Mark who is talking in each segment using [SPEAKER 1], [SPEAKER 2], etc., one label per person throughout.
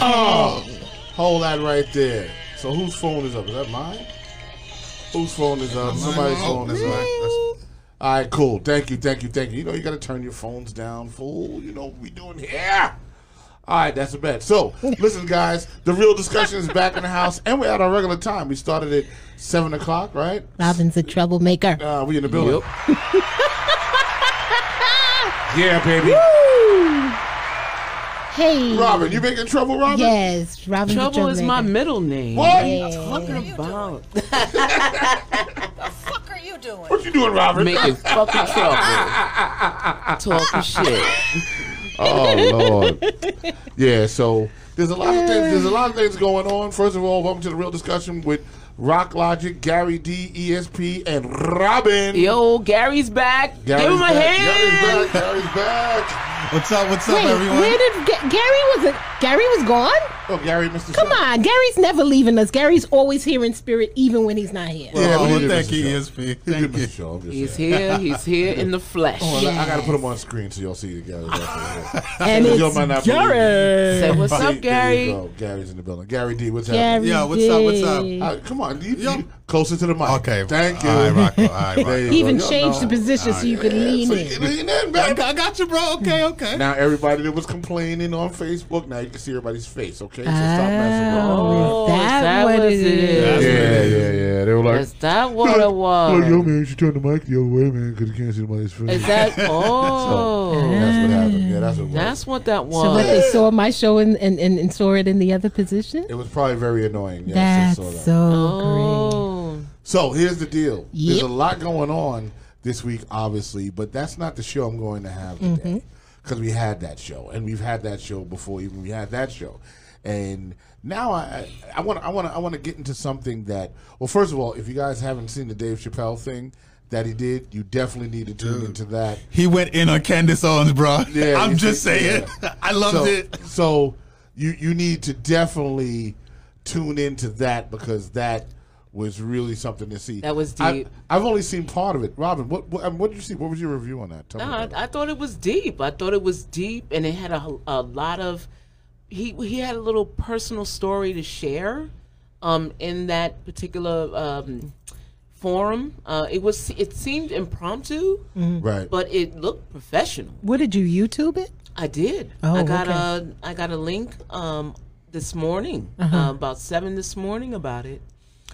[SPEAKER 1] Oh, hold that right there. So whose phone is up? Is that mine? Whose phone is up? Somebody's
[SPEAKER 2] Oh,
[SPEAKER 1] phone
[SPEAKER 2] that's
[SPEAKER 1] is
[SPEAKER 2] mine.
[SPEAKER 1] up.
[SPEAKER 2] That's-
[SPEAKER 1] All right, cool. Thank you, thank you, thank you. You know you got to turn your phones down, fool. You know what we doing here. All right, that's a bet. So, listen, guys, the real discussion is back in the house, and we're at our regular time. We started at seven o'clock, right?
[SPEAKER 3] Robin's a troublemaker.
[SPEAKER 1] Uh, we in the building. yeah, baby.
[SPEAKER 3] Hey.
[SPEAKER 1] Robin, you making trouble, Robin?
[SPEAKER 3] Yes, Robin's a
[SPEAKER 4] Trouble is my
[SPEAKER 3] troublemaker.
[SPEAKER 4] middle name.
[SPEAKER 1] What?
[SPEAKER 3] Yeah.
[SPEAKER 4] What are you about?
[SPEAKER 5] fuck are you doing?
[SPEAKER 1] What you doing, Robin?
[SPEAKER 4] Making fucking trouble. Talking shit.
[SPEAKER 1] Oh Lord. yeah, so there's a lot of things there's a lot of things going on. First of all, welcome to the real discussion with Rock Logic, Gary D, ESP, and Robin.
[SPEAKER 4] Yo, Gary's back.
[SPEAKER 1] Gary's
[SPEAKER 4] Give him a
[SPEAKER 1] back.
[SPEAKER 4] hand.
[SPEAKER 1] Gary's back, Gary's back.
[SPEAKER 2] What's up? What's
[SPEAKER 3] Wait,
[SPEAKER 2] up, everyone?
[SPEAKER 3] where did Ga- Gary was it? Gary was gone.
[SPEAKER 1] Oh Gary, Mr.
[SPEAKER 3] Come on, Gary's never leaving us. Gary's always here in spirit, even when he's not here.
[SPEAKER 1] Yeah,
[SPEAKER 2] oh,
[SPEAKER 1] we
[SPEAKER 2] well,
[SPEAKER 1] did
[SPEAKER 2] thank
[SPEAKER 1] miss
[SPEAKER 2] you,
[SPEAKER 1] the
[SPEAKER 2] ESP.
[SPEAKER 1] Show.
[SPEAKER 2] Thank
[SPEAKER 1] We did miss
[SPEAKER 2] you.
[SPEAKER 1] the show. I'm just
[SPEAKER 4] He's
[SPEAKER 1] saying.
[SPEAKER 4] here. He's here in the flesh.
[SPEAKER 1] Hold on, I, I gotta put him on screen so y'all see the Gary.
[SPEAKER 3] And
[SPEAKER 1] Y'all
[SPEAKER 3] it's
[SPEAKER 1] might not believe me.
[SPEAKER 3] Gary.
[SPEAKER 4] Say what's up,
[SPEAKER 1] See, there you
[SPEAKER 4] Gary?
[SPEAKER 1] go. Gary's in the building. Gary D, what's happening?
[SPEAKER 3] Gary
[SPEAKER 2] Yeah, what's up, what's up?
[SPEAKER 3] D.
[SPEAKER 1] Uh, come on, you,
[SPEAKER 2] Yeah.
[SPEAKER 1] you- closer to the mic.
[SPEAKER 2] Okay.
[SPEAKER 1] thank you.
[SPEAKER 2] All right, Rocco. All right,
[SPEAKER 1] There
[SPEAKER 2] Rocco.
[SPEAKER 1] you
[SPEAKER 3] He even
[SPEAKER 1] go. Y'all
[SPEAKER 3] changed
[SPEAKER 1] know.
[SPEAKER 3] the position so you could lean
[SPEAKER 1] So you
[SPEAKER 3] in.
[SPEAKER 1] can lean in,
[SPEAKER 2] I
[SPEAKER 1] baby.
[SPEAKER 2] got, I got you, bro. Okay, okay.
[SPEAKER 1] Now everybody that was complaining on Facebook, now you can see everybody's face. Okay, so stop messing with
[SPEAKER 3] Oh,
[SPEAKER 1] all
[SPEAKER 4] Oh,
[SPEAKER 3] is that,
[SPEAKER 4] is that
[SPEAKER 3] what it
[SPEAKER 4] what it
[SPEAKER 1] that.
[SPEAKER 2] is?
[SPEAKER 3] is?
[SPEAKER 1] Yeah, yeah, yeah. They were like,
[SPEAKER 4] Is that what it
[SPEAKER 1] "Look, yo,
[SPEAKER 4] was?
[SPEAKER 1] man, she turned the mic the other way, man, because you can't see nobody's face."
[SPEAKER 4] Is that?
[SPEAKER 1] That's
[SPEAKER 4] Oh,
[SPEAKER 1] what happened. Yeah, that's what. it was.
[SPEAKER 4] that's what that
[SPEAKER 3] So what
[SPEAKER 4] was.
[SPEAKER 3] they saw my show and, and, and, and saw it in the other position?
[SPEAKER 1] it was probably very annoying. Yes,
[SPEAKER 3] That's
[SPEAKER 1] I saw that.
[SPEAKER 3] so great.
[SPEAKER 4] Oh,
[SPEAKER 1] So here's the deal. There's
[SPEAKER 3] Yep.
[SPEAKER 1] a lot going on this week, obviously, but that's not the show I'm going to have today because we had that show and we've had that show before. Even we had that show, and now I I want I want I want to get into something that well, first of all, if you guys haven't seen the Dave Chappelle thing that he did, you definitely need to tune into that.
[SPEAKER 2] He went in on Candace Owens, bro.
[SPEAKER 1] Yeah, you
[SPEAKER 2] I'm just
[SPEAKER 1] see-
[SPEAKER 2] saying.
[SPEAKER 1] yeah.
[SPEAKER 2] I loved
[SPEAKER 1] so,
[SPEAKER 2] it.
[SPEAKER 1] So you you need to definitely tune into that because that was really something to see.
[SPEAKER 4] That was deep.
[SPEAKER 1] I, have only seen part of it. Robin, what what, um, what did you see? What was your review on that? Tell me.
[SPEAKER 4] No,
[SPEAKER 1] about it.
[SPEAKER 4] I, I thought it was deep. I thought it was deep, and it had a, a lot of. He he had a little personal story to share, um, in that particular um, forum. Uh, it was it seemed impromptu,
[SPEAKER 6] Mm-hmm.
[SPEAKER 1] right.
[SPEAKER 4] but it looked professional.
[SPEAKER 6] What did you YouTube it?
[SPEAKER 4] I did.
[SPEAKER 6] Oh,
[SPEAKER 4] I got
[SPEAKER 6] okay. Uh-huh.
[SPEAKER 4] a I got a link um this morning uh about seven this morning about it,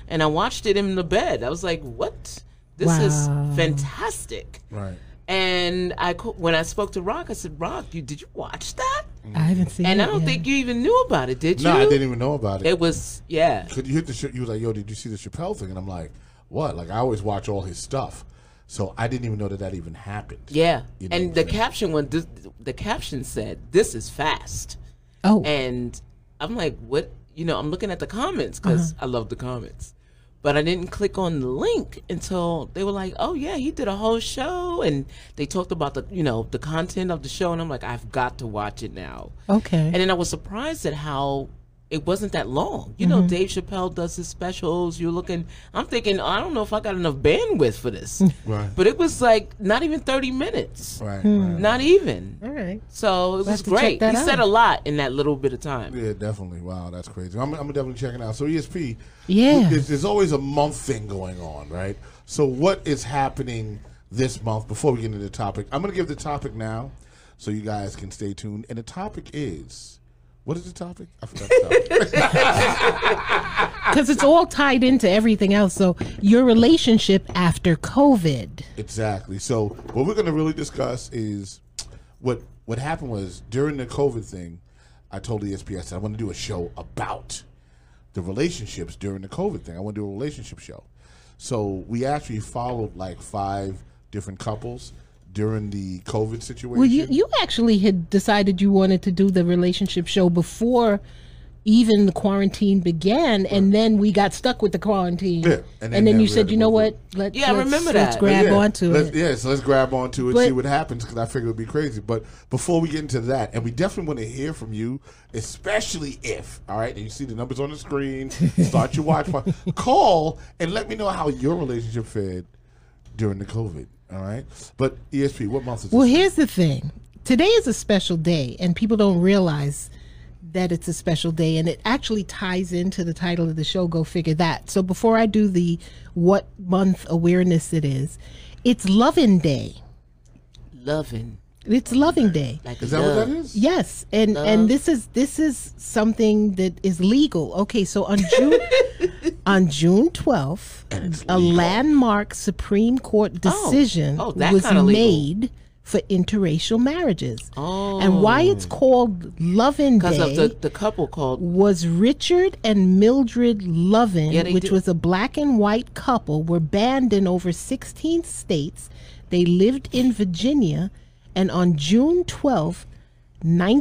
[SPEAKER 4] and I watched it in the bed. I was like, "What? This is
[SPEAKER 6] Wow.
[SPEAKER 4] fantastic!"
[SPEAKER 1] right.
[SPEAKER 4] And I co- when I spoke to Rock, I said, "Rock, you did you watch that?"
[SPEAKER 6] I haven't seen
[SPEAKER 4] And
[SPEAKER 6] it.
[SPEAKER 4] I don't
[SPEAKER 6] yet.
[SPEAKER 4] think you even knew about it, did you?
[SPEAKER 1] Mm-hmm. No, I didn't even know about it.
[SPEAKER 4] It was yeah.
[SPEAKER 1] Could you hit the sh- you was like, "Yo, did you see the Chappelle thing?" And I'm like, "What?" Like I always watch all his stuff. So I didn't even know that that even happened.
[SPEAKER 4] Yeah,
[SPEAKER 1] You know what
[SPEAKER 4] and
[SPEAKER 1] I'm
[SPEAKER 4] the
[SPEAKER 1] saying?
[SPEAKER 4] caption one, this, the caption said, "This is fast,"
[SPEAKER 6] Oh,
[SPEAKER 4] and I'm like, "What?" You know, I'm looking at the comments
[SPEAKER 6] Uh-huh.
[SPEAKER 4] because I love the comments, but I didn't click on the link until they were like, "Oh yeah, he did a whole show," and they talked about the you know the content of the show, and I'm like, "I've got to watch it now."
[SPEAKER 6] okay.
[SPEAKER 4] And then I was surprised at how it wasn't that long. You
[SPEAKER 6] Mm-hmm.
[SPEAKER 4] know, Dave Chappelle does his specials. You're looking, I'm thinking, I don't know if I got enough bandwidth for this.
[SPEAKER 1] Right.
[SPEAKER 4] But it was like not even 30 minutes.
[SPEAKER 1] Right. right.
[SPEAKER 4] Not even.
[SPEAKER 6] All right.
[SPEAKER 4] So it was
[SPEAKER 6] have to check
[SPEAKER 4] great. He
[SPEAKER 6] that
[SPEAKER 4] said a
[SPEAKER 6] out.
[SPEAKER 4] lot in that little bit of time.
[SPEAKER 1] Yeah, definitely. Wow, that's crazy. I'm, I'm definitely checking out. So E ESP,
[SPEAKER 6] Yeah.
[SPEAKER 1] there's, there's always a month thing going on, right? So what is happening this month? Before we get into the topic, I'm going to give the topic now, so you guys can stay tuned. And the topic is, what is the topic? I forgot the topic.
[SPEAKER 3] Because it's all tied into everything else. So your relationship after COVID.
[SPEAKER 1] Exactly. So what we're going to really discuss is what what happened was during the COVID thing. I told ESP I said I want to do a show about the relationships during the COVID thing. I want to do a relationship show. So we actually followed like five different couples during the COVID situation.
[SPEAKER 3] Well, you, you actually had decided you wanted to do the relationship show before even the quarantine began, and then we got stuck with the quarantine.
[SPEAKER 1] Yeah, and then
[SPEAKER 3] And,
[SPEAKER 1] that
[SPEAKER 3] then
[SPEAKER 1] we
[SPEAKER 3] you
[SPEAKER 1] had
[SPEAKER 3] said,
[SPEAKER 1] to
[SPEAKER 3] you know
[SPEAKER 1] move
[SPEAKER 3] what?
[SPEAKER 1] it.
[SPEAKER 3] Let,
[SPEAKER 4] Yeah, I
[SPEAKER 3] let's-
[SPEAKER 4] remember
[SPEAKER 6] let's
[SPEAKER 4] that.
[SPEAKER 6] grab
[SPEAKER 1] yeah,
[SPEAKER 6] onto
[SPEAKER 1] let's,
[SPEAKER 6] it.
[SPEAKER 1] Yeah, so let's grab onto it,
[SPEAKER 3] But-
[SPEAKER 1] see what happens, because I figure it'd be crazy. But before we get into that, and we definitely want to hear from you, especially if, all right, and you see the numbers on the screen, start your watch, party, call, and let me know how your relationship fared during the COVID, all right? But ESP, what month is
[SPEAKER 3] Well,
[SPEAKER 1] this?
[SPEAKER 3] here's the thing. Today is a special day, and people don't realize that it's a special day and it actually ties into the title of the show go figure that so before i do the what month awareness it is it's loving day
[SPEAKER 4] Loving.
[SPEAKER 3] it's loving day
[SPEAKER 4] Like
[SPEAKER 1] Is that
[SPEAKER 4] love.
[SPEAKER 1] what that is?
[SPEAKER 3] yes and
[SPEAKER 4] Uh-huh.
[SPEAKER 3] and this is this is something that is legal okay so on june on june 12th a landmark supreme court decision
[SPEAKER 4] Oh, that
[SPEAKER 3] was
[SPEAKER 4] kinda legal.
[SPEAKER 3] made for interracial marriages
[SPEAKER 4] Oh.
[SPEAKER 3] and why it's called loving day
[SPEAKER 4] Because of the, the couple called.
[SPEAKER 3] was Richard and Mildred Lovin,
[SPEAKER 4] Yeah, they
[SPEAKER 3] which
[SPEAKER 4] did.
[SPEAKER 3] was a black and white couple, were banned in over 16 states. They lived in Virginia, and on June 12,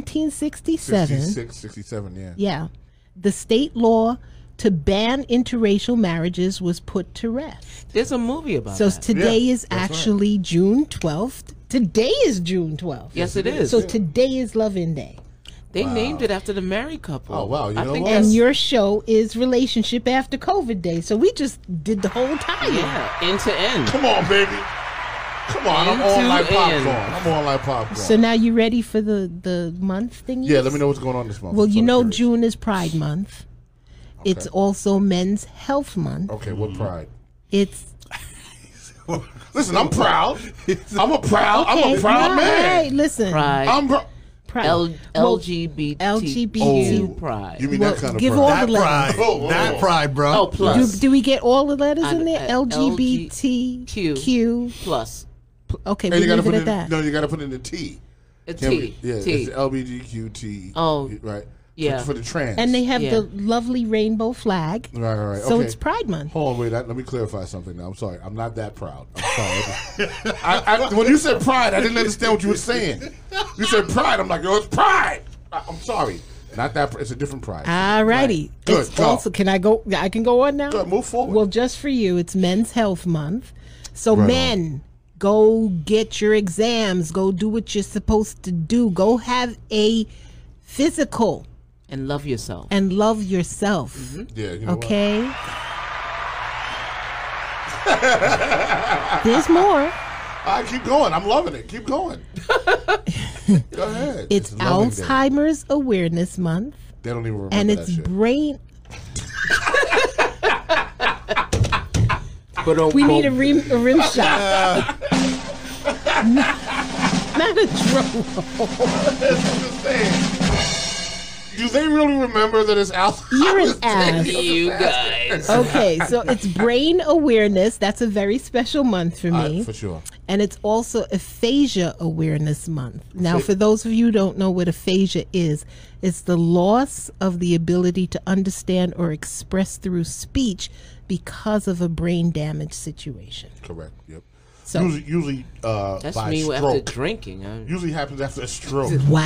[SPEAKER 3] 1967,
[SPEAKER 1] 66, 67, yeah.
[SPEAKER 3] yeah, the state law to ban interracial marriages was put to rest.
[SPEAKER 4] There's a movie about
[SPEAKER 3] So
[SPEAKER 4] that.
[SPEAKER 3] today
[SPEAKER 1] Yeah,
[SPEAKER 3] is
[SPEAKER 1] that's right.
[SPEAKER 3] actually June 12th. Today is June 12th.
[SPEAKER 4] yes, it is.
[SPEAKER 3] So today is Lovin' Day.
[SPEAKER 4] they named it after the married couple.
[SPEAKER 1] Oh, wow, you
[SPEAKER 4] I
[SPEAKER 1] know
[SPEAKER 4] think
[SPEAKER 1] what?
[SPEAKER 4] that's-
[SPEAKER 3] And your show is relationship after COVID day, so we just did the whole time.
[SPEAKER 4] yeah, end to end.
[SPEAKER 1] Come on, baby. Come on, I'm on
[SPEAKER 4] Into
[SPEAKER 1] like popcorn.
[SPEAKER 4] in.
[SPEAKER 1] I'm on like popcorn.
[SPEAKER 3] So now you ready for the the month thingy?
[SPEAKER 1] yeah, let me know what's going on this month.
[SPEAKER 3] Well,
[SPEAKER 1] I'm
[SPEAKER 3] you
[SPEAKER 1] sorta
[SPEAKER 3] know,
[SPEAKER 1] curious.
[SPEAKER 3] June is Pride Month. It's also Men's Health Month.
[SPEAKER 1] Okay, what pride?
[SPEAKER 3] It's
[SPEAKER 1] Listen, I'm proud. I'm a proud. I'm a
[SPEAKER 3] Okay,
[SPEAKER 1] proud
[SPEAKER 3] all
[SPEAKER 1] man.
[SPEAKER 3] right, listen,
[SPEAKER 4] Pride.
[SPEAKER 1] I'm proud.
[SPEAKER 3] Pride.
[SPEAKER 4] L-
[SPEAKER 3] Well,
[SPEAKER 4] LGBT.
[SPEAKER 3] LGBTQ.
[SPEAKER 1] Oh.
[SPEAKER 4] pride.
[SPEAKER 1] You mean
[SPEAKER 3] Well,
[SPEAKER 1] that kind of
[SPEAKER 3] give
[SPEAKER 1] pride?
[SPEAKER 3] all
[SPEAKER 2] That
[SPEAKER 3] the letters.
[SPEAKER 2] pride.
[SPEAKER 1] Oh, whoa.
[SPEAKER 2] That pride, bro.
[SPEAKER 4] oh, plus.
[SPEAKER 3] do, do we get all the letters in there?
[SPEAKER 4] I- I-
[SPEAKER 3] LGBTQ.
[SPEAKER 4] plus.
[SPEAKER 3] Okay,
[SPEAKER 1] And
[SPEAKER 3] we
[SPEAKER 1] you gotta
[SPEAKER 3] leave
[SPEAKER 1] put
[SPEAKER 3] it
[SPEAKER 1] in,
[SPEAKER 3] at that.
[SPEAKER 1] No, you got to put in the T.
[SPEAKER 4] A T.
[SPEAKER 1] Can't we- yeah,
[SPEAKER 4] T.
[SPEAKER 1] it's LBGQT.
[SPEAKER 4] Oh,
[SPEAKER 1] right.
[SPEAKER 4] yeah.
[SPEAKER 1] For, for the trans.
[SPEAKER 3] and they have
[SPEAKER 4] Yeah.
[SPEAKER 3] the lovely rainbow flag.
[SPEAKER 1] Right, right, right.
[SPEAKER 3] So
[SPEAKER 1] okay.
[SPEAKER 3] it's Pride Month.
[SPEAKER 1] Hold on, wait. I, let me clarify something. Now, I'm sorry. I'm not that proud. I'm sorry. I, I, when you said pride, I didn't understand what you were saying. You said pride. I'm like, yo, it's pride. I, am sorry. Not that. pr- It's a different pride.
[SPEAKER 3] Alrighty.
[SPEAKER 1] Good,
[SPEAKER 3] It's
[SPEAKER 1] go.
[SPEAKER 3] also can I go I can go on now?
[SPEAKER 1] Go ahead, move forward.
[SPEAKER 3] Well, just for you, it's men's health month. So men, go get your exams, go do what you're supposed to do, go have a physical
[SPEAKER 4] and love yourself.
[SPEAKER 3] and love yourself.
[SPEAKER 1] yeah. You know what?
[SPEAKER 3] Okay. There's more.
[SPEAKER 1] I keep going. I'm loving it. Keep going. Go ahead.
[SPEAKER 3] It's,
[SPEAKER 1] loving day.
[SPEAKER 3] Alzheimer's Awareness Month.
[SPEAKER 1] They don't even remember
[SPEAKER 3] And
[SPEAKER 1] that
[SPEAKER 3] it's
[SPEAKER 1] shit.
[SPEAKER 3] brain
[SPEAKER 4] But don't
[SPEAKER 3] We need a rim, a rim shot. not, not a drum roll.
[SPEAKER 1] That's what I'm saying. Do they really remember that it's Alzheimer's?
[SPEAKER 3] You're an ass.
[SPEAKER 4] you guys.
[SPEAKER 3] Okay, so it's brain awareness. That's a very special month for me.
[SPEAKER 1] for sure.
[SPEAKER 3] And it's also aphasia awareness month. Now, for those of you who don't know what aphasia is, it's the loss of the ability to understand or express through speech because of a brain damage situation.
[SPEAKER 1] Correct. Yep.
[SPEAKER 3] So-
[SPEAKER 1] usually, usually uh,
[SPEAKER 4] That's
[SPEAKER 1] by
[SPEAKER 4] me after
[SPEAKER 1] stroke.
[SPEAKER 4] drinking. I'm-
[SPEAKER 1] usually happens after a stroke.
[SPEAKER 3] Wow.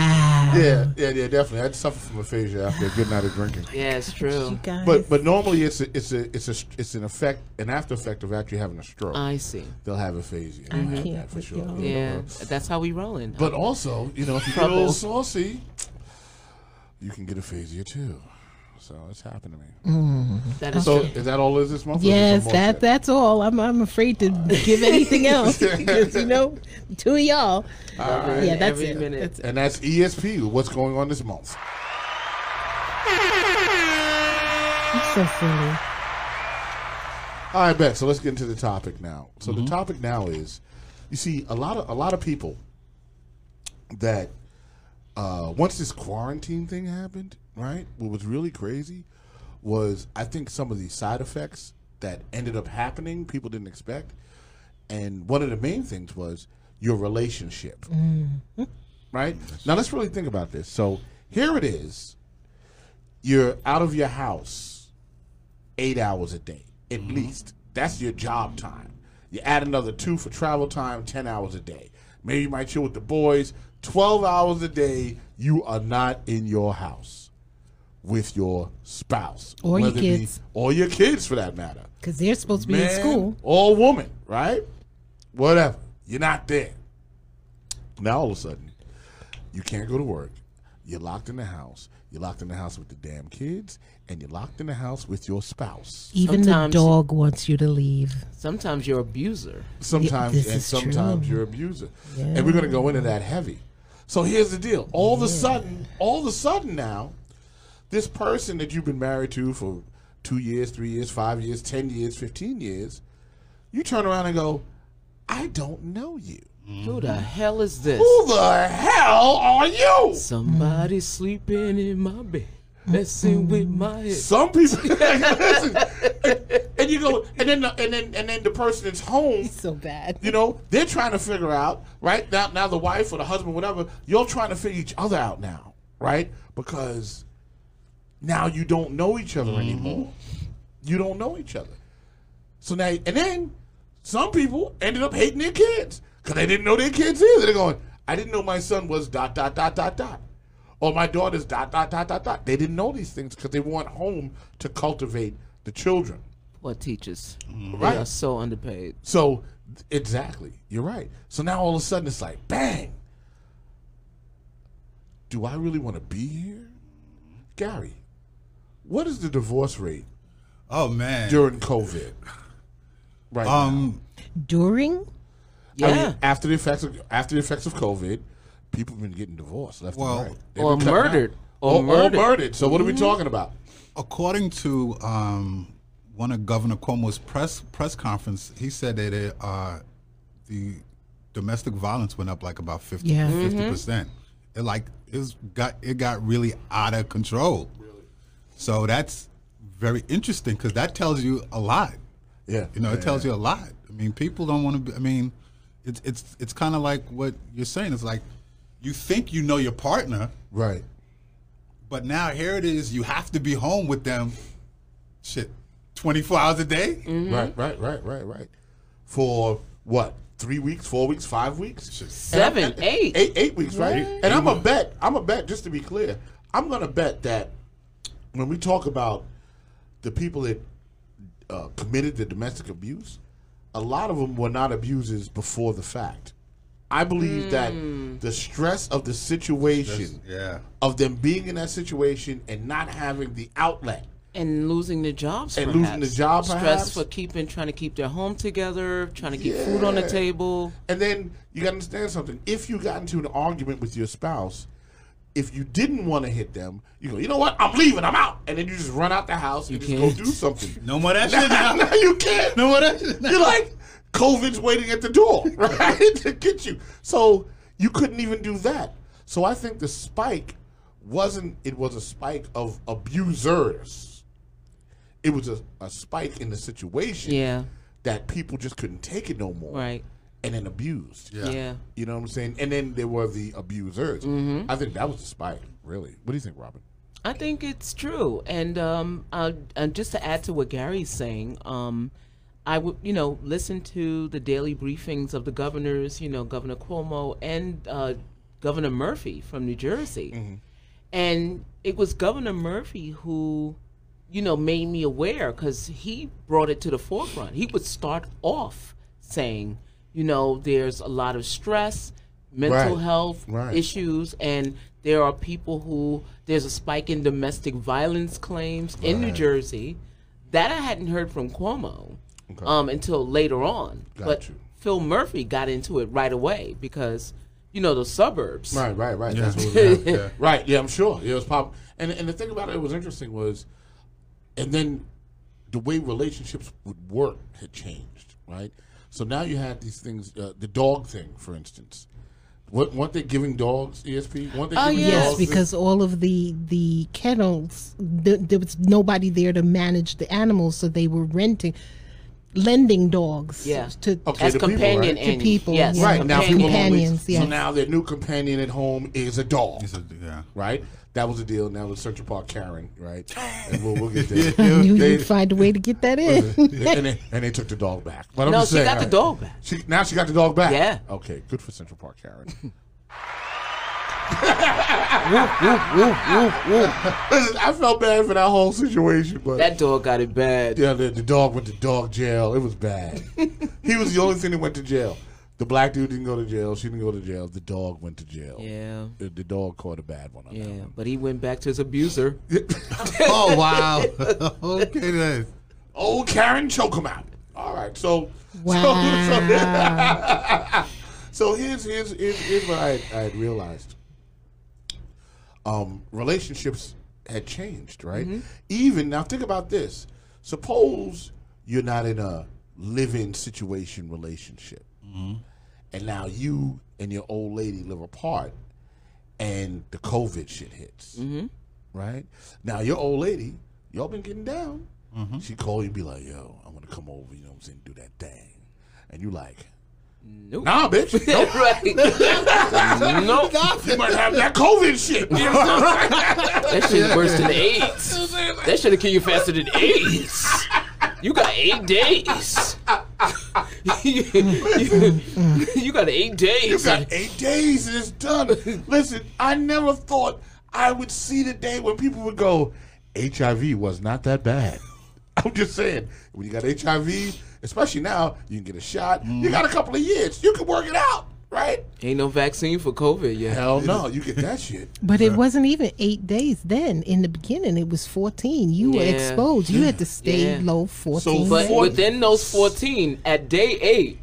[SPEAKER 1] yeah, yeah, yeah. Definitely, I had to suffer from aphasia after a good night of drinking.
[SPEAKER 4] yeah, it's true.
[SPEAKER 3] Guys,
[SPEAKER 1] But but normally it's a, it's a it's a it's an effect an after effect of actually having a stroke.
[SPEAKER 4] I see.
[SPEAKER 1] They'll have aphasia. They'll have
[SPEAKER 3] can't
[SPEAKER 1] that for
[SPEAKER 3] with
[SPEAKER 1] sure.
[SPEAKER 3] y'all.
[SPEAKER 4] Yeah, that's how we rolling.
[SPEAKER 1] But also, you know, if you get a little
[SPEAKER 4] Trouble.
[SPEAKER 1] saucy, you can get aphasia too. So it's happened to me.
[SPEAKER 4] that is
[SPEAKER 1] So
[SPEAKER 4] true.
[SPEAKER 1] is that all it is this month? or is there
[SPEAKER 3] Yes,
[SPEAKER 1] more
[SPEAKER 3] that
[SPEAKER 1] shit?
[SPEAKER 3] that's all. I'm I'm afraid to give anything else because you know, two of y'all. yeah, that's
[SPEAKER 4] Every
[SPEAKER 3] it.
[SPEAKER 4] minute.
[SPEAKER 3] That's it.
[SPEAKER 1] And that's ESP. What's going on this month?
[SPEAKER 3] So silly.
[SPEAKER 1] All right, bet. So let's get into the topic now. So the topic now is, you see, a lot of a lot of people that uh, once this quarantine thing happened, right? What was really crazy was I think some of the side effects that ended up happening people didn't expect, and one of the main things was your relationship, right? Now let's really think about this. So here it is: you're out of your house eight hours a day at least. That's your job time. You add another two for travel time, ten hours a day. Maybe you might chill with the boys. Twelve hours a day, you are not in your house with your spouse
[SPEAKER 3] Or your
[SPEAKER 1] whether it be-
[SPEAKER 3] kids.
[SPEAKER 1] or your kids for that matter
[SPEAKER 3] Because they're supposed to be in
[SPEAKER 1] man
[SPEAKER 3] school.
[SPEAKER 1] or woman, right? Whatever. You're not there. Now all of a sudden, you can't go to work. You're locked in the house. You're locked in the house with the damn kids, and you're locked in the house with your spouse.
[SPEAKER 3] Even
[SPEAKER 4] Sometimes-
[SPEAKER 3] the dog wants you to leave.
[SPEAKER 4] Sometimes your abuser.
[SPEAKER 1] Sometimes
[SPEAKER 3] this
[SPEAKER 1] and
[SPEAKER 3] is true.
[SPEAKER 1] sometimes your abuser. And we're gonna go into that heavy. So here's the deal. All of a sudden, all of a sudden now, this person that you've been married to for two years, three years, five years, ten years, fifteen years, you turn around and go, I don't know you.
[SPEAKER 4] Who
[SPEAKER 1] Mm-hmm.
[SPEAKER 4] the hell is this?
[SPEAKER 1] Who the hell are you?
[SPEAKER 4] Somebody sleeping in my bed, messing with my head.
[SPEAKER 1] Some people, Listen, and, and you go, and then the, and then and then the person that's home
[SPEAKER 3] So bad.
[SPEAKER 1] you know they're trying to figure out right now now the wife or the husband whatever you're trying to figure each other out now right because now you don't know each other anymore you don't know each other so now and then some people ended up hating their kids because they didn't know their kids either they're going i didn't know my son was dot dot dot dot dot or my daughter's dot dot dot dot dot they didn't know these things because they weren't home to cultivate the children
[SPEAKER 4] Poor teachers.
[SPEAKER 1] Right.
[SPEAKER 4] They are so underpaid.
[SPEAKER 1] so exactly, you're right. So now all of a sudden it's like, bang. Do I really want to be here, Gary? What is the divorce rate
[SPEAKER 2] Oh man.
[SPEAKER 1] during COVID? Right. now?
[SPEAKER 2] um.
[SPEAKER 3] During?
[SPEAKER 4] Yeah.
[SPEAKER 1] I mean, after the effects of after the effects of COVID, people have been getting divorced left
[SPEAKER 2] Well,
[SPEAKER 1] and right. They've
[SPEAKER 4] or
[SPEAKER 1] been cutting out.
[SPEAKER 4] murdered. Or
[SPEAKER 1] Or, or murdered.
[SPEAKER 4] murdered. Mm-hmm.
[SPEAKER 1] So what are we talking about?
[SPEAKER 2] According to um, one of Governor Cuomo's press press conference, he said that it, uh, the domestic violence went up like about 50
[SPEAKER 3] Yeah.
[SPEAKER 2] percent. It like it was got it got really out of control. So that's very interesting because that tells you a lot.
[SPEAKER 1] Yeah.
[SPEAKER 2] You know, it tells you a lot. I mean, people don't want to. be I mean, it's it's it's kind of like what you're saying. It's like you think you know your partner,
[SPEAKER 1] Right.
[SPEAKER 2] but now here it is. You have to be home with them. Shit, twenty four hours a day.
[SPEAKER 4] Mm-hmm.
[SPEAKER 1] Right. Right. Right. Right. Right. For what? Three weeks? Four weeks? Five weeks?
[SPEAKER 4] Seven, eight.
[SPEAKER 1] eight eight weeks, right? And I'm a bet. I'm a bet. Just to be clear, I'm gonna bet that when we talk about the people that uh, committed the domestic abuse, a lot of them were not abusers before the fact. I believe that the stress of the situation,
[SPEAKER 2] Yeah.
[SPEAKER 1] of them being in that situation and not having the outlet,
[SPEAKER 4] And losing their jobs.
[SPEAKER 1] And
[SPEAKER 4] perhaps.
[SPEAKER 1] losing the job,
[SPEAKER 4] Stress
[SPEAKER 1] perhaps.
[SPEAKER 4] for keeping, trying to keep their home together, trying to keep food on the
[SPEAKER 1] Yeah.
[SPEAKER 4] table.
[SPEAKER 1] And then you got to understand something. If you got into an argument with your spouse, if you didn't want to hit them, you go, you know what? I'm leaving. I'm out. And then you just run out the house and just go
[SPEAKER 4] can't.
[SPEAKER 1] do something.
[SPEAKER 2] No more that shit
[SPEAKER 1] now,
[SPEAKER 2] now.
[SPEAKER 1] now you can't.
[SPEAKER 2] No more that shit now.
[SPEAKER 1] You're like, COVID's waiting at the door, right? to get you. So you couldn't even do that. So I think the spike wasn't, it was a spike of abusers. It was a, a spike in the situation
[SPEAKER 4] Yeah.
[SPEAKER 1] that people just couldn't take it no more
[SPEAKER 4] Right.
[SPEAKER 1] and then abused.
[SPEAKER 4] Yeah.
[SPEAKER 1] You know what I'm saying? And then there were the abusers.
[SPEAKER 4] Mm-hmm.
[SPEAKER 1] I think that was the spike, really. What do you think, Robin?
[SPEAKER 4] I think it's true, and um, uh, and just to add to what Gary's saying, um, I would you know listen to the daily briefings of the governors, you know Governor Cuomo and uh, Governor Murphy from New Jersey, and it was Governor Murphy who, you know, made me aware because he brought it to the forefront. He would start off saying, you know, there's a lot of stress, mental
[SPEAKER 1] Right.
[SPEAKER 4] health
[SPEAKER 1] Right.
[SPEAKER 4] issues issues and there are people who there's a spike in domestic violence claims in New Jersey that I hadn't heard from Cuomo um, until later on.
[SPEAKER 1] Got
[SPEAKER 4] but
[SPEAKER 1] you.
[SPEAKER 4] Phil Murphy got into it right away because you know the suburbs.
[SPEAKER 1] Right, right, right.
[SPEAKER 2] Yeah.
[SPEAKER 1] That's what
[SPEAKER 2] Yeah,
[SPEAKER 1] it was.
[SPEAKER 2] yeah.
[SPEAKER 1] right, yeah, I'm sure. Yeah, it was pop. And, and the thing about it that was interesting was, and then the way relationships would work had changed, right? So now you had these things, uh, the dog thing, for instance. What, weren't they giving dogs ESP? Weren't they
[SPEAKER 4] Oh,
[SPEAKER 1] giving
[SPEAKER 3] Yes,
[SPEAKER 1] dogs this-
[SPEAKER 3] because all of the the kennels, th- there was nobody there to manage the animals, so they were renting, lending dogs.
[SPEAKER 4] Yeah.
[SPEAKER 3] To
[SPEAKER 1] Okay.
[SPEAKER 4] As
[SPEAKER 1] To people,
[SPEAKER 4] companion
[SPEAKER 1] right?
[SPEAKER 3] To
[SPEAKER 4] animals.
[SPEAKER 3] people,
[SPEAKER 4] Yes.
[SPEAKER 3] yeah.
[SPEAKER 1] Right, now people only,
[SPEAKER 3] Companions,
[SPEAKER 1] So
[SPEAKER 3] yes.
[SPEAKER 1] now their new companion at home is a dog.
[SPEAKER 2] It's a- yeah.
[SPEAKER 1] right? That was the deal. Now was Central Park Karen, right? And we'll, we'll get there.
[SPEAKER 3] I knew
[SPEAKER 1] They-
[SPEAKER 3] you'd find a way to get that in.
[SPEAKER 1] and, they, and they took the dog back. But I'm
[SPEAKER 4] No,
[SPEAKER 1] just
[SPEAKER 4] she
[SPEAKER 1] saying,
[SPEAKER 4] got the
[SPEAKER 1] alright.
[SPEAKER 4] dog back.
[SPEAKER 1] She, now she got the dog back.
[SPEAKER 4] Yeah.
[SPEAKER 1] Okay, good for Central Park Karen. Listen, I felt bad for that whole situation, but
[SPEAKER 4] That dog got it bad.
[SPEAKER 1] yeah, the, the dog went to dog jail. It was bad. he was the only thing that went to jail. The black dude didn't go to jail. She didn't go to jail. The dog went to jail.
[SPEAKER 4] Yeah.
[SPEAKER 1] The, the dog caught a bad one. On that
[SPEAKER 4] Yeah,
[SPEAKER 1] one.
[SPEAKER 4] but he went back to his abuser.
[SPEAKER 2] Oh wow. okay then.
[SPEAKER 1] Old Karen, choke him out. All right, so
[SPEAKER 3] Wow.
[SPEAKER 1] so, so here's, here's here's here's what I I had realized. Um, relationships had changed, right? Even now, think about this. Suppose you're not in a live-in situation relationship, and now you and your old lady live apart, and the COVID shit hits, right? Now your old lady, y'all been getting down. She call you, and be like, "Yo, I'm gonna come over. You know what I'm saying? Do that thing," and you like,
[SPEAKER 4] Nope.
[SPEAKER 1] "Nah, bitch, nope."
[SPEAKER 4] right. nope.
[SPEAKER 1] You might have that COVID shit. You know what I'm saying?
[SPEAKER 4] That shit worse than AIDS. That should have killed you faster than AIDS. You got eight days. you, you- you got eight
[SPEAKER 1] You
[SPEAKER 4] days.
[SPEAKER 1] got eight days and it's done. Listen, I never thought I would see the day when people would go, HIV was not that bad. I'm just saying, when you got HIV, especially now, you can get a shot. You got a couple of years. You can work it out, right?
[SPEAKER 4] Ain't no vaccine for COVID yet.
[SPEAKER 1] Hell no, you get that shit.
[SPEAKER 3] But it wasn't even eight days then. In the beginning, it was 14. You were
[SPEAKER 4] Yeah.
[SPEAKER 3] exposed. You had to stay
[SPEAKER 4] Yeah.
[SPEAKER 3] low 14.
[SPEAKER 4] But
[SPEAKER 1] Four-
[SPEAKER 4] within those 14, at day eight,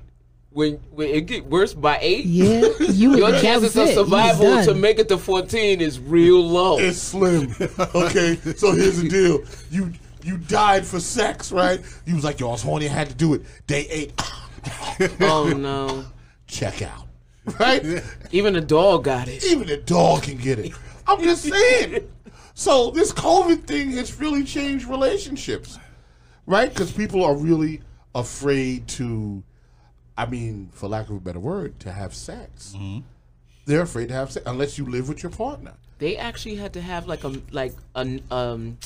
[SPEAKER 4] when, when it get worse by eight,
[SPEAKER 3] yeah, you
[SPEAKER 4] your
[SPEAKER 3] that
[SPEAKER 4] chances of
[SPEAKER 3] was it. You was
[SPEAKER 4] survival to
[SPEAKER 3] done.
[SPEAKER 4] make it to 14 is real low.
[SPEAKER 1] It's slim. Okay, so here's the deal. You you died for sex, right? You was like, yo, I was horny, I had to do it. Day eight, Um,
[SPEAKER 4] oh no.
[SPEAKER 1] check out. Right?
[SPEAKER 4] Even a dog got it.
[SPEAKER 1] Even the dog can get it. I'm just saying. So this COVID thing has really changed relationships, right? Because people are really afraid to, I mean, for lack of a better word, to have sex. They're afraid to have sex unless you live with your partner.
[SPEAKER 4] they actually had to have like a like a um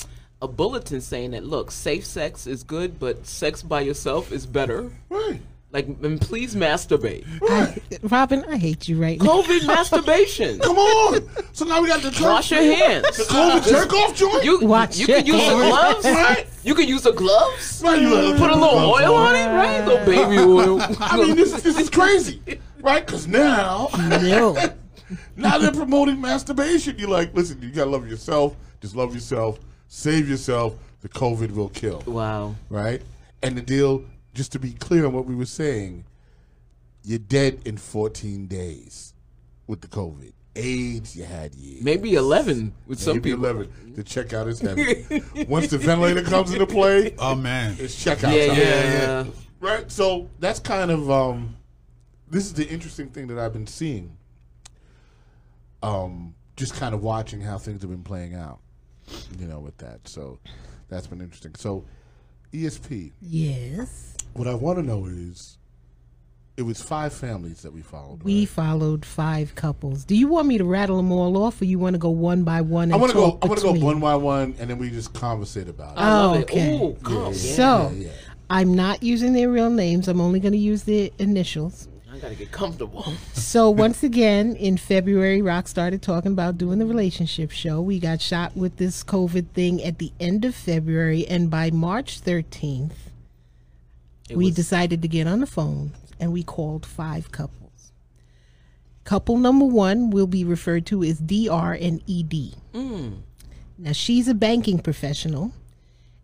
[SPEAKER 4] a bulletin saying that look, safe sex is good, but sex by yourself is better.
[SPEAKER 1] Right.
[SPEAKER 4] Like, and please masturbate.
[SPEAKER 1] Right.
[SPEAKER 3] Robin, I hate you right now.
[SPEAKER 4] COVID masturbation.
[SPEAKER 1] Come on. So now we got the turf-
[SPEAKER 4] Wash your
[SPEAKER 1] The
[SPEAKER 4] hands.
[SPEAKER 1] COVID jerk off joint.
[SPEAKER 4] You
[SPEAKER 3] Watch
[SPEAKER 4] you can
[SPEAKER 3] your
[SPEAKER 4] use the
[SPEAKER 3] hands.
[SPEAKER 4] gloves. Right? You can use the gloves.
[SPEAKER 1] Right, you like-
[SPEAKER 4] Put a little oil on it, right? Little baby oil.
[SPEAKER 1] I mean, this is this is crazy, right? Because now,
[SPEAKER 3] No.
[SPEAKER 1] now they're promoting masturbation. You're like, listen, you gotta love yourself. Just love yourself. Save yourself. The COVID will kill,
[SPEAKER 4] wow.
[SPEAKER 1] right? And the deal, just to be clear on what we were saying, you're dead in 14 days with the COVID. AIDS, you had years.
[SPEAKER 4] Maybe eleven with some
[SPEAKER 1] Maybe
[SPEAKER 4] people.
[SPEAKER 1] 11. The checkout is heavy. Once the ventilator comes into play, uh,
[SPEAKER 2] Oh man.
[SPEAKER 1] it's checkout
[SPEAKER 4] Yeah,
[SPEAKER 1] time.
[SPEAKER 4] yeah, yeah.
[SPEAKER 1] Right. So that's kind of um, this is the interesting thing that I've been seeing. Um, just kind of watching how things have been playing out, you know, with that. So that's been interesting. So ESP,
[SPEAKER 3] Yes.
[SPEAKER 1] what I want to know is, it was five families that we followed.
[SPEAKER 3] We
[SPEAKER 1] right?
[SPEAKER 3] followed five couples. Do you want me to rattle them all off, or you want to go one by one?
[SPEAKER 1] I
[SPEAKER 3] want to
[SPEAKER 1] go. I want to go one by one, and then we just conversate about it.
[SPEAKER 4] I love
[SPEAKER 3] Okay.
[SPEAKER 4] it. Ooh, come.
[SPEAKER 3] So,
[SPEAKER 1] yeah, yeah.
[SPEAKER 3] I'm not using their real names. I'm only going to use their initials.
[SPEAKER 4] I gotta get comfortable.
[SPEAKER 3] So once again, in February, Rock started talking about doing the relationship show. We got shot with this COVID thing at the end of February, and by March 13th, we
[SPEAKER 4] was-
[SPEAKER 3] decided to get on the phone and we called five couples. Couple number one will be referred to as DR and ED. Now she's a banking professional,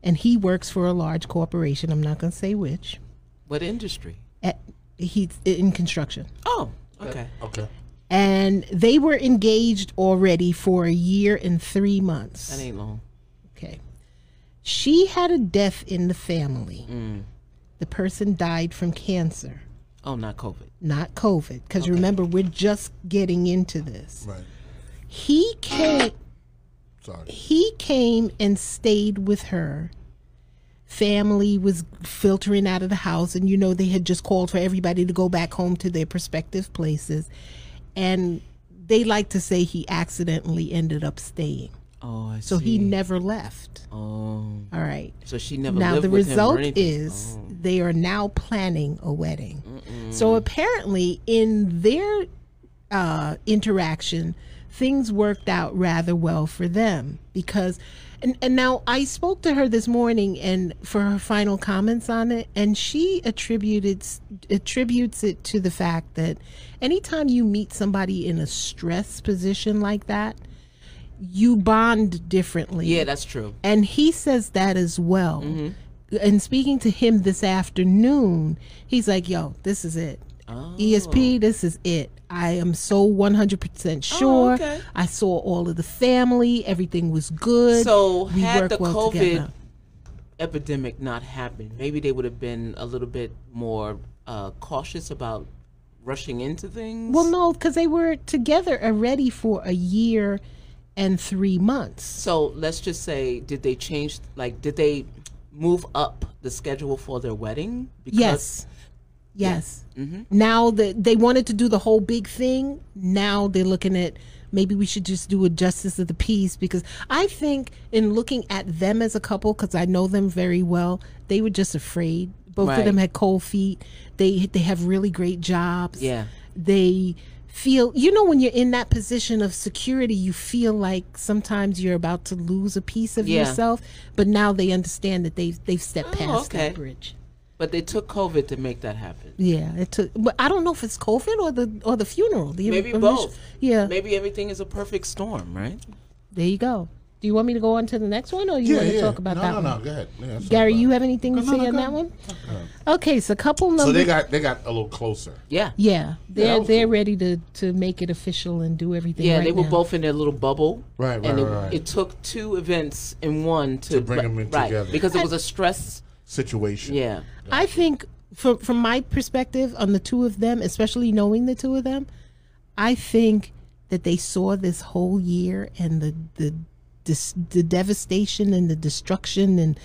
[SPEAKER 3] and he works for a large corporation. I'm not going to say which.
[SPEAKER 4] What industry?
[SPEAKER 3] At, he's in construction
[SPEAKER 4] Oh, okay.
[SPEAKER 3] Uh,
[SPEAKER 1] Okay.
[SPEAKER 3] and they were engaged already for a year and three
[SPEAKER 4] That
[SPEAKER 3] months.
[SPEAKER 4] ain't long.
[SPEAKER 3] Okay. She had a death in the family. The person died from cancer,
[SPEAKER 4] Oh, not COVID.
[SPEAKER 3] not COVID. Because remember, we're just getting into this.
[SPEAKER 2] Right.
[SPEAKER 3] He came,
[SPEAKER 1] Sorry.
[SPEAKER 3] he came and stayed with her. Family was filtering out of the house, and you know, they had just called for everybody to go back home to their prospective places. And they like to say he accidentally ended up staying.
[SPEAKER 4] Oh, I
[SPEAKER 3] So
[SPEAKER 4] see.
[SPEAKER 3] he never left.
[SPEAKER 4] Oh,
[SPEAKER 3] All right.
[SPEAKER 4] so she never
[SPEAKER 3] Now
[SPEAKER 4] lived
[SPEAKER 3] the
[SPEAKER 4] with him
[SPEAKER 3] result
[SPEAKER 4] or anything. Oh.
[SPEAKER 3] is they are now planning a wedding. So apparently in their uh, interaction, things worked out rather well for them because and, and now I spoke to her this morning and for her final comments on it and she attributed attributes it to the fact that anytime you meet somebody in a stress position like that, you bond differently.
[SPEAKER 4] yeah, that's true.
[SPEAKER 3] And he says that as well.
[SPEAKER 4] Mm-hmm.
[SPEAKER 3] And speaking to
[SPEAKER 4] Oh.
[SPEAKER 3] him E this afternoon, he's like, yo, this is it. ESP, this is it. I am so 100% sure.
[SPEAKER 4] Oh, okay.
[SPEAKER 3] I saw all of the family. Everything was good.
[SPEAKER 4] So
[SPEAKER 3] we
[SPEAKER 4] had
[SPEAKER 3] work
[SPEAKER 4] the
[SPEAKER 3] well
[SPEAKER 4] COVID
[SPEAKER 3] together.
[SPEAKER 4] epidemic not happened, maybe they would have been a little bit more uh, cautious about rushing into things.
[SPEAKER 3] Well, no, because they were together already for a year and three months.
[SPEAKER 4] So let's just say, did they change? Like, did they move up the schedule for their wedding? Because
[SPEAKER 3] Yes.
[SPEAKER 4] Mm-hmm.
[SPEAKER 3] Yes. Now that they wanted to do the whole big thing, now they're looking at maybe we should just do a justice of the peace because I think in looking at them as a couple, because I know them very well, they were just afraid. Both
[SPEAKER 4] Right.
[SPEAKER 3] of them had cold feet. They they have really great jobs.
[SPEAKER 4] Yeah.
[SPEAKER 3] They feel you know when you're in that position of security, you feel like sometimes you're about to lose a piece of
[SPEAKER 4] Yeah. Oh,
[SPEAKER 3] yourself. But now they understand that they've they've stepped past
[SPEAKER 4] okay.
[SPEAKER 3] that bridge.
[SPEAKER 4] But they took COVID to make that happen.
[SPEAKER 3] Yeah, it took, but I don't know if it's COVID or the or the funeral. The
[SPEAKER 4] Maybe
[SPEAKER 3] orig-
[SPEAKER 4] both.
[SPEAKER 3] Yeah,
[SPEAKER 4] Maybe everything is a perfect storm, right?
[SPEAKER 3] there you go. Do you want me to go on to the next one, or you
[SPEAKER 1] Yeah,
[SPEAKER 3] want to
[SPEAKER 1] yeah.
[SPEAKER 3] talk about
[SPEAKER 1] no,
[SPEAKER 3] that
[SPEAKER 1] no,
[SPEAKER 3] one?
[SPEAKER 1] no. Go ahead. Yeah, that's
[SPEAKER 3] Gary,
[SPEAKER 1] fine.
[SPEAKER 3] you have anything to
[SPEAKER 2] No,
[SPEAKER 3] say
[SPEAKER 2] no,
[SPEAKER 3] on
[SPEAKER 2] go
[SPEAKER 3] that
[SPEAKER 2] ahead.
[SPEAKER 3] one? Okay, so couple number.
[SPEAKER 1] So they got they got a little closer.
[SPEAKER 4] Yeah.
[SPEAKER 3] yeah, they're
[SPEAKER 1] that was
[SPEAKER 3] they're
[SPEAKER 1] cool.
[SPEAKER 3] ready to to make it official and do everything.
[SPEAKER 4] Yeah,
[SPEAKER 3] right
[SPEAKER 4] they were
[SPEAKER 3] now.
[SPEAKER 4] both in their little bubble.
[SPEAKER 1] Right, right,
[SPEAKER 4] and it,
[SPEAKER 1] right, right.
[SPEAKER 4] it took two events in one to,
[SPEAKER 1] To bring 'em in
[SPEAKER 4] right,
[SPEAKER 1] together.
[SPEAKER 4] Because it was a stress.
[SPEAKER 1] Situation.
[SPEAKER 4] Yeah.
[SPEAKER 3] I think from from my perspective on the two of them, especially knowing the two of them, I think that they saw this whole year and the the dis, the devastation and the destruction and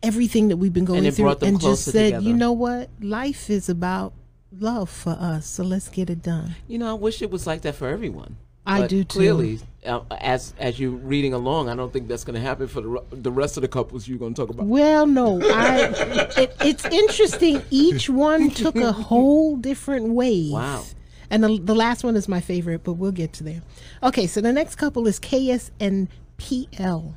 [SPEAKER 3] everything that we've been going
[SPEAKER 4] it
[SPEAKER 3] through
[SPEAKER 4] brought them
[SPEAKER 3] and just
[SPEAKER 4] closer
[SPEAKER 3] said,
[SPEAKER 4] together.
[SPEAKER 3] you know what? Life is about love for us, so let's get it done.
[SPEAKER 4] You know, I wish it was like that for everyone.
[SPEAKER 3] I
[SPEAKER 4] But
[SPEAKER 3] do too.
[SPEAKER 4] Clearly, uh, as as you reading along, I don't think that's going to happen for the re- the rest of the couples you're going to talk about.
[SPEAKER 3] Well, no, I, it, it's interesting. Each one took a whole different wave.
[SPEAKER 4] Wow.
[SPEAKER 3] And the, the last one is my favorite, but we'll get to there. Okay, so the next couple is KS and PL.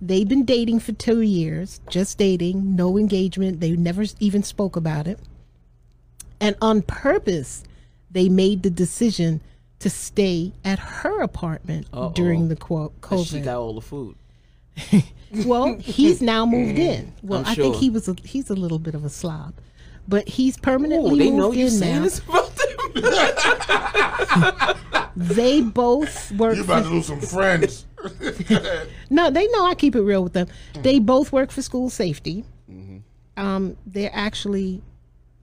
[SPEAKER 3] They've been dating for two years, just dating, no engagement. They never s- even spoke about it. And on purpose, they made the decision to stay at her apartment during the quo- COVID.
[SPEAKER 4] She got all the food.
[SPEAKER 3] Well, he's now moved in. Well,
[SPEAKER 4] I'm
[SPEAKER 3] I think
[SPEAKER 4] sure.
[SPEAKER 3] he was a, he's a little bit of a slob, but he's permanently
[SPEAKER 4] Oh, they
[SPEAKER 3] moved
[SPEAKER 4] know you
[SPEAKER 3] in
[SPEAKER 4] saying
[SPEAKER 3] now.
[SPEAKER 4] this about them.
[SPEAKER 3] They both work.
[SPEAKER 1] You
[SPEAKER 3] for,
[SPEAKER 1] about to lose some friends.
[SPEAKER 3] no, they know I keep it real with them. They both work for school safety. Um, they're actually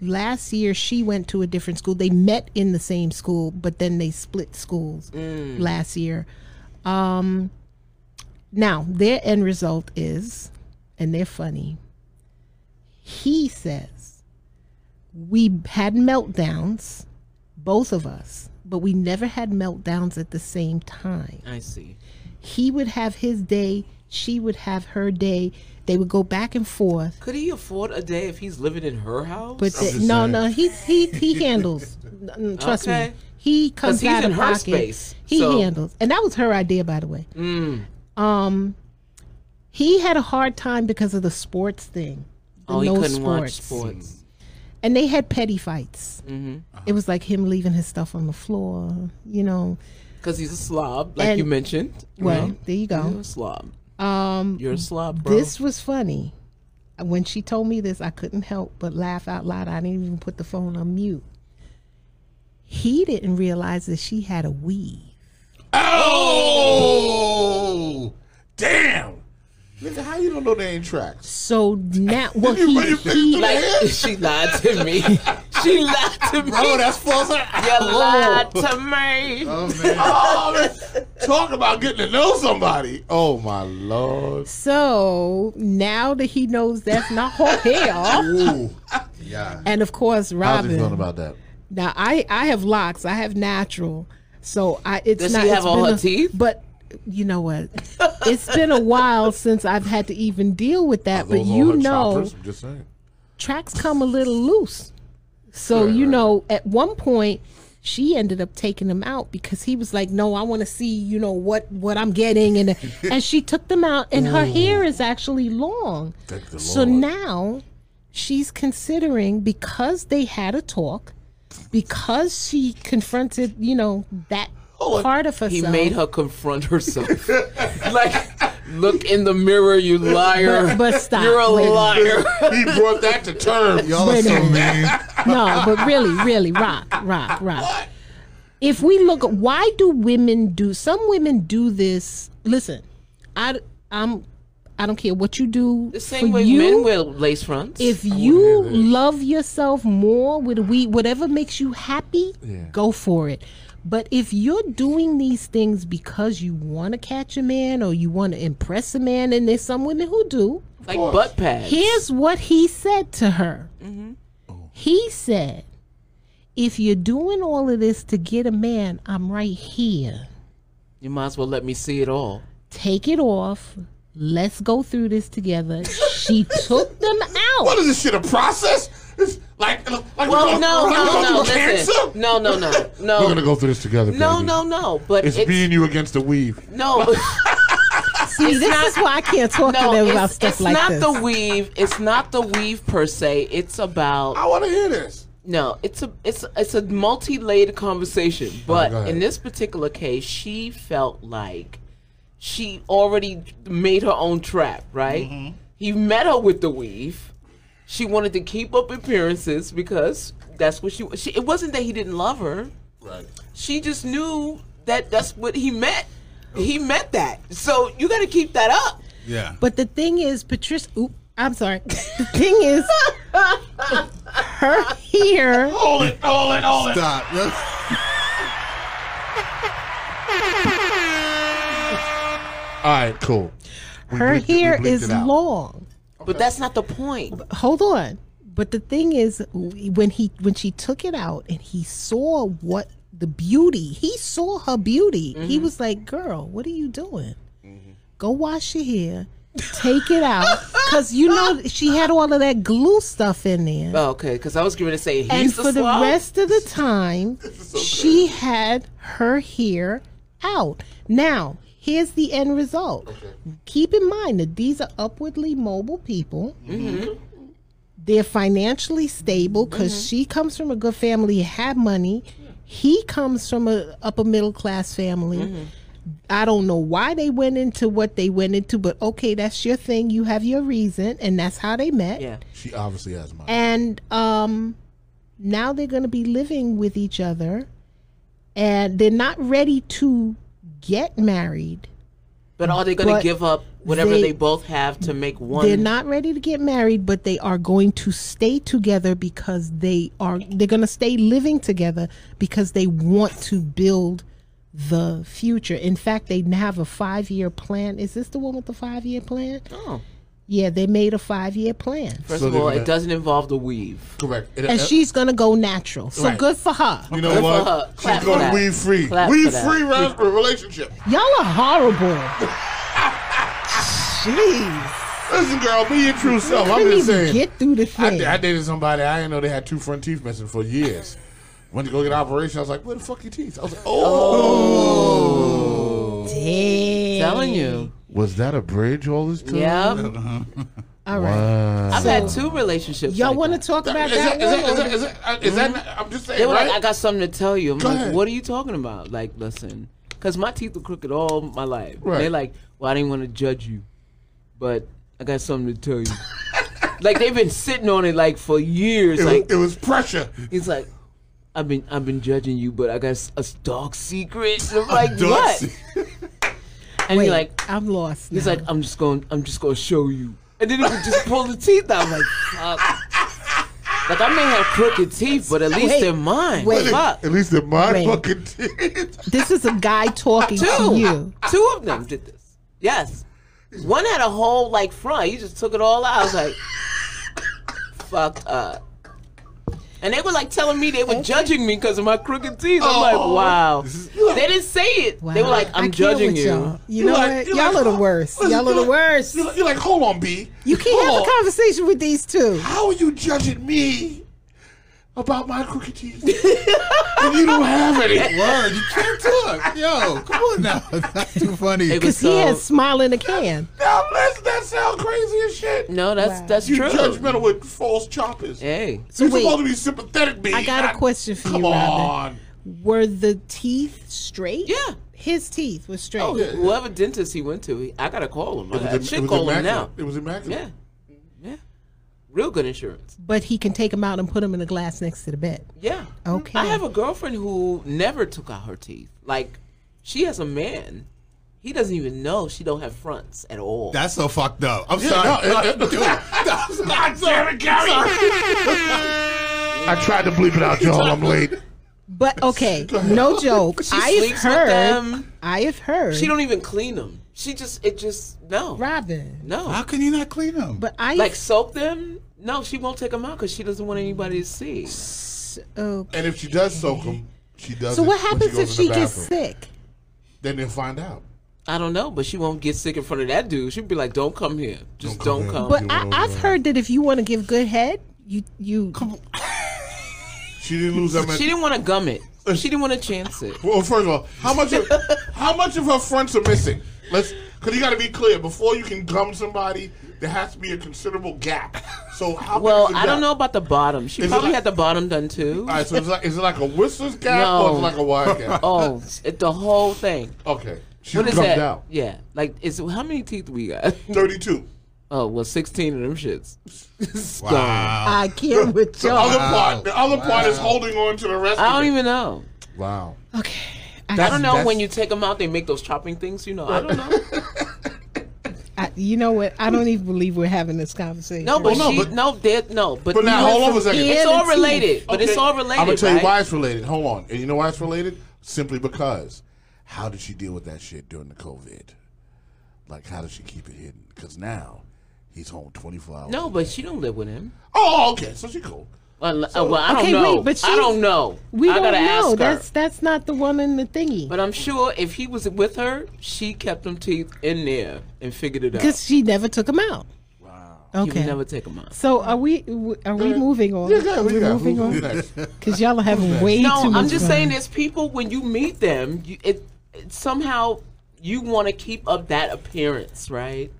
[SPEAKER 3] last year she went to a different school. They met in the same school, but then they split schools last year. Um, now their end result is, and they're funny. He says we had meltdowns, both of us, but we never had meltdowns at the same time
[SPEAKER 4] I see.
[SPEAKER 3] he would have his day, she would have her day. They would go back and forth.
[SPEAKER 4] Could he afford a day if he's living in her house?
[SPEAKER 3] But
[SPEAKER 1] I'm
[SPEAKER 3] the-
[SPEAKER 1] just
[SPEAKER 3] no,
[SPEAKER 1] saying.
[SPEAKER 3] no, he he he handles. N- n- Trust
[SPEAKER 4] Okay.
[SPEAKER 3] me, he comes
[SPEAKER 4] 'Cause he's
[SPEAKER 3] out
[SPEAKER 4] in
[SPEAKER 3] of
[SPEAKER 4] her
[SPEAKER 3] pocket.
[SPEAKER 4] space,
[SPEAKER 3] he
[SPEAKER 4] so- Mm.
[SPEAKER 3] handles, and that was her idea, by the way. Um, he had a hard time because of the sports thing. The
[SPEAKER 4] oh, he
[SPEAKER 3] no
[SPEAKER 4] couldn't watch
[SPEAKER 3] sports.
[SPEAKER 4] sports. Mm-hmm.
[SPEAKER 3] and they had petty fights. It was like him leaving his stuff on the floor, you know.
[SPEAKER 4] Because he's a slob, like
[SPEAKER 3] And-
[SPEAKER 4] you mentioned.
[SPEAKER 3] Well,
[SPEAKER 4] right?
[SPEAKER 3] there you
[SPEAKER 4] You're
[SPEAKER 3] go.
[SPEAKER 4] a slob.
[SPEAKER 3] Um,
[SPEAKER 4] You're a slob, bro.
[SPEAKER 3] This was funny. When she told me this, I couldn't help but laugh out loud. I didn't even put the phone on mute. He didn't realize that she had a weave.
[SPEAKER 1] oh, damn! Nigga, how you don't know they ain't tracks?
[SPEAKER 3] So now, well, he,
[SPEAKER 1] you
[SPEAKER 3] he,
[SPEAKER 4] like, she lied to me. she lied to me.
[SPEAKER 1] Oh, that's false.
[SPEAKER 4] you lied to me.
[SPEAKER 2] Oh, man.
[SPEAKER 1] Oh, man. Talk about getting to know somebody. Oh my lord.
[SPEAKER 3] so now that he knows that's not her hair,
[SPEAKER 1] Ooh.
[SPEAKER 2] yeah.
[SPEAKER 3] and of course,
[SPEAKER 1] How's he
[SPEAKER 3] Robin.
[SPEAKER 1] feeling about that?
[SPEAKER 3] Now I I have locks. I have natural. So I it's
[SPEAKER 4] Does
[SPEAKER 3] not.
[SPEAKER 4] she
[SPEAKER 3] it's
[SPEAKER 4] have all
[SPEAKER 3] been
[SPEAKER 4] her
[SPEAKER 3] a-
[SPEAKER 4] teeth?
[SPEAKER 3] But you know what? it's been a while since I've had to even deal with that. But
[SPEAKER 1] Those all
[SPEAKER 3] you
[SPEAKER 1] her
[SPEAKER 3] know,
[SPEAKER 1] choppers? I'm just saying.
[SPEAKER 3] tracks come a little loose. So you know, at one point she ended up taking them out because he was like, "No, I want to see, you know, what what I'm getting," and and she took them out, and her hair is actually long.
[SPEAKER 1] Thank the
[SPEAKER 3] So
[SPEAKER 1] Lord.
[SPEAKER 3] now she's considering because they had a talk, because she confronted, you know, that part of herself.
[SPEAKER 4] Oh, He made her confront herself. like, look in the mirror, you liar.
[SPEAKER 3] But- but stop.
[SPEAKER 4] You're a
[SPEAKER 3] Wait a
[SPEAKER 4] liar.
[SPEAKER 1] he brought that to terms.
[SPEAKER 2] Y'all are
[SPEAKER 3] Wait a
[SPEAKER 2] so
[SPEAKER 3] minute.
[SPEAKER 2] mean.
[SPEAKER 3] no, but really, really, rock, rock, rock. if we look at why do women do some women do this listen i i'm i don't care what you do
[SPEAKER 4] The same
[SPEAKER 3] for
[SPEAKER 4] way
[SPEAKER 3] you
[SPEAKER 4] men wear lace fronts.
[SPEAKER 3] if you love yourself more with we whatever makes you happy
[SPEAKER 1] Yeah.
[SPEAKER 3] go for it but if you're doing these things because you want to catch a man or you want to impress a man and there's some women who do
[SPEAKER 4] like butt pads.
[SPEAKER 3] Here's what he said to her.
[SPEAKER 4] Mm-hmm.
[SPEAKER 3] He said, "If you're doing all of this to get a man, I'm right here.
[SPEAKER 4] you might as well let me see it all.
[SPEAKER 3] Take it off. Let's go through this together." she took them
[SPEAKER 1] What
[SPEAKER 3] out.
[SPEAKER 1] is this shit? A process? It's like, like we're
[SPEAKER 4] Well,
[SPEAKER 1] going-
[SPEAKER 4] no,
[SPEAKER 1] like we're going
[SPEAKER 4] no, no.
[SPEAKER 1] through
[SPEAKER 4] Listen,
[SPEAKER 1] cancer?
[SPEAKER 4] no, no, no, no.
[SPEAKER 1] We're gonna go through this together.
[SPEAKER 4] No,
[SPEAKER 1] baby.
[SPEAKER 4] no, no. But
[SPEAKER 1] It's,
[SPEAKER 4] it's,
[SPEAKER 1] me and you against the weave.
[SPEAKER 4] no,
[SPEAKER 3] See, this is why I can't talk
[SPEAKER 4] no.
[SPEAKER 3] to them
[SPEAKER 4] It's,
[SPEAKER 3] about stuff
[SPEAKER 4] it's
[SPEAKER 3] like
[SPEAKER 4] not
[SPEAKER 3] this.
[SPEAKER 4] the weave. It's not the weave per se. It's about
[SPEAKER 1] I want to hear this.
[SPEAKER 4] No, it's a it's it's a multi-layered conversation. But
[SPEAKER 1] go ahead.
[SPEAKER 4] in this particular case, she felt like she already made her own trap. Right?
[SPEAKER 1] Mm-hmm.
[SPEAKER 4] He met her with the weave. She wanted to keep up appearances because that's what she, she. It wasn't that he didn't love her.
[SPEAKER 1] Right.
[SPEAKER 4] She just knew that that's what he meant. He meant that. So you got to keep that up.
[SPEAKER 2] Yeah.
[SPEAKER 3] But the thing is, Patricia. Oop, I'm sorry. the thing is, her here.
[SPEAKER 1] Hold it, hold it, hold it.
[SPEAKER 2] Stop.
[SPEAKER 1] All right, cool. We
[SPEAKER 3] Her
[SPEAKER 1] blinked it- we
[SPEAKER 3] hair
[SPEAKER 1] blinked
[SPEAKER 3] is
[SPEAKER 1] it out.
[SPEAKER 3] long.
[SPEAKER 4] But that's not the point.
[SPEAKER 3] hold on. But the thing is, when he when she took it out and he saw what the beauty, he saw her beauty. He was like, "Girl, what are you doing? Go wash your hair, take it out, because you know she had all of that glue stuff in there."
[SPEAKER 4] Oh, okay, because I was going to say he's
[SPEAKER 3] and for the
[SPEAKER 4] slob.
[SPEAKER 3] rest of the time, she had her hair out. Now, here's the end result. Keep in mind that these are upwardly mobile people.
[SPEAKER 4] Mm-hmm.
[SPEAKER 3] They're financially stable because she comes from a good family, had money. He comes from a upper middle class family.
[SPEAKER 4] Mm-hmm.
[SPEAKER 3] I don't know why they went into what they went into, but okay, that's your thing. You have your reason, and that's how they met
[SPEAKER 4] Yeah.
[SPEAKER 1] She obviously has mine.
[SPEAKER 3] and um now they're going to be living with each other and they're not ready to get married
[SPEAKER 4] But are they going
[SPEAKER 3] But
[SPEAKER 4] to give up whatever they,
[SPEAKER 3] they-
[SPEAKER 4] both have to make one?
[SPEAKER 3] they're not ready to get married but they are going to stay together because they are they're going to stay living together because they want to build the future in fact they have a 5 year plan is this the one with the 5 year plan
[SPEAKER 4] Oh.
[SPEAKER 3] yeah they made a 5 year plan
[SPEAKER 4] First
[SPEAKER 1] So
[SPEAKER 4] of
[SPEAKER 1] they're
[SPEAKER 4] all,
[SPEAKER 1] gonna-
[SPEAKER 4] it doesn't involve the weave.
[SPEAKER 1] Correct. It-
[SPEAKER 3] and
[SPEAKER 1] uh,
[SPEAKER 3] she's going to go natural so
[SPEAKER 1] Right.
[SPEAKER 3] good for her
[SPEAKER 1] you know
[SPEAKER 4] Good for
[SPEAKER 1] what?
[SPEAKER 4] her.
[SPEAKER 1] She's
[SPEAKER 4] Clap for
[SPEAKER 1] going
[SPEAKER 4] that.
[SPEAKER 1] weed free.
[SPEAKER 4] Clap
[SPEAKER 1] Weed
[SPEAKER 4] for that.
[SPEAKER 1] free ra- relationship.
[SPEAKER 3] Y'all are horrible. Jeez.
[SPEAKER 1] Listen, girl, be your true self. I'm
[SPEAKER 3] Couldn't even
[SPEAKER 1] just saying.
[SPEAKER 3] get through the
[SPEAKER 1] I,
[SPEAKER 3] thing.
[SPEAKER 1] I dated somebody. I didn't know they had two front teeth missing for years. Went to go get an operation. I was like, "Where the fuck your teeth?" I was like, "Oh,
[SPEAKER 3] Dang.
[SPEAKER 4] Telling you.
[SPEAKER 1] was that a bridge all this time?"
[SPEAKER 4] Yep.
[SPEAKER 3] All right.
[SPEAKER 1] Wow.
[SPEAKER 4] I've had two relationships.
[SPEAKER 3] Y'all
[SPEAKER 4] like
[SPEAKER 3] want to
[SPEAKER 4] that.
[SPEAKER 3] talk about
[SPEAKER 1] Is that, is
[SPEAKER 3] that?
[SPEAKER 1] that,
[SPEAKER 3] one?
[SPEAKER 1] is that, is that, uh, is that not- I'm just saying,
[SPEAKER 4] They were
[SPEAKER 1] right?
[SPEAKER 4] like, I got something to tell you. I'm like,
[SPEAKER 1] ahead.
[SPEAKER 4] what are you talking about? Like, listen, because my teeth were crooked all my life.
[SPEAKER 1] Right.
[SPEAKER 4] They're like, well, I didn't want to judge you, but I got something to tell you. like, they've been sitting on it like for years.
[SPEAKER 1] it, was,
[SPEAKER 4] like,
[SPEAKER 1] it was pressure.
[SPEAKER 4] He's like, I've been I've been judging you, but I got s- a s- dark secret. And I'm like,
[SPEAKER 1] dark
[SPEAKER 4] what?
[SPEAKER 1] secret.
[SPEAKER 4] and
[SPEAKER 3] Wait,
[SPEAKER 4] you're like,
[SPEAKER 3] I'm lost.
[SPEAKER 4] he's
[SPEAKER 3] now.
[SPEAKER 4] like, I'm just going I'm just gonna show you. And then he would just pull the teeth out. I'm like, fuck. Like I may have crooked teeth, but at least
[SPEAKER 3] Wait,
[SPEAKER 4] they're mine.
[SPEAKER 3] wait.
[SPEAKER 4] Fuck.
[SPEAKER 1] At least in my
[SPEAKER 3] Right.
[SPEAKER 1] fucking teeth.
[SPEAKER 3] this is a guy talking to you.
[SPEAKER 4] Two of them did this. Yes. One had a whole like front. He just took it all out. I was like, fucked up. And they were like telling me they were judging me because of my crooked teeth. I'm
[SPEAKER 1] Oh.
[SPEAKER 4] like, wow. They didn't say it. They were like,
[SPEAKER 3] Wow. I
[SPEAKER 4] I'm
[SPEAKER 3] can't
[SPEAKER 4] judging
[SPEAKER 3] with
[SPEAKER 4] you.
[SPEAKER 3] Y'all. You know
[SPEAKER 1] like-
[SPEAKER 3] what?
[SPEAKER 1] you
[SPEAKER 3] Y'all
[SPEAKER 1] like-
[SPEAKER 3] are the worst.
[SPEAKER 1] Listen,
[SPEAKER 3] Y'all are
[SPEAKER 1] you
[SPEAKER 3] the
[SPEAKER 1] like-
[SPEAKER 3] worst.
[SPEAKER 1] You're like, you're like, hold on, B.
[SPEAKER 3] You can't have
[SPEAKER 1] Hold
[SPEAKER 3] a
[SPEAKER 1] on.
[SPEAKER 3] conversation with these two.
[SPEAKER 1] How are you judging me about my crooked teeth? and you don't have any.
[SPEAKER 2] Word, you can't talk. Yo, come on now. That's too funny.
[SPEAKER 4] It
[SPEAKER 3] Because
[SPEAKER 4] was
[SPEAKER 3] he
[SPEAKER 4] so-
[SPEAKER 3] has smile in a can.
[SPEAKER 1] Now, listen, that sound crazy as shit.
[SPEAKER 4] No, that's
[SPEAKER 3] Wow.
[SPEAKER 4] that's
[SPEAKER 1] you
[SPEAKER 4] true.
[SPEAKER 1] judgmental with false choppers.
[SPEAKER 4] Hey.
[SPEAKER 3] So
[SPEAKER 1] You're
[SPEAKER 3] wait,
[SPEAKER 1] supposed to be sympathetic, B.
[SPEAKER 3] I got
[SPEAKER 1] not-
[SPEAKER 3] a question for
[SPEAKER 1] Come
[SPEAKER 3] you, Uh, Robin.
[SPEAKER 1] on.
[SPEAKER 3] Were the teeth straight?
[SPEAKER 4] Yeah.
[SPEAKER 3] His teeth were straight.
[SPEAKER 1] Oh, yeah.
[SPEAKER 4] Whoever dentist he went to, he- I gotta call him. I
[SPEAKER 1] It was
[SPEAKER 4] I
[SPEAKER 1] im-
[SPEAKER 4] should
[SPEAKER 1] it was
[SPEAKER 4] call him
[SPEAKER 1] immaculate.
[SPEAKER 4] now.
[SPEAKER 1] It was immaculate.
[SPEAKER 4] Yeah. Yeah. Real good insurance.
[SPEAKER 3] But he can take them out and put them in a glass next to the bed.
[SPEAKER 4] Yeah.
[SPEAKER 3] Okay.
[SPEAKER 4] I have a girlfriend who never took out her teeth. Like she has a man. He doesn't even know she don't have fronts at all.
[SPEAKER 2] That's so fucked up. I'm sorry.
[SPEAKER 1] no, it- it-
[SPEAKER 2] Dude, that's- I'm sorry.
[SPEAKER 1] I tried to bleep it out, y'all. I'm late.
[SPEAKER 3] But okay, no joke. I have
[SPEAKER 4] sleeps with
[SPEAKER 3] heard.
[SPEAKER 4] them.
[SPEAKER 3] I have heard.
[SPEAKER 4] she don't even clean them. She just it just no.
[SPEAKER 3] Robin.
[SPEAKER 4] No.
[SPEAKER 2] How can you not clean them?
[SPEAKER 3] But I
[SPEAKER 4] like soak them? No, she won't take them out because she doesn't want anybody to see.
[SPEAKER 3] oh.
[SPEAKER 1] And if she does soak them, she does.
[SPEAKER 3] So
[SPEAKER 1] it
[SPEAKER 3] what
[SPEAKER 1] when
[SPEAKER 3] happens if
[SPEAKER 1] goes in
[SPEAKER 3] she
[SPEAKER 1] the
[SPEAKER 3] gets
[SPEAKER 1] bathroom.
[SPEAKER 3] sick?
[SPEAKER 1] Then they'll find out.
[SPEAKER 4] I don't know, but she won't get sick in front of that dude. She'd be like, "Don't come here. Just
[SPEAKER 1] Don't
[SPEAKER 4] don't
[SPEAKER 1] come
[SPEAKER 4] come."
[SPEAKER 1] here."
[SPEAKER 3] But I, I've heard that if you want to give good head, you you
[SPEAKER 1] She didn't lose that much.
[SPEAKER 4] she didn't want to gum it. She didn't want to chance it.
[SPEAKER 1] Well, first of all, how much of how much of her fronts are missing? Let's because you got to be clear before you can gum somebody. There has to be a considerable gap. So how? big is
[SPEAKER 4] Well,
[SPEAKER 1] the
[SPEAKER 4] I don't
[SPEAKER 1] gap?
[SPEAKER 4] know about the bottom. She
[SPEAKER 1] Is it
[SPEAKER 4] probably
[SPEAKER 1] like-
[SPEAKER 4] had the bottom done too.
[SPEAKER 1] All right, so is it like, is it like a whistler's gap or is
[SPEAKER 4] No.
[SPEAKER 1] it like a wide gap?
[SPEAKER 4] Oh, it, the whole thing.
[SPEAKER 1] Okay, she
[SPEAKER 4] What is
[SPEAKER 1] gummed
[SPEAKER 4] that?
[SPEAKER 1] out.
[SPEAKER 4] Yeah, like it's how many teeth we got?
[SPEAKER 1] Thirty-two.
[SPEAKER 4] Oh well, sixteen of them shits. It's gone.
[SPEAKER 2] wow.
[SPEAKER 3] I can't with
[SPEAKER 1] The
[SPEAKER 3] y'all.
[SPEAKER 1] other part, the other part is holding on to the rest.
[SPEAKER 4] Oh. I
[SPEAKER 1] of
[SPEAKER 4] don't
[SPEAKER 1] it.
[SPEAKER 4] even know.
[SPEAKER 1] Wow.
[SPEAKER 3] Okay,
[SPEAKER 4] I don't know
[SPEAKER 1] that's-
[SPEAKER 4] when you take them out, they make those chopping things. You know, I don't know.
[SPEAKER 3] I, you know what? I don't even believe we're having this conversation.
[SPEAKER 4] No, but
[SPEAKER 1] Well, Oh, no,
[SPEAKER 4] she
[SPEAKER 1] but-
[SPEAKER 4] no, they're, no, but,
[SPEAKER 1] But now,
[SPEAKER 4] you-
[SPEAKER 1] hold on for a second.
[SPEAKER 4] It's
[SPEAKER 3] Yeah,
[SPEAKER 4] all
[SPEAKER 3] the teeth.
[SPEAKER 4] related, but it's
[SPEAKER 1] Okay.
[SPEAKER 4] all related.
[SPEAKER 1] I'm gonna tell you
[SPEAKER 4] right?
[SPEAKER 1] why it's related. Hold on, and you know why it's related? Simply because how did she deal with that shit during the COVID? Like, how did she keep it hidden? Because now he's home 24 hours.
[SPEAKER 4] No, but she don't live with him.
[SPEAKER 1] Oh, okay, so she cool.
[SPEAKER 4] Well, uh, well I don't
[SPEAKER 3] Okay,
[SPEAKER 4] know.
[SPEAKER 3] wait, but
[SPEAKER 4] I
[SPEAKER 3] she's-
[SPEAKER 4] don't know.
[SPEAKER 3] we
[SPEAKER 4] I
[SPEAKER 3] don't
[SPEAKER 4] gotta ask
[SPEAKER 3] know.
[SPEAKER 4] her.
[SPEAKER 3] That's that's not the woman. The thingy.
[SPEAKER 4] But I'm sure if he was with her, she kept them teeth in there and figured it out.
[SPEAKER 3] because she never took him out. Wow.
[SPEAKER 4] He
[SPEAKER 3] Okay.
[SPEAKER 4] would never take them out.
[SPEAKER 3] so are we? w- Are we moving on?
[SPEAKER 1] Uh, Yeah, yeah, we
[SPEAKER 3] We're
[SPEAKER 1] got
[SPEAKER 3] moving
[SPEAKER 1] who-
[SPEAKER 3] on
[SPEAKER 1] who's next?
[SPEAKER 3] because y'all are having way
[SPEAKER 4] No,
[SPEAKER 3] too much.
[SPEAKER 4] I'm just
[SPEAKER 3] fun.
[SPEAKER 4] saying there's people when you meet them, you, it, it somehow you want to keep up that appearance, right?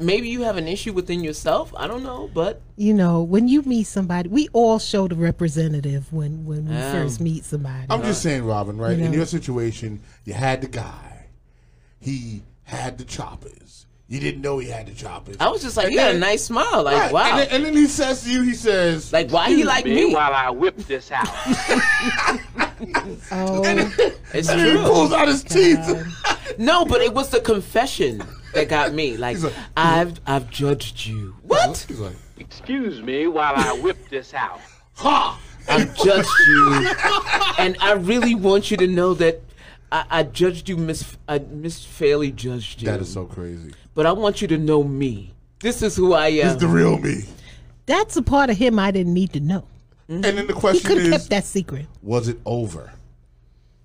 [SPEAKER 4] Maybe you have an issue within yourself. I don't know, but
[SPEAKER 3] You know, when you meet somebody, we all show the representative when when we
[SPEAKER 4] Oh.
[SPEAKER 3] first meet somebody.
[SPEAKER 1] I'm just saying, Robin. Right in
[SPEAKER 3] Yeah.
[SPEAKER 1] your situation, you had the guy. He had the choppers. You didn't know he had the choppers.
[SPEAKER 4] I was just like,
[SPEAKER 1] And
[SPEAKER 4] you got a
[SPEAKER 1] then-
[SPEAKER 4] nice smile. Like,
[SPEAKER 1] Right,
[SPEAKER 4] wow.
[SPEAKER 1] And then, and then he says to you, he says,
[SPEAKER 4] like, why he like me?
[SPEAKER 5] Meanwhile, I whip this house.
[SPEAKER 3] oh,
[SPEAKER 4] It's
[SPEAKER 1] and then he
[SPEAKER 4] true.
[SPEAKER 1] pulls out his teeth.
[SPEAKER 4] No, but it was the confession that got me. Like,
[SPEAKER 1] like-
[SPEAKER 4] I've I've judged you. What?
[SPEAKER 1] He's like,
[SPEAKER 5] Excuse me while I whip this house.
[SPEAKER 1] ha!
[SPEAKER 4] I've judged you, and I really want you to know that I, I judged you, Miss I misfairly judged you.
[SPEAKER 1] That is so crazy.
[SPEAKER 4] but I want you to know me. This is who I
[SPEAKER 1] It's
[SPEAKER 4] am.
[SPEAKER 1] the real me.
[SPEAKER 3] that's a part of him I didn't need to know.
[SPEAKER 1] And then the
[SPEAKER 3] Mm-hmm. He
[SPEAKER 1] question
[SPEAKER 3] could have
[SPEAKER 1] is,
[SPEAKER 3] kept that secret.
[SPEAKER 1] was it over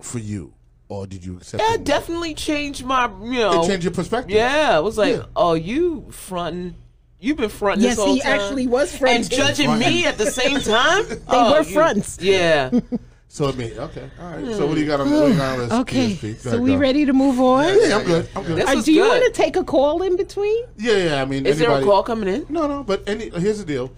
[SPEAKER 1] for you, or did you accept?
[SPEAKER 4] that
[SPEAKER 1] it?
[SPEAKER 4] definitely changed my you know.
[SPEAKER 3] Oh.
[SPEAKER 1] It changed your perspective.
[SPEAKER 4] Yeah, it was like,
[SPEAKER 1] Yeah.
[SPEAKER 4] oh, you fronting. You've been fronting
[SPEAKER 3] Yes,
[SPEAKER 4] this whole
[SPEAKER 3] he
[SPEAKER 4] time.
[SPEAKER 3] actually was fronting.
[SPEAKER 4] and judging me at the same time. they
[SPEAKER 3] were fronts.
[SPEAKER 4] Yeah.
[SPEAKER 1] So it made okay. All right. So what do you got on what do you got on this?
[SPEAKER 3] Okay,
[SPEAKER 1] PSP? Go
[SPEAKER 3] so
[SPEAKER 1] ahead,
[SPEAKER 3] we
[SPEAKER 1] go.
[SPEAKER 3] ready to move on?
[SPEAKER 1] Yeah, I'm good. I'm good.
[SPEAKER 4] This
[SPEAKER 3] Uh,
[SPEAKER 4] was
[SPEAKER 3] do you
[SPEAKER 4] good.
[SPEAKER 3] want to take a call in between?
[SPEAKER 1] yeah, yeah. I mean,
[SPEAKER 4] Is there a
[SPEAKER 1] anybody-
[SPEAKER 4] call coming in?
[SPEAKER 1] No, no. But any here's the deal.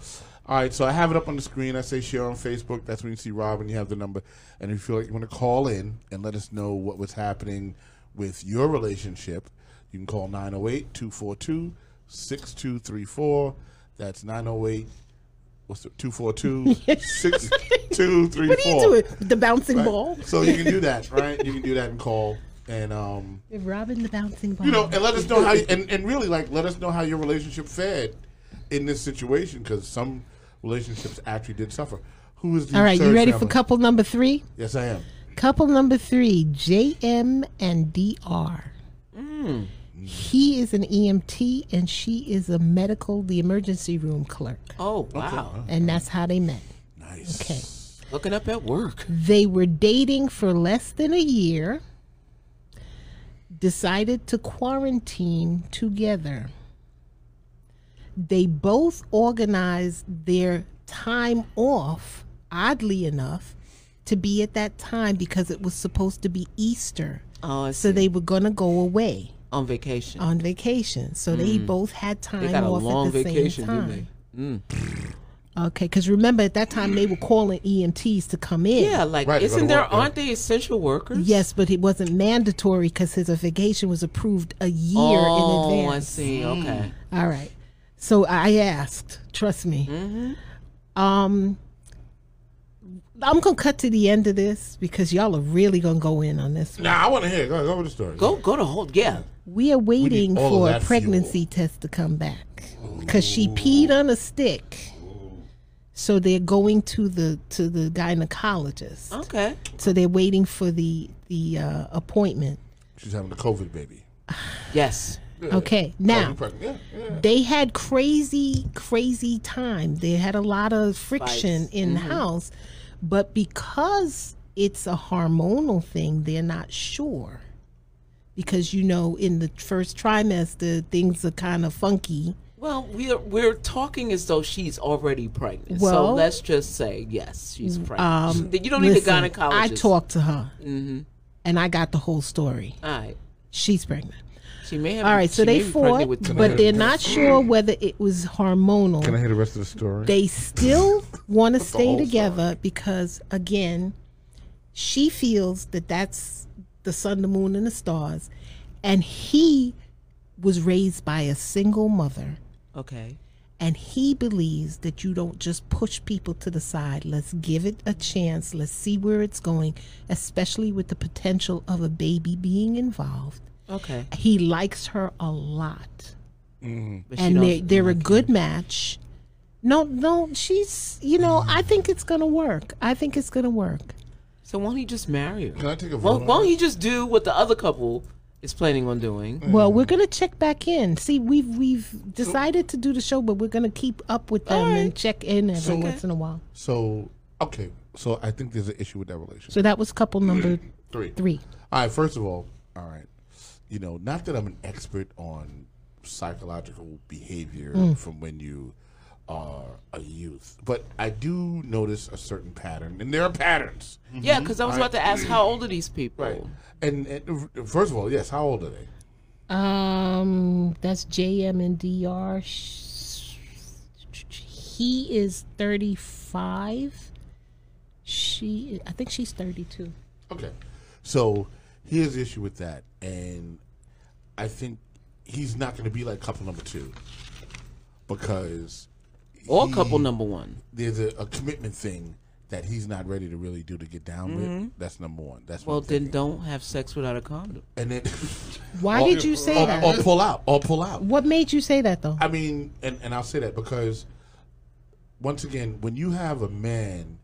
[SPEAKER 1] All right. So I have it up on the screen. I say share on Facebook. That's when you see Rob and you have the number. And if you feel like you want to call in and let us know what was happening with your relationship, you can call 908 242 6234. That's 908 what's the 242 6234.
[SPEAKER 3] What are you doing? The bouncing ball?
[SPEAKER 1] So you can do that, right? You can do that and call and um,
[SPEAKER 3] Robin the bouncing ball.
[SPEAKER 1] you know, and let us know how you, and and really like let us know how your relationship fared in this situation because some relationships actually did suffer. Who is the
[SPEAKER 3] All right, you
[SPEAKER 1] third
[SPEAKER 3] ready for
[SPEAKER 1] family?
[SPEAKER 3] couple number three?
[SPEAKER 1] Yes, I am.
[SPEAKER 3] Couple number three, JM and DR. He is an EMT and she is a medical, the emergency room clerk.
[SPEAKER 4] Oh wow!
[SPEAKER 3] And that's how they met.
[SPEAKER 1] Nice.
[SPEAKER 3] Okay.
[SPEAKER 4] Looking up at work.
[SPEAKER 3] They were dating for less than a year, decided to quarantine together. They both organized their time off, oddly enough, to be at that time because it was supposed to be Easter.
[SPEAKER 4] Oh, I
[SPEAKER 3] So
[SPEAKER 4] see.
[SPEAKER 3] they were going to go away
[SPEAKER 4] on vacation.
[SPEAKER 3] on vacation. So they both had time
[SPEAKER 4] Hmm. they got a
[SPEAKER 3] off
[SPEAKER 4] long
[SPEAKER 3] at the
[SPEAKER 4] vacation,
[SPEAKER 3] same time.
[SPEAKER 4] didn't they? Hmm.
[SPEAKER 3] Okay, because remember at that time they were calling EMTs to come in.
[SPEAKER 4] Yeah, like
[SPEAKER 1] Right, they go to
[SPEAKER 4] isn't there?
[SPEAKER 1] work, yeah.
[SPEAKER 4] Aren't they essential workers?
[SPEAKER 3] Yes, but it wasn't mandatory because his vacation was approved a year
[SPEAKER 4] Oh,
[SPEAKER 3] in
[SPEAKER 4] I
[SPEAKER 3] advance.
[SPEAKER 4] see. Okay.
[SPEAKER 3] All right. So I asked. Trust me.
[SPEAKER 4] Mm-hmm.
[SPEAKER 3] Um, I'm gonna cut to the end of this because y'all are really gonna go in on this. one.
[SPEAKER 1] Nah, I want to hear. it. Go, go with the story.
[SPEAKER 4] Go go to whole yeah.
[SPEAKER 3] We are waiting
[SPEAKER 1] all of
[SPEAKER 3] for a
[SPEAKER 1] that
[SPEAKER 3] pregnancy test to come back because she peed on a stick. So they're going to the to the gynecologist.
[SPEAKER 4] Okay.
[SPEAKER 3] So they're waiting for the the uh, appointment.
[SPEAKER 1] She's having a COVID baby.
[SPEAKER 4] Yes.
[SPEAKER 3] Okay,
[SPEAKER 1] Oh,
[SPEAKER 3] now
[SPEAKER 1] you pregnant? Yeah, yeah.
[SPEAKER 3] they had crazy crazy time they had a lot of friction in the
[SPEAKER 4] Mm-hmm.
[SPEAKER 3] house but because it's a hormonal thing they're not sure because you know in the first trimester things are kind of funky
[SPEAKER 4] Well, we're we're talking as though she's already pregnant. so
[SPEAKER 3] Well-
[SPEAKER 4] let's just say yes, she's
[SPEAKER 3] um
[SPEAKER 4] pregnant. you don't
[SPEAKER 3] listen,
[SPEAKER 4] need a gynecologist. Mm-hmm.
[SPEAKER 3] i talked to her and i got the whole story
[SPEAKER 4] All right.
[SPEAKER 3] she's pregnant
[SPEAKER 4] She may have.
[SPEAKER 3] all right so
[SPEAKER 4] she may
[SPEAKER 3] they
[SPEAKER 4] be pregnant
[SPEAKER 3] fought
[SPEAKER 4] with twins.
[SPEAKER 3] but they're not sure whether it was hormonal
[SPEAKER 1] Can I hear the rest of the story?
[SPEAKER 3] they still want to stay
[SPEAKER 1] whole
[SPEAKER 3] together because again she feels that that's the sun the moon and the stars and he was raised by a single mother
[SPEAKER 4] okay.
[SPEAKER 3] and he believes that you don't just push people to the side let's give it a chance let's see where it's going especially with the potential of a baby being involved
[SPEAKER 4] Okay.
[SPEAKER 3] he likes her a lot
[SPEAKER 4] But she
[SPEAKER 3] and
[SPEAKER 4] don't-
[SPEAKER 3] they they're a good match. No, no, she's you know I think it's gonna work. I think it's gonna work.
[SPEAKER 4] so won't he just marry her?
[SPEAKER 1] Can I take a vote?
[SPEAKER 4] Won't,
[SPEAKER 1] on
[SPEAKER 4] won't
[SPEAKER 1] that?
[SPEAKER 4] he just do what the other couple is planning on doing?
[SPEAKER 3] Well, we're gonna check back in. See, we've we've decided to do the show, but we're gonna keep up with them and check in every
[SPEAKER 1] So-
[SPEAKER 3] once in a while.
[SPEAKER 1] So okay, so I think there's an issue with that relationship.
[SPEAKER 3] So that was couple number
[SPEAKER 1] Three.
[SPEAKER 3] three.
[SPEAKER 1] All right. First of all, all right. You know, not that I'm an expert on psychological behavior from when you are a youth, but I do notice a certain pattern, and there are patterns.
[SPEAKER 4] Yeah, because I was about to ask how old are these people?
[SPEAKER 1] Mm-hmm. Right. And, and first of all, yes. How old are they?
[SPEAKER 3] Um, that's JM and DR. Sh- He is thirty five. She, I think she's thirty two.
[SPEAKER 1] Okay. So here's the issue with that, and I think he's not going to be like couple number two because
[SPEAKER 4] Or
[SPEAKER 1] he-
[SPEAKER 4] couple number one.
[SPEAKER 1] there's a, a commitment thing that he's not ready to really do to get down with. That's number one. That's
[SPEAKER 4] Well,
[SPEAKER 1] what I'm
[SPEAKER 4] then
[SPEAKER 1] thinking.
[SPEAKER 4] don't have sex without a condom.
[SPEAKER 1] and then
[SPEAKER 3] Why
[SPEAKER 1] Or-
[SPEAKER 3] did you say
[SPEAKER 1] or,
[SPEAKER 3] that?
[SPEAKER 1] or pull out or pull out.
[SPEAKER 3] What made you say that though?
[SPEAKER 1] I mean, and, and I'll say that because once again, when you have a man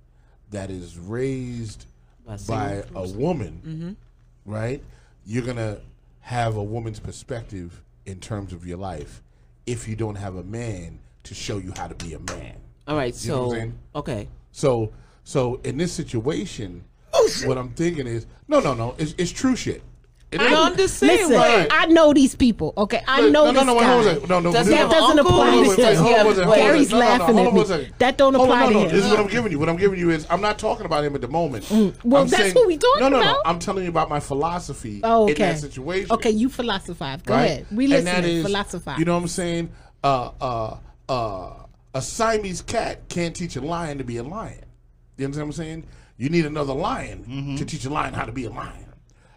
[SPEAKER 1] that is raised
[SPEAKER 4] By
[SPEAKER 1] by
[SPEAKER 4] single
[SPEAKER 1] a woman,
[SPEAKER 3] Mm-hmm.
[SPEAKER 1] right, you're gonna have a woman's perspective in terms of your life if you don't have a man to show you how to be a man.
[SPEAKER 4] All right.
[SPEAKER 1] You know what I'm
[SPEAKER 4] So
[SPEAKER 1] saying?
[SPEAKER 4] okay.
[SPEAKER 1] So, so in this situation,
[SPEAKER 3] Oh,
[SPEAKER 1] what I'm thinking is, no, no, no, it's, it's true shit. It
[SPEAKER 4] I
[SPEAKER 1] ain't-
[SPEAKER 4] don't understand.
[SPEAKER 3] Listen,
[SPEAKER 1] Right.
[SPEAKER 3] I know these people. Okay, I
[SPEAKER 1] no,
[SPEAKER 3] know this
[SPEAKER 1] no, no, wait,
[SPEAKER 3] guy.
[SPEAKER 1] hold on a second. No, no,
[SPEAKER 4] Does
[SPEAKER 1] no,
[SPEAKER 4] he
[SPEAKER 1] no,
[SPEAKER 4] have
[SPEAKER 3] That doesn't
[SPEAKER 4] an uncle?
[SPEAKER 3] apply
[SPEAKER 1] Hold on,
[SPEAKER 3] to
[SPEAKER 1] wait, wait,
[SPEAKER 3] him.
[SPEAKER 1] hold on,
[SPEAKER 4] Yeah,
[SPEAKER 1] wait, hold on,
[SPEAKER 4] wait.
[SPEAKER 3] Gary's
[SPEAKER 1] no, no, no,
[SPEAKER 3] laughing
[SPEAKER 1] hold
[SPEAKER 3] at
[SPEAKER 1] on
[SPEAKER 3] me.
[SPEAKER 1] one second.
[SPEAKER 3] That don't
[SPEAKER 1] Hold on,
[SPEAKER 3] apply
[SPEAKER 1] no,
[SPEAKER 3] to
[SPEAKER 1] no,
[SPEAKER 3] him.
[SPEAKER 1] This is what I'm giving you. What I'm giving you is I'm not talking about him at the moment.
[SPEAKER 3] Mm. Well,
[SPEAKER 1] I'm
[SPEAKER 3] that's
[SPEAKER 1] saying-
[SPEAKER 3] what we talking
[SPEAKER 1] no, no, No,
[SPEAKER 3] about.
[SPEAKER 1] I'm telling you about my philosophy
[SPEAKER 3] Oh, okay.
[SPEAKER 1] in that situation.
[SPEAKER 3] Okay, you philosophize. Go
[SPEAKER 1] right?
[SPEAKER 3] ahead. We
[SPEAKER 1] And
[SPEAKER 3] listen.
[SPEAKER 1] that is,
[SPEAKER 3] philosophize.
[SPEAKER 1] You know what I'm saying? Uh, uh, uh, a Siamese cat can't teach a lion to be a lion. You understand what I'm saying? You need another lion to teach a lion how to be a lion,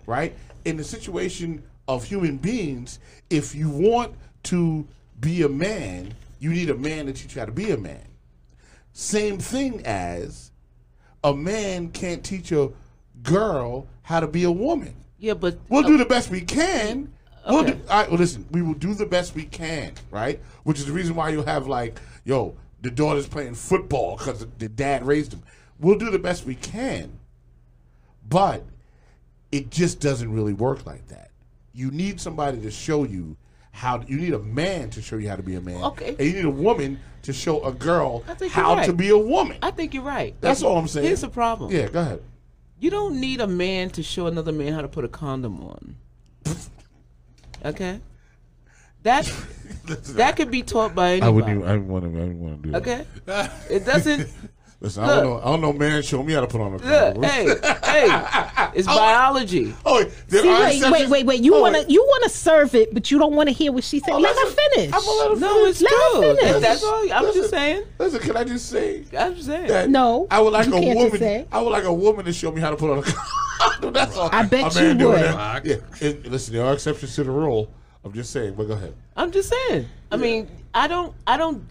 [SPEAKER 1] right? In the situation of human beings, if you want to be a man, you need a man to teach you how to be a man. Same thing as a man can't teach a girl how to be a woman.
[SPEAKER 4] Yeah, but
[SPEAKER 1] We'll do the best we can. We'll do, all right, well, listen, we will do the best we can, right? Which is the reason why you have like, yo, the daughter's playing football because the dad raised him. We'll do the best we can, but it just doesn't really work like that. You need somebody to show you how. You need a man to show you how to be a man.
[SPEAKER 4] Okay.
[SPEAKER 1] And you need a woman to show a girl
[SPEAKER 4] I think you're
[SPEAKER 1] how to
[SPEAKER 4] right.
[SPEAKER 1] be a woman.
[SPEAKER 4] I think you're right.
[SPEAKER 1] That's all I'm saying.
[SPEAKER 4] Here's the problem.
[SPEAKER 1] Yeah, go ahead.
[SPEAKER 4] You don't need a man to show another man how to put a condom on. Okay? That that could be taught by anybody.
[SPEAKER 1] I want to. I want to do.
[SPEAKER 4] okay? It doesn't
[SPEAKER 1] Listen, I don't know. I don't know. Man, show me how to put on a
[SPEAKER 4] look,
[SPEAKER 1] condom.
[SPEAKER 4] hey, hey. It's biology.
[SPEAKER 1] Oh, there
[SPEAKER 3] See,
[SPEAKER 1] are
[SPEAKER 3] wait, wait,
[SPEAKER 1] exceptions.
[SPEAKER 3] wait, wait. You
[SPEAKER 1] Oh,
[SPEAKER 3] wanna you wanna serve it, but you don't wanna hear what she said. let her
[SPEAKER 1] listen,
[SPEAKER 3] finish.
[SPEAKER 1] I'm gonna let her
[SPEAKER 4] No, it's
[SPEAKER 3] Let her
[SPEAKER 4] true.
[SPEAKER 3] finish.
[SPEAKER 4] That's all. I'm
[SPEAKER 1] Listen,
[SPEAKER 4] just saying.
[SPEAKER 1] Listen, can I just say
[SPEAKER 4] I'm just saying.
[SPEAKER 1] that?
[SPEAKER 3] No,
[SPEAKER 1] I would like
[SPEAKER 3] you
[SPEAKER 1] a
[SPEAKER 3] can't just
[SPEAKER 1] woman.
[SPEAKER 3] say.
[SPEAKER 1] I would like a woman to show me how to put on a condom. That's all.
[SPEAKER 3] I bet
[SPEAKER 1] A man
[SPEAKER 3] you
[SPEAKER 1] doing
[SPEAKER 3] would.
[SPEAKER 1] that. Yeah. And listen, there are exceptions to the rule. I'm just saying. But go ahead.
[SPEAKER 4] I'm just saying. I mean, I don't, I don't,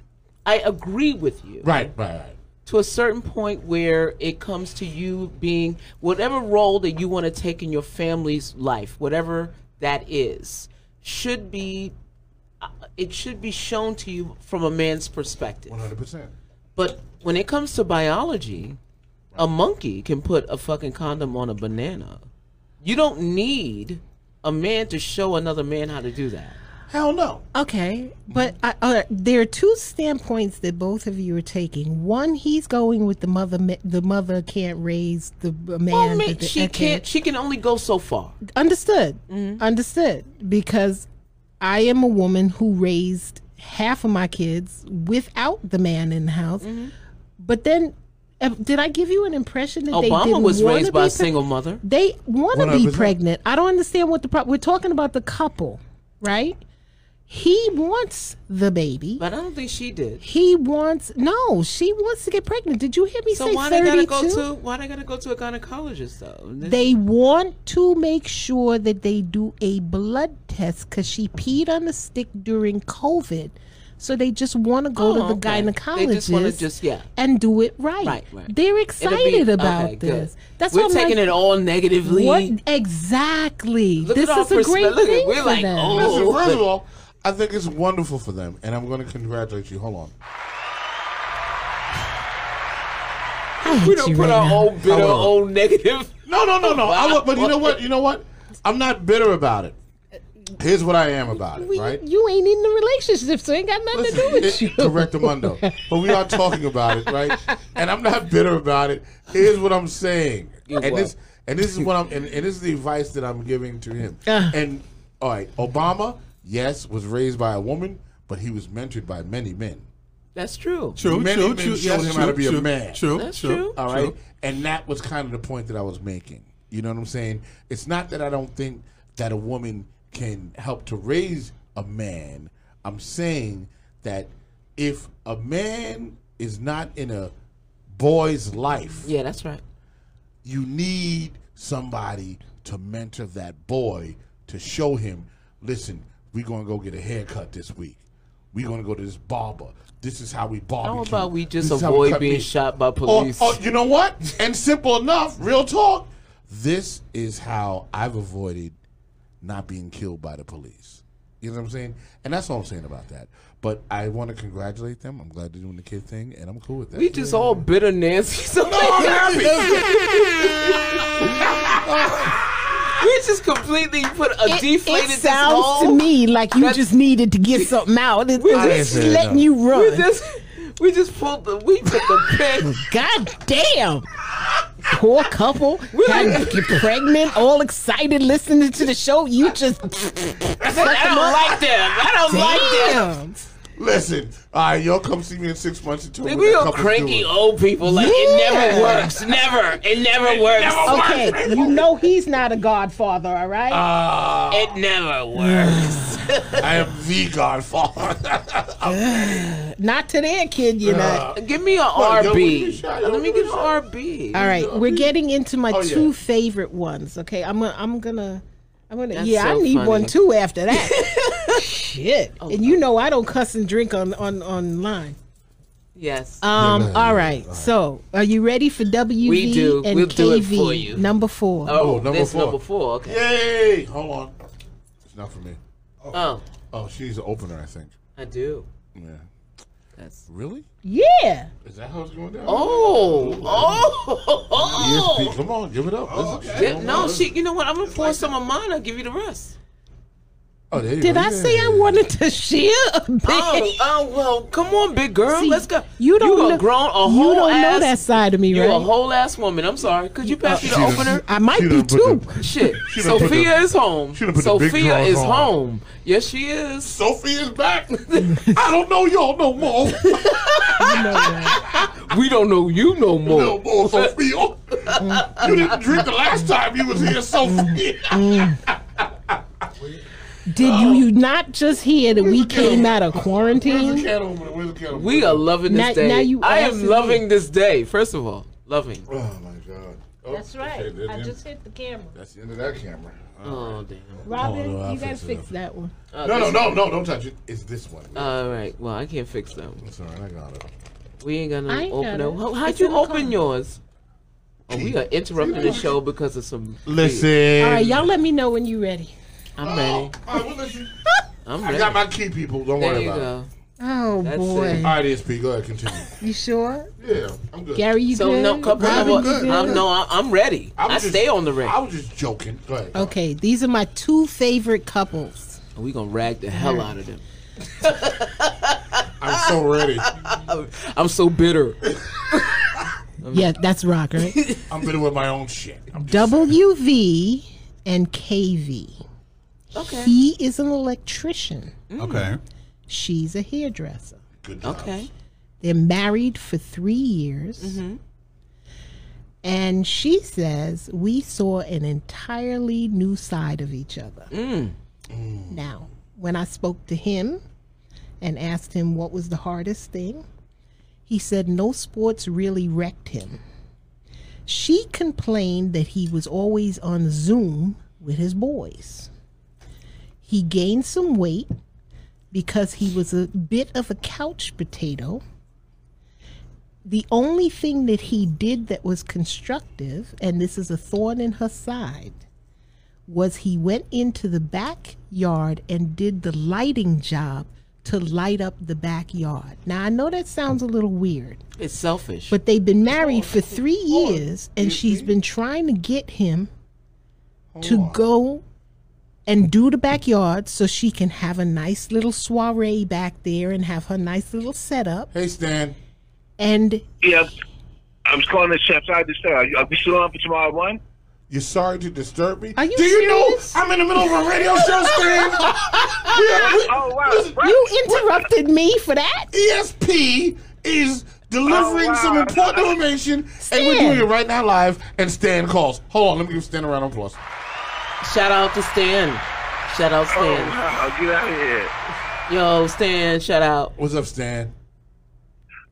[SPEAKER 4] I agree with you
[SPEAKER 1] Right, right, right.
[SPEAKER 4] to a certain point where it comes to you being whatever role that you want to take in your family's life, whatever that is, should be uh, it should be shown to you from a man's perspective.
[SPEAKER 1] One hundred percent.
[SPEAKER 4] But when it comes to biology, a monkey can put a fucking condom on a banana. You don't need a man to show another man how to do that.
[SPEAKER 1] Hell no.
[SPEAKER 3] Okay, but I, uh, there are two standpoints that both of you are taking. One, he's going with the mother. ma- The mother can't raise the b- man.
[SPEAKER 4] Well, ma-
[SPEAKER 3] that the-
[SPEAKER 4] she
[SPEAKER 3] okay.
[SPEAKER 4] can't. She can only go so far.
[SPEAKER 3] Understood.
[SPEAKER 4] Mm-hmm.
[SPEAKER 3] Understood. Because I am a woman who raised half of my kids without the man in the house.
[SPEAKER 4] Mm-hmm.
[SPEAKER 3] But then, uh, did I give you an impression that they
[SPEAKER 4] Obama
[SPEAKER 3] didn't
[SPEAKER 4] was
[SPEAKER 3] wanna
[SPEAKER 4] raised by
[SPEAKER 3] be
[SPEAKER 4] a single mother.
[SPEAKER 3] They want to be
[SPEAKER 1] 100%.
[SPEAKER 3] pregnant. I don't understand what the problem. We're talking about the couple, right? He wants the baby.
[SPEAKER 4] But I don't think she did.
[SPEAKER 3] he wants no. She wants to get pregnant. Did you hear me
[SPEAKER 4] So
[SPEAKER 3] say
[SPEAKER 4] why they gotta
[SPEAKER 3] thirty-two?
[SPEAKER 4] go to why they gotta go to a gynecologist though? This-
[SPEAKER 3] They want to make sure that they do a blood test because she peed on a stick during COVID. So they just want to go
[SPEAKER 4] Oh,
[SPEAKER 3] to the
[SPEAKER 4] okay.
[SPEAKER 3] gynecologist
[SPEAKER 4] They just wanna just- yeah.
[SPEAKER 3] and do it right.
[SPEAKER 4] Right, right.
[SPEAKER 3] They're
[SPEAKER 4] It'll be-
[SPEAKER 3] excited about
[SPEAKER 4] okay, good.
[SPEAKER 3] this. That's
[SPEAKER 4] we're
[SPEAKER 3] what I'm
[SPEAKER 4] taking
[SPEAKER 3] like,
[SPEAKER 4] it all negatively.
[SPEAKER 3] What exactly?
[SPEAKER 4] Look at
[SPEAKER 3] this
[SPEAKER 4] our
[SPEAKER 3] is a great
[SPEAKER 4] perspe- look at-
[SPEAKER 3] thing
[SPEAKER 4] we're
[SPEAKER 3] for
[SPEAKER 4] like,
[SPEAKER 3] them.
[SPEAKER 4] oh.
[SPEAKER 1] Listen, first of
[SPEAKER 4] but-
[SPEAKER 1] all, I think it's wonderful for them, and I'm going to congratulate you. Hold on.
[SPEAKER 3] I hate
[SPEAKER 4] We don't
[SPEAKER 3] you
[SPEAKER 4] put
[SPEAKER 3] right
[SPEAKER 4] our
[SPEAKER 3] now.
[SPEAKER 4] own bitter,
[SPEAKER 1] Hello.
[SPEAKER 4] own negative.
[SPEAKER 1] No, no, no, no. I look, but you know what? You know what? I'm not bitter about it. Here's what I am about it,
[SPEAKER 3] We-
[SPEAKER 1] right?
[SPEAKER 3] You ain't in the relationship, so it ain't got nothing to do with
[SPEAKER 1] It- Correct Amundo. But we are talking about it, right? And I'm not bitter about it. Here's what I'm saying. and
[SPEAKER 4] were.
[SPEAKER 1] this and this is what I'm and, and this is the advice that I'm giving to him.
[SPEAKER 3] Uh.
[SPEAKER 1] And all right, Obama, yes, was raised by a woman, but he was mentored by many men.
[SPEAKER 4] That's true.
[SPEAKER 2] True,
[SPEAKER 1] Many
[SPEAKER 2] true,
[SPEAKER 1] men
[SPEAKER 2] true.
[SPEAKER 1] showed
[SPEAKER 2] yes,
[SPEAKER 1] him
[SPEAKER 2] true,
[SPEAKER 1] how to be a
[SPEAKER 2] true,
[SPEAKER 1] man.
[SPEAKER 2] True,
[SPEAKER 4] That's
[SPEAKER 2] true.
[SPEAKER 4] true.
[SPEAKER 1] All right. And that was kind of the point that I was making. You know what I'm saying? It's not that I don't think that a woman can help to raise a man. I'm saying that if a man is not in a boy's life,
[SPEAKER 4] Yeah, that's right.
[SPEAKER 1] you need somebody to mentor that boy to show him, listen, we're going to go get a haircut this week. We're going to go to this barber. This is how we barbecue.
[SPEAKER 4] How about we just
[SPEAKER 1] This is how we
[SPEAKER 4] avoid
[SPEAKER 1] cut
[SPEAKER 4] being
[SPEAKER 1] meat."
[SPEAKER 4] shot by
[SPEAKER 1] Or-
[SPEAKER 4] police?
[SPEAKER 1] or you know what? And simple enough, real talk. This is how I've avoided not being killed by the police. You know what I'm saying? And that's all I'm saying about that. But I want to congratulate them. I'm glad they're doing the kid thing, and I'm cool with that.
[SPEAKER 4] we just all bitter Nancy. No,
[SPEAKER 1] I'm happy.
[SPEAKER 4] we just completely put a deflated
[SPEAKER 3] it
[SPEAKER 4] this
[SPEAKER 3] sounds
[SPEAKER 4] whole-
[SPEAKER 3] to me like you
[SPEAKER 4] That's-
[SPEAKER 3] just needed to get something out. It's
[SPEAKER 4] I
[SPEAKER 3] just
[SPEAKER 1] didn't say
[SPEAKER 3] letting
[SPEAKER 1] that.
[SPEAKER 3] you
[SPEAKER 4] We
[SPEAKER 3] run.
[SPEAKER 4] just we just pulled the we put the pin.
[SPEAKER 3] God damn. Poor couple, got get pregnant, all excited, listening to the show. You just
[SPEAKER 4] I don't like them. I don't like them.
[SPEAKER 3] damn.
[SPEAKER 1] Listen, all right, y'all come see me in six months and tell me
[SPEAKER 4] They
[SPEAKER 1] what
[SPEAKER 4] be
[SPEAKER 1] that
[SPEAKER 4] all
[SPEAKER 1] couple's
[SPEAKER 4] cranky
[SPEAKER 1] doing.
[SPEAKER 4] old people. Like it never works. Never. It never works.
[SPEAKER 3] Okay, you know he's not a godfather, all right?
[SPEAKER 1] Uh,
[SPEAKER 4] It never works.
[SPEAKER 1] I am the Godfather.
[SPEAKER 3] not to their kid, you're
[SPEAKER 1] uh,
[SPEAKER 3] not.
[SPEAKER 4] Give me a
[SPEAKER 1] Well, yo, when you
[SPEAKER 4] RB.
[SPEAKER 1] shot, yo,
[SPEAKER 4] Let me
[SPEAKER 1] when you
[SPEAKER 4] get an
[SPEAKER 1] shot.
[SPEAKER 4] RB.
[SPEAKER 3] All right, we're getting into my
[SPEAKER 1] Oh,
[SPEAKER 3] two
[SPEAKER 1] yeah.
[SPEAKER 3] favorite ones. Okay, I'm gonna, I'm gonna, I'm gonna.
[SPEAKER 4] That's
[SPEAKER 3] yeah,
[SPEAKER 4] so
[SPEAKER 3] I need
[SPEAKER 4] funny. Oh,
[SPEAKER 3] one too after that. Shit, and you know I don't cuss and drink on on online.
[SPEAKER 4] Yes.
[SPEAKER 3] Um.
[SPEAKER 1] no,
[SPEAKER 3] all
[SPEAKER 1] no,
[SPEAKER 3] right. So, are you ready for WV
[SPEAKER 4] We do.
[SPEAKER 3] and
[SPEAKER 4] We'll
[SPEAKER 3] KV
[SPEAKER 4] do it for you.
[SPEAKER 3] number four?
[SPEAKER 4] oh,
[SPEAKER 1] oh, number
[SPEAKER 4] this
[SPEAKER 1] four.
[SPEAKER 4] number four. Okay.
[SPEAKER 1] Yay! Hold on. It's not for me.
[SPEAKER 4] Oh,
[SPEAKER 1] Oh, she's an opener, I think.
[SPEAKER 4] I do.
[SPEAKER 1] Yeah.
[SPEAKER 4] That's.
[SPEAKER 1] Really?
[SPEAKER 3] Yeah.
[SPEAKER 1] Is that how it's going down?
[SPEAKER 4] Oh, oh, oh,
[SPEAKER 1] ESP. Come on, give it up. Listen, shit,
[SPEAKER 4] Yeah, no, she. You know what? I'm gonna pour some of mine. I'll give you the rest.
[SPEAKER 1] Oh, there you
[SPEAKER 3] Did
[SPEAKER 1] go.
[SPEAKER 3] I
[SPEAKER 1] Yeah.
[SPEAKER 3] say I wanted to share a bit?
[SPEAKER 4] Oh, oh well, come on, big girl.
[SPEAKER 3] See,
[SPEAKER 4] Let's go.
[SPEAKER 3] You don't
[SPEAKER 4] you
[SPEAKER 3] know,
[SPEAKER 4] a grown a whole
[SPEAKER 3] you don't
[SPEAKER 4] ass,
[SPEAKER 3] know that side of me,
[SPEAKER 4] You
[SPEAKER 3] right?
[SPEAKER 4] a whole ass woman. I'm sorry. Could you pass me the
[SPEAKER 1] Jesus.
[SPEAKER 4] opener?
[SPEAKER 3] I might
[SPEAKER 1] She
[SPEAKER 3] be
[SPEAKER 1] done
[SPEAKER 3] too.
[SPEAKER 1] put the-
[SPEAKER 4] Shit.
[SPEAKER 1] She done put
[SPEAKER 4] Sophia
[SPEAKER 1] the-
[SPEAKER 4] is home.
[SPEAKER 1] she done put the big
[SPEAKER 4] Sophia
[SPEAKER 1] drawers
[SPEAKER 4] is
[SPEAKER 1] on.
[SPEAKER 4] home. Yes, she is.
[SPEAKER 1] Sophie is back. I don't know y'all no more.
[SPEAKER 4] We don't know you no more.
[SPEAKER 1] no more, Sophia. you didn't drink the last time you was here, Sophia.
[SPEAKER 3] Did
[SPEAKER 4] Oh.
[SPEAKER 3] you, you not just hear that we came out
[SPEAKER 1] Where's
[SPEAKER 3] of
[SPEAKER 1] the
[SPEAKER 3] quarantine?
[SPEAKER 1] can opener? Where's the can opener?
[SPEAKER 4] We are loving this
[SPEAKER 3] Now-
[SPEAKER 4] day.
[SPEAKER 3] now you
[SPEAKER 4] I am
[SPEAKER 3] asking
[SPEAKER 4] loving this day. First of all, loving.
[SPEAKER 1] Oh my God.
[SPEAKER 7] That's right.
[SPEAKER 1] okay, then-
[SPEAKER 7] I
[SPEAKER 1] then-
[SPEAKER 7] just hit the camera.
[SPEAKER 1] That's the end of that camera.
[SPEAKER 4] Oh damn.
[SPEAKER 7] Robin,
[SPEAKER 1] no, I'll
[SPEAKER 7] you gotta
[SPEAKER 1] fix it
[SPEAKER 7] fix
[SPEAKER 1] up.
[SPEAKER 7] that one.
[SPEAKER 4] Oh,
[SPEAKER 1] no, no,
[SPEAKER 4] this- Uh.
[SPEAKER 1] no, no, don't touch it. It's this one.
[SPEAKER 4] All right. Well, I can't fix that one.
[SPEAKER 1] It's all right. I got it.
[SPEAKER 4] We ain't gonna
[SPEAKER 7] I ain't
[SPEAKER 4] open
[SPEAKER 7] got
[SPEAKER 4] it.
[SPEAKER 7] it.
[SPEAKER 4] How, how'd
[SPEAKER 7] It's in
[SPEAKER 4] you
[SPEAKER 7] the
[SPEAKER 4] open
[SPEAKER 7] corner.
[SPEAKER 4] yours? Oh, we are interrupting the show because of some.
[SPEAKER 1] Listen.
[SPEAKER 7] All right, y'all let me know when you're ready.
[SPEAKER 4] I'm ready.
[SPEAKER 1] All right, we'll listen.
[SPEAKER 4] I'm
[SPEAKER 1] I
[SPEAKER 4] ready.
[SPEAKER 1] got my key, people. Don't
[SPEAKER 4] there
[SPEAKER 1] worry
[SPEAKER 4] you
[SPEAKER 1] about
[SPEAKER 4] go.
[SPEAKER 3] Oh
[SPEAKER 4] That's
[SPEAKER 3] boy,
[SPEAKER 1] it. All right, ESP, go ahead, continue.
[SPEAKER 3] you sure?
[SPEAKER 1] Yeah, I'm good.
[SPEAKER 7] Gary, you
[SPEAKER 4] So
[SPEAKER 7] good?
[SPEAKER 4] no, couple
[SPEAKER 1] Robin,
[SPEAKER 4] of,
[SPEAKER 1] good.
[SPEAKER 4] I'm no, I- I'm ready.
[SPEAKER 1] I
[SPEAKER 4] I,
[SPEAKER 1] was just-
[SPEAKER 4] stay on the ring.
[SPEAKER 1] I was just joking. Go ahead.
[SPEAKER 3] Okay, these are my two favorite couples.
[SPEAKER 4] we gonna rag the hell out of them.
[SPEAKER 1] I'm so ready.
[SPEAKER 4] I'm so bitter.
[SPEAKER 3] Yeah, that's rock, right?
[SPEAKER 1] I'm bitter with my own shit. I'm just
[SPEAKER 3] WV and KV.
[SPEAKER 4] Okay.
[SPEAKER 3] He is an electrician.
[SPEAKER 2] Okay.
[SPEAKER 3] She's a hairdresser.
[SPEAKER 1] good. job.
[SPEAKER 4] Okay.
[SPEAKER 3] They're married for three years. And she says, We saw an entirely new side of each other. Now, when I spoke to him and asked him what was the hardest thing, he said no sports really wrecked him. She complained that he was always on Zoom with his boys. He gained some weight because he was a bit of a couch potato. The only thing that he did that was constructive, and this is a thorn in her side, was he went into the backyard and did the lighting job to light up the backyard. Now, I know that sounds a little weird,
[SPEAKER 4] It's selfish.
[SPEAKER 3] but they've been married for three years, and she's been trying to get him to go and do the backyard so she can have a nice little soiree back there and have her nice little setup.
[SPEAKER 1] Hey, Stan.
[SPEAKER 3] And
[SPEAKER 8] Yeah, I was calling the chef. I uh, understand. Are you- Are we still on for tomorrow at one?
[SPEAKER 1] You're sorry to disturb me.
[SPEAKER 3] Are you
[SPEAKER 1] Do you
[SPEAKER 3] serious?
[SPEAKER 1] know I'm in the middle of a radio show, Stan? We are- we-
[SPEAKER 8] Oh wow!
[SPEAKER 1] listen,
[SPEAKER 3] you interrupted me for that?
[SPEAKER 1] ESP E is delivering
[SPEAKER 8] Oh, wow.
[SPEAKER 1] some important information, and we're
[SPEAKER 3] Stan.
[SPEAKER 1] doing it right now live. And Stan calls. Hold on, let me give Stan a round of applause.
[SPEAKER 4] Shout out to Stan. Shout out
[SPEAKER 8] Oh
[SPEAKER 4] Stan.
[SPEAKER 8] wow! Get out of here!
[SPEAKER 4] Yo, Stan. Shout out.
[SPEAKER 1] What's up, Stan?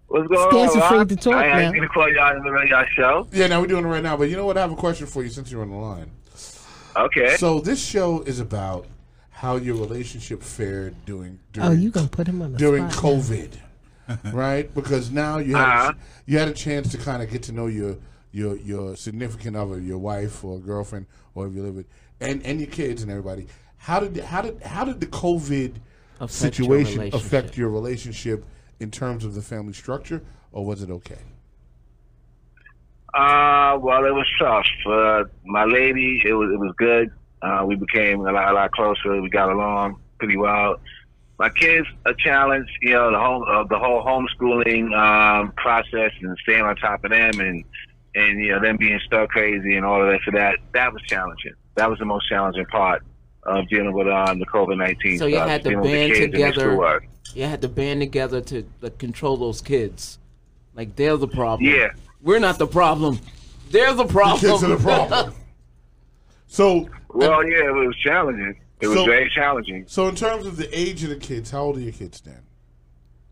[SPEAKER 8] What's going
[SPEAKER 3] Stan's
[SPEAKER 8] on?
[SPEAKER 3] afraid
[SPEAKER 8] Rob?
[SPEAKER 3] to talk
[SPEAKER 8] I
[SPEAKER 3] now.
[SPEAKER 8] ain't gonna call y'all in the middle of y'all show.
[SPEAKER 1] Yeah, now we're doing it right now. But you know what? I have a question for you since you're on the line.
[SPEAKER 8] Okay.
[SPEAKER 1] So this show is about how your relationship fared during during
[SPEAKER 3] Oh, you gonna put him on the
[SPEAKER 1] during
[SPEAKER 3] spot.
[SPEAKER 1] COVID, right? Because now you had
[SPEAKER 8] Uh-huh.
[SPEAKER 1] you had a chance to kind of get to know your your your significant other, your wife or girlfriend, or if you live with, and and your kids and everybody. How did how did how did the COVID
[SPEAKER 4] Affect your
[SPEAKER 1] situation affect
[SPEAKER 4] relationship.
[SPEAKER 1] your relationship in terms of the family structure, or was it okay?
[SPEAKER 8] Uh, well, it was tough. Uh, my lady, it was it was good. Uh, we became a lot, a lot closer. We got along pretty well. My kids, a challenge. You know, the whole uh, the whole homeschooling um, process and staying on top of them and and you know them being stir crazy and all of that. So that that was challenging. That was the most challenging part of dealing with um, the COVID nineteen.
[SPEAKER 4] So you had to band together.
[SPEAKER 8] Schoolwork.
[SPEAKER 4] You had to band together to like, control those kids. Like they're the problem.
[SPEAKER 8] Yeah.
[SPEAKER 4] We're not the problem. They're the
[SPEAKER 8] Oh,
[SPEAKER 4] problem.
[SPEAKER 1] Kids are the problem. So
[SPEAKER 8] Well, yeah, it was challenging. It was
[SPEAKER 1] So-
[SPEAKER 8] very challenging.
[SPEAKER 1] so in terms of the age of the kids, how old are your kids, Dan?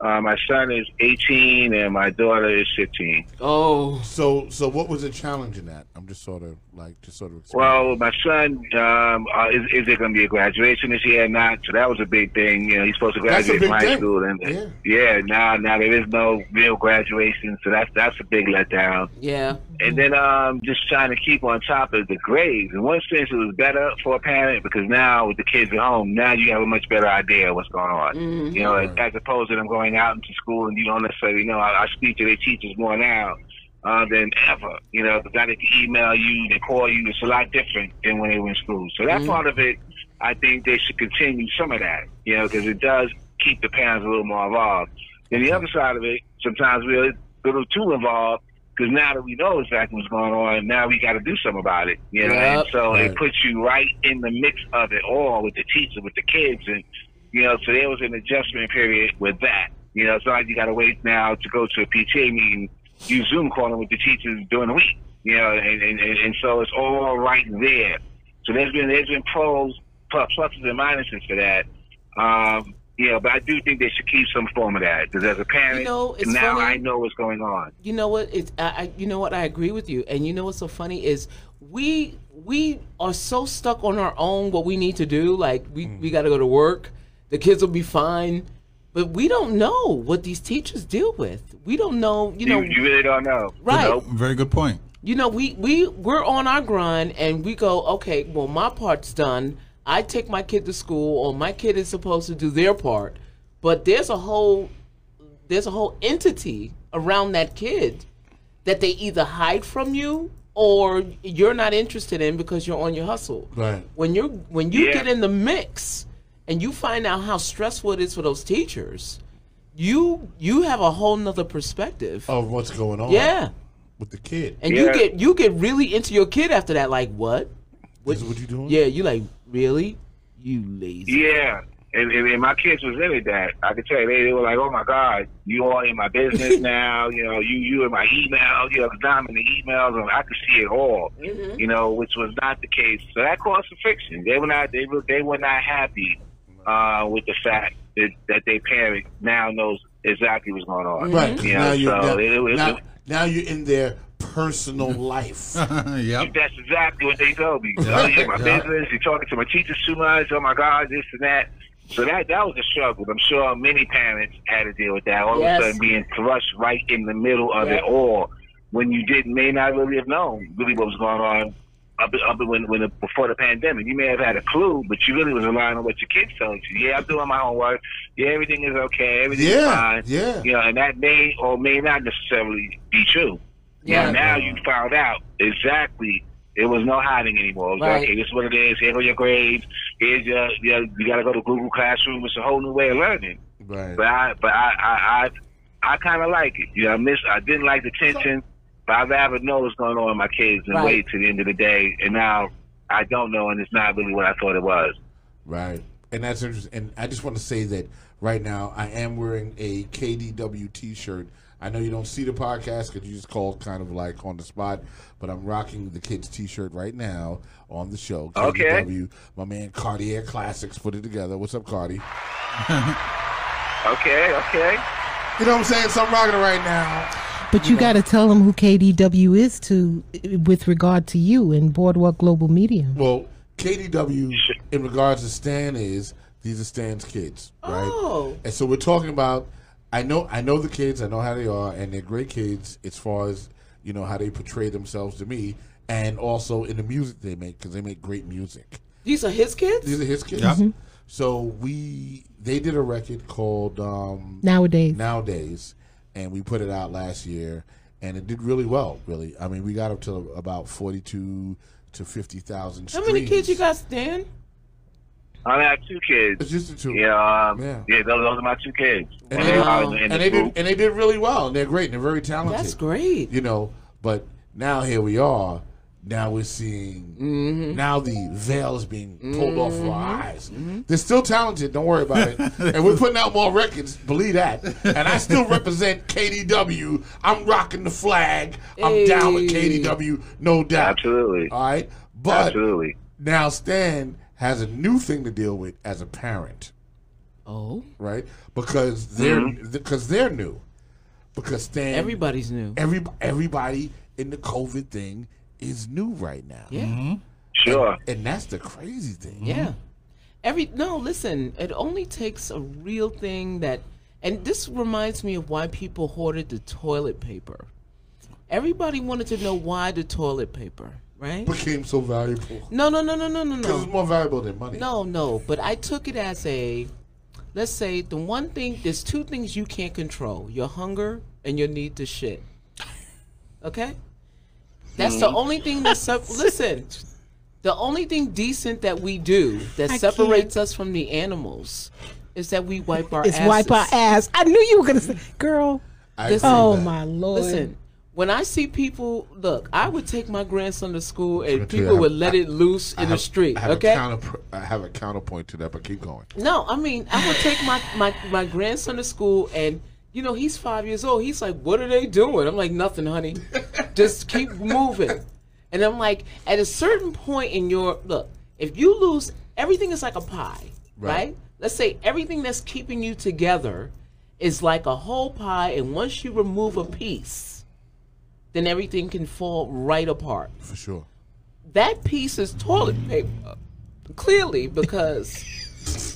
[SPEAKER 8] Uh, my son is 18 and my daughter is 15.
[SPEAKER 4] oh.
[SPEAKER 1] So so what was the challenge in that? I'm just sort of like just sort of
[SPEAKER 8] Well, my son, um, uh, is, is there going to be a graduation this year or not? So that was a big thing. You know, he's supposed to
[SPEAKER 1] That's a
[SPEAKER 8] graduate from
[SPEAKER 1] big
[SPEAKER 8] high
[SPEAKER 1] thing.
[SPEAKER 8] school. And,
[SPEAKER 1] Yeah.
[SPEAKER 8] yeah, now now there is no real graduation. So that's, that's a big letdown.
[SPEAKER 4] Yeah.
[SPEAKER 8] And then um, just trying to keep on top of the grades. In one sense, it was better for a parent because now with the kids at home, now you have a much better idea of what's going on. You know, as opposed to them going out into school and you don't necessarily know. I, I speak to their teachers more now uh, than ever. You know, because now they can email you, they call you. It's a lot different than when they were in school. So that part of it, I think they should continue some of that. You know, because it does keep the parents a little more involved. Then the other side of it, sometimes we're a little too involved because now that we know exactly what's going on, now we got to do something about it. You know,
[SPEAKER 4] Yep.
[SPEAKER 8] and so
[SPEAKER 1] Right.
[SPEAKER 8] it puts you right in the mix of it all with the teacher, with the kids, and you know, so there was an adjustment period with that. You know, it's not like you got to wait now to go to a PTA meeting. You Zoom calling with the teachers during the week. You know, and and, and, and so it's all right there. So there's been there's been pros, pl- pluses and minuses for that. Um, Yeah, but I do think they should keep some form of that because as a parent,
[SPEAKER 4] You know, it's
[SPEAKER 8] now
[SPEAKER 4] funny.
[SPEAKER 8] I know what's going on.
[SPEAKER 4] You know what? It's I, I. You know what? I agree with you. And you know what's so funny is we we are so stuck on our own what we need to do. Like we we got to go to work. The kids will be fine, but we don't know what these teachers deal with. We don't know. You know.
[SPEAKER 8] you, you really don't know.
[SPEAKER 4] Right.
[SPEAKER 8] Nope.
[SPEAKER 2] Very good point.
[SPEAKER 4] you know, we we we're on our grind and we go, okay, well my part's done. I take my kid to school or my kid is supposed to do their part. But there's a whole there's a whole entity around that kid that they either hide from you or you're not interested in because you're on your hustle.
[SPEAKER 1] Right.
[SPEAKER 4] When you're when you
[SPEAKER 8] Yeah.
[SPEAKER 4] get in the mix and you find out how stressful it is for those teachers, you you have a whole nother perspective.
[SPEAKER 1] of what's going on
[SPEAKER 4] Yeah.
[SPEAKER 1] with the kid.
[SPEAKER 4] And you
[SPEAKER 8] Yeah.
[SPEAKER 4] get you get really into your kid after that. Like what?
[SPEAKER 1] This is what you doing?
[SPEAKER 4] Yeah, you like really? You lazy?
[SPEAKER 8] Yeah. And, and, and my kids was really that. I could tell you, they, they were like, "Oh my God, you all in my business now. You know, you you in my email. You know, 'cause I'm in the emails, and I could see it all. You know, which was not the case. So that caused some friction. They were not they were they were not happy uh, with the fact that that their parent now knows exactly what's going on.
[SPEAKER 1] Right. 'cause
[SPEAKER 8] You
[SPEAKER 1] Now
[SPEAKER 8] know,
[SPEAKER 1] you're
[SPEAKER 8] so
[SPEAKER 1] now,
[SPEAKER 8] it, Mm-hmm. it was,
[SPEAKER 1] now, now you're in their personal life.
[SPEAKER 2] yep.
[SPEAKER 8] that's exactly what they told me. Oh, you're in my
[SPEAKER 2] Yeah.
[SPEAKER 8] business. You're talking to my teachers too much. Oh my God, this and that. So that that was a struggle. I'm sure many parents had to deal with that. All
[SPEAKER 4] Yes.
[SPEAKER 8] of a sudden, being thrust right in the middle of it all, when you did may not really have known really what was going on up up when when the, before the pandemic. You may have had a clue, but you really was relying on what your kids told you. Yeah, I'm doing my homework. Yeah, everything is okay. Everything is
[SPEAKER 1] Yeah,
[SPEAKER 8] fine.
[SPEAKER 1] yeah.
[SPEAKER 8] You know, and that may or may not necessarily be true. Yeah.
[SPEAKER 4] Yeah.
[SPEAKER 8] now you found out exactly. It was no hiding anymore. It was
[SPEAKER 4] Right.
[SPEAKER 8] okay, this is what it is. Here go your grades. Here's your, your you got to go to Google Classroom. It's a whole new way of learning.
[SPEAKER 1] Right.
[SPEAKER 8] But I, but I, I, I, I kind of like it. You know, I miss. I didn't like the tension, but I'd rather know what's going on with my kids than
[SPEAKER 4] Right.
[SPEAKER 8] wait to the end of the day. And now I don't know, and it's not really what I thought it was.
[SPEAKER 1] Right. And that's interesting. And I just want to say that right now I am wearing a KDW t shirt. I know you don't see the podcast because you just called kind of like on the spot, but I'm rocking the kids t shirt right now on the show.
[SPEAKER 8] Okay.
[SPEAKER 1] KDW. My man Cartier Classics put it together. What's up, Cardi?
[SPEAKER 8] Okay, okay.
[SPEAKER 1] You know what I'm saying? So I'm rocking it right now.
[SPEAKER 3] But you got to tell them who KDW is to, with regard to you and Boardwalk Global Media.
[SPEAKER 1] Well, KDW, in regards to Stan, is these are Stan's kids, right?
[SPEAKER 4] Oh.
[SPEAKER 1] And so we're talking about. I know, I know the kids. I know how they are, and they're great kids as far as you know how they portray themselves to me, and also in the music they make because they make great music.
[SPEAKER 4] These are his kids.
[SPEAKER 1] These are his kids.
[SPEAKER 4] Mm-hmm.
[SPEAKER 2] Yeah. Mhm.
[SPEAKER 1] So we they did a record called um,
[SPEAKER 3] Nowadays,
[SPEAKER 1] nowadays, and we put it out last year, and it did really well. Really, I mean, we got up to about forty-two to fifty thousand.
[SPEAKER 4] How many kids you got, Stan?
[SPEAKER 8] I have two
[SPEAKER 1] It's
[SPEAKER 8] kids.
[SPEAKER 1] just the two.
[SPEAKER 8] Yeah, um,
[SPEAKER 1] Yeah.
[SPEAKER 8] yeah, Those, those are my two kids.
[SPEAKER 1] And
[SPEAKER 8] When
[SPEAKER 1] they-
[SPEAKER 8] I was in
[SPEAKER 1] and
[SPEAKER 8] the
[SPEAKER 1] they
[SPEAKER 8] group.
[SPEAKER 1] did and they did really well and they're great and they're very talented
[SPEAKER 4] That's great.
[SPEAKER 1] you know but now here we are now we're seeing
[SPEAKER 4] Mm-hmm.
[SPEAKER 1] now the veil is being pulled off of our eyes
[SPEAKER 4] Mm-hmm.
[SPEAKER 1] they're still talented don't worry about it and we're putting out more records believe that and i still represent kdw i'm rocking the flag i'm down with
[SPEAKER 4] Hey.
[SPEAKER 1] kdw no doubt
[SPEAKER 8] Absolutely.
[SPEAKER 1] all right but
[SPEAKER 8] Absolutely.
[SPEAKER 1] now stan has a new thing to deal with as a parent
[SPEAKER 4] Oh,
[SPEAKER 1] right? Because they're because they're new. Because Stan,
[SPEAKER 4] everybody's new.
[SPEAKER 1] every everybody in the COVID thing is new right now.
[SPEAKER 4] Yeah,
[SPEAKER 8] Sure.
[SPEAKER 1] and that's the crazy thing.
[SPEAKER 4] yeah. Every no, listen. It only takes a real thing that, and this reminds me of why people hoarded the toilet paper. Everybody wanted to know why the toilet paper, right?
[SPEAKER 1] became so valuable
[SPEAKER 4] No, no, no, no, no, no, no.
[SPEAKER 1] because it's more valuable than money.
[SPEAKER 4] No, no, but I took it as a let's say the one thing there's two things you can't control your hunger and your need to shit. Okay? That's
[SPEAKER 1] Hmm.
[SPEAKER 4] the only thing that sep- listen. The only thing decent that we do that separates us from the animals is that we wipe our
[SPEAKER 3] it's
[SPEAKER 4] asses.
[SPEAKER 3] wipe our ass. I knew you were gonna say, girl.
[SPEAKER 1] I
[SPEAKER 4] This-
[SPEAKER 1] agree with
[SPEAKER 3] Oh
[SPEAKER 1] that.
[SPEAKER 3] my lord!
[SPEAKER 4] Listen, when I see people, look, I would take my grandson to school and
[SPEAKER 1] gonna tell you, I
[SPEAKER 4] people
[SPEAKER 1] have-
[SPEAKER 4] would let
[SPEAKER 1] I-
[SPEAKER 4] it loose
[SPEAKER 1] I
[SPEAKER 4] in the
[SPEAKER 1] have-
[SPEAKER 4] street.
[SPEAKER 1] I have
[SPEAKER 4] okay?
[SPEAKER 1] a counter. I have a counterpoint to that, but keep going.
[SPEAKER 4] No, I mean I would take my, my my grandson to school, and you know he's five years old. He's like, "What are they doing?" I'm like, "Nothing, honey. Just keep moving." And I'm like, at a certain point in your look, if you lose everything is like a pie,
[SPEAKER 1] Right.
[SPEAKER 4] right? let's say everything that's keeping you together is like a whole pie, and once you remove a piece, then everything can fall right apart.
[SPEAKER 1] for sure.
[SPEAKER 4] That piece is toilet paper, clearly, because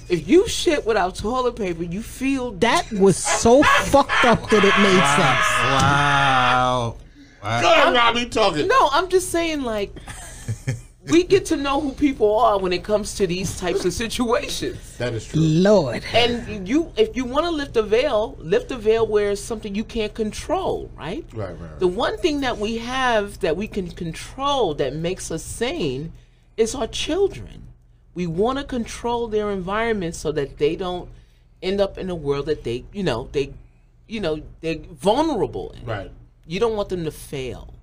[SPEAKER 4] if you shit without toilet paper, you feel that
[SPEAKER 3] That was so fucked up that it made sense.
[SPEAKER 2] Wow. wow.
[SPEAKER 1] God, Robbie talking.
[SPEAKER 4] No, I'm just saying like we get to know who people are when it comes to these types of situations.
[SPEAKER 1] That is true.
[SPEAKER 3] Lord.
[SPEAKER 4] And you if you want to lift the veil, lift the veil where it's something you can't control, right?
[SPEAKER 1] Right, right, right.
[SPEAKER 4] The one thing that we have that we can control that makes us sane is our children. We want to control their environment so that they don't end up in a world that they, you know, they you know, they're vulnerable in.
[SPEAKER 1] Right.
[SPEAKER 4] You don't want them to fail.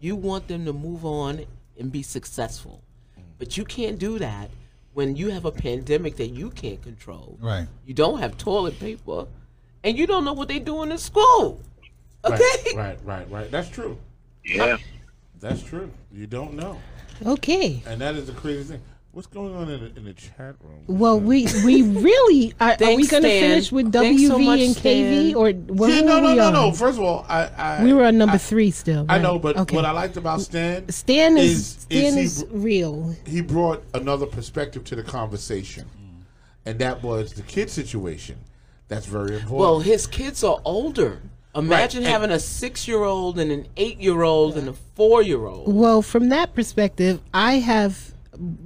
[SPEAKER 4] You want them to move on and be successful.
[SPEAKER 1] Mm.
[SPEAKER 4] But you can't do that when you have a pandemic that you can't control.
[SPEAKER 2] Right.
[SPEAKER 4] You don't have toilet paper and you don't know what they're doing in school. Okay?
[SPEAKER 1] Right, right, right, right. That's true.
[SPEAKER 8] Yeah.
[SPEAKER 1] That's true. You don't know,
[SPEAKER 3] Okay.
[SPEAKER 1] and that is the craziest thing. What's going on in the, in the chat room?
[SPEAKER 3] Well, we we really are, are we
[SPEAKER 4] Thanks,
[SPEAKER 3] going to
[SPEAKER 4] Stan.
[SPEAKER 3] finish with
[SPEAKER 4] Thanks
[SPEAKER 3] WV
[SPEAKER 4] so much,
[SPEAKER 3] and KV
[SPEAKER 4] Stan.
[SPEAKER 3] or where
[SPEAKER 1] yeah,
[SPEAKER 3] were
[SPEAKER 1] no, no,
[SPEAKER 3] we
[SPEAKER 1] no,
[SPEAKER 3] on?
[SPEAKER 1] no. First of all, I, I
[SPEAKER 3] We were on number
[SPEAKER 1] I-
[SPEAKER 3] three still.
[SPEAKER 1] I
[SPEAKER 3] right.
[SPEAKER 1] know, but
[SPEAKER 3] okay.
[SPEAKER 1] what I liked about Stan,
[SPEAKER 3] Stan is,
[SPEAKER 1] is
[SPEAKER 3] Stan is,
[SPEAKER 1] he,
[SPEAKER 3] real.
[SPEAKER 1] he brought another perspective to the conversation, and that was the kid situation. That's very important.
[SPEAKER 4] Well, his kids are older. Imagine
[SPEAKER 1] and-
[SPEAKER 4] having a six year old and an eight year old and a four year old.
[SPEAKER 3] Well, from that perspective, I have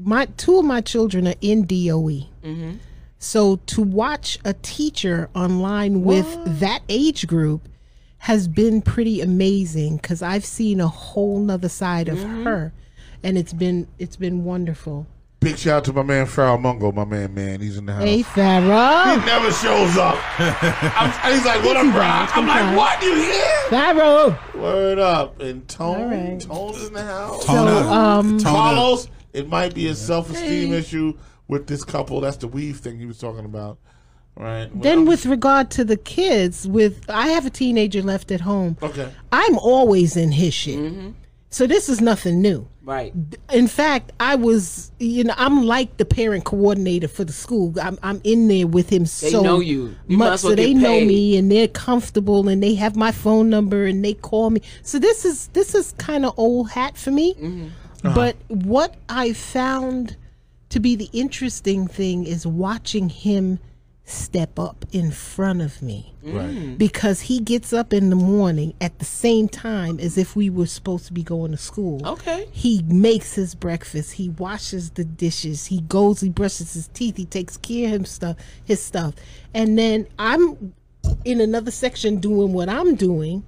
[SPEAKER 3] my two of my children are in DOE. So to watch a teacher online with that age group has been pretty amazing because I've seen a whole nother side of her, and it's been it's been wonderful.
[SPEAKER 1] Big shout out to my man Farrell Mungo, my man, man. He's in the house.
[SPEAKER 3] Hey, Pharaoh,
[SPEAKER 1] Never shows up. I'm, and he's like, "What up, bro?" I'm like, "What? You here?"
[SPEAKER 3] Pharaoh.
[SPEAKER 1] Word up. And Tone,
[SPEAKER 3] right.
[SPEAKER 1] Tone's in the house.
[SPEAKER 2] Tone up.
[SPEAKER 3] um,
[SPEAKER 2] Tone up.
[SPEAKER 1] Carlos, it might be a self-esteem issue with this couple. That's the weave thing he was talking about, right?
[SPEAKER 3] Then with regard to the kids, with I have a teenager left at home.
[SPEAKER 1] okay,
[SPEAKER 3] I'm always in his shit.
[SPEAKER 4] Mm-hmm.
[SPEAKER 3] So this is nothing new.
[SPEAKER 4] Right.
[SPEAKER 3] In fact, I was, you know, I'm like the parent coordinator for the school. I'm, I'm in there with him
[SPEAKER 4] They
[SPEAKER 3] so
[SPEAKER 4] know you. You might
[SPEAKER 3] much,
[SPEAKER 4] as
[SPEAKER 3] so
[SPEAKER 4] well
[SPEAKER 3] they
[SPEAKER 4] get
[SPEAKER 3] know
[SPEAKER 4] paid.
[SPEAKER 3] me, and they're comfortable, and they have my phone number, and they call me. So this is this is kind of old hat for me.
[SPEAKER 4] Mm-hmm.
[SPEAKER 3] But what I found to be the interesting thing is watching him step up in front of me
[SPEAKER 4] Mm-hmm. Hmm.
[SPEAKER 1] right,
[SPEAKER 3] because he gets up in the morning at the same time as if we were supposed to be going to school.
[SPEAKER 4] Okay.
[SPEAKER 3] He makes his breakfast. He washes the dishes. He goes. He brushes his teeth. He takes care of him stuff, his stuff, and then I'm in another section doing what I'm doing,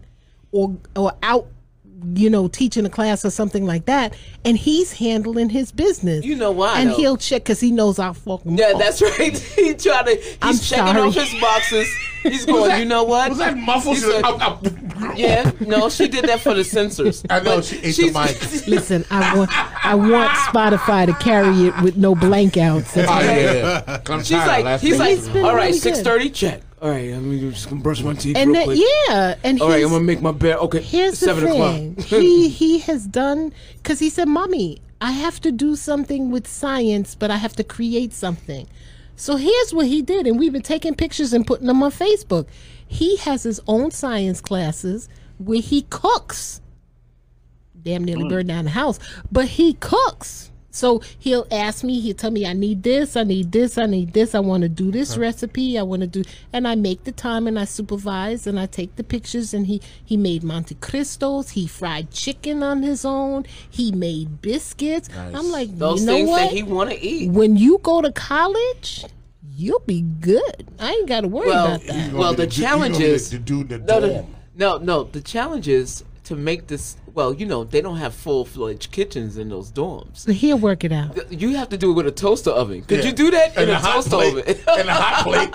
[SPEAKER 3] or or out, you know, teaching a class or something like that, and he's handling his business.
[SPEAKER 4] You know why,
[SPEAKER 3] And
[SPEAKER 4] though.
[SPEAKER 3] he'll check because he knows I'll fucking
[SPEAKER 1] Oh.
[SPEAKER 4] Yeah, that's right. He trying to. He's
[SPEAKER 3] I'm
[SPEAKER 4] checking off
[SPEAKER 3] sorry.
[SPEAKER 4] his boxes. He's going. you know what?
[SPEAKER 1] Was that muffled?
[SPEAKER 4] He's
[SPEAKER 1] She was-
[SPEAKER 4] a-
[SPEAKER 1] I- I-
[SPEAKER 4] Yeah. No, she did that for the censors.
[SPEAKER 1] I know
[SPEAKER 4] But
[SPEAKER 1] she ate the
[SPEAKER 4] she's-
[SPEAKER 1] mic.
[SPEAKER 3] Listen, I want I want Spotify to carry it with no blank outs.
[SPEAKER 1] Oh, yeah, yeah. I'm
[SPEAKER 4] She's like, he's like,
[SPEAKER 3] He's been
[SPEAKER 4] all right,
[SPEAKER 3] really
[SPEAKER 4] six
[SPEAKER 3] good.
[SPEAKER 4] thirty, check. All right, I'm just gonna brush my teeth
[SPEAKER 3] And
[SPEAKER 4] real
[SPEAKER 3] that,
[SPEAKER 4] quick.
[SPEAKER 3] yeah, and
[SPEAKER 4] All right,
[SPEAKER 3] here's-
[SPEAKER 4] I'm gonna make my bed. Okay,
[SPEAKER 3] Here's
[SPEAKER 4] seven
[SPEAKER 3] the thing.
[SPEAKER 4] o'clock.
[SPEAKER 3] he he has done because he said, "Mommy, I have to do something with science, but I have to create something." So here's what he did, and we've been taking pictures and putting them on Facebook. He has his own science classes where he cooks. Damn
[SPEAKER 4] Mm.
[SPEAKER 3] nearly burned down the house, but he cooks. So he'll ask me, he'll tell me, I need this, I need this, I need this, I want to do this recipe, I want to do, and I make the time and I supervise and I take the pictures. And he he made Monte Cristos, he fried chicken on his own, he made biscuits. I'm like,
[SPEAKER 4] Those
[SPEAKER 3] you know
[SPEAKER 4] things
[SPEAKER 3] what?
[SPEAKER 4] that he want to eat.
[SPEAKER 3] when you go to college, you'll be good. I ain't got to worry
[SPEAKER 4] Well,
[SPEAKER 3] about that.
[SPEAKER 4] well, the challenge is
[SPEAKER 1] the dude in the
[SPEAKER 4] no, no,
[SPEAKER 1] dorm.
[SPEAKER 4] no, no. The challenge is to make this. Well, you know, they don't have full fledged kitchens in those dorms.
[SPEAKER 3] So he'll work it out.
[SPEAKER 4] You have to do it with a toaster oven. Could
[SPEAKER 1] Yeah.
[SPEAKER 4] you do that in
[SPEAKER 1] And
[SPEAKER 4] a,
[SPEAKER 1] hot
[SPEAKER 4] toaster
[SPEAKER 1] plate,
[SPEAKER 4] oven?
[SPEAKER 1] and a hot plate,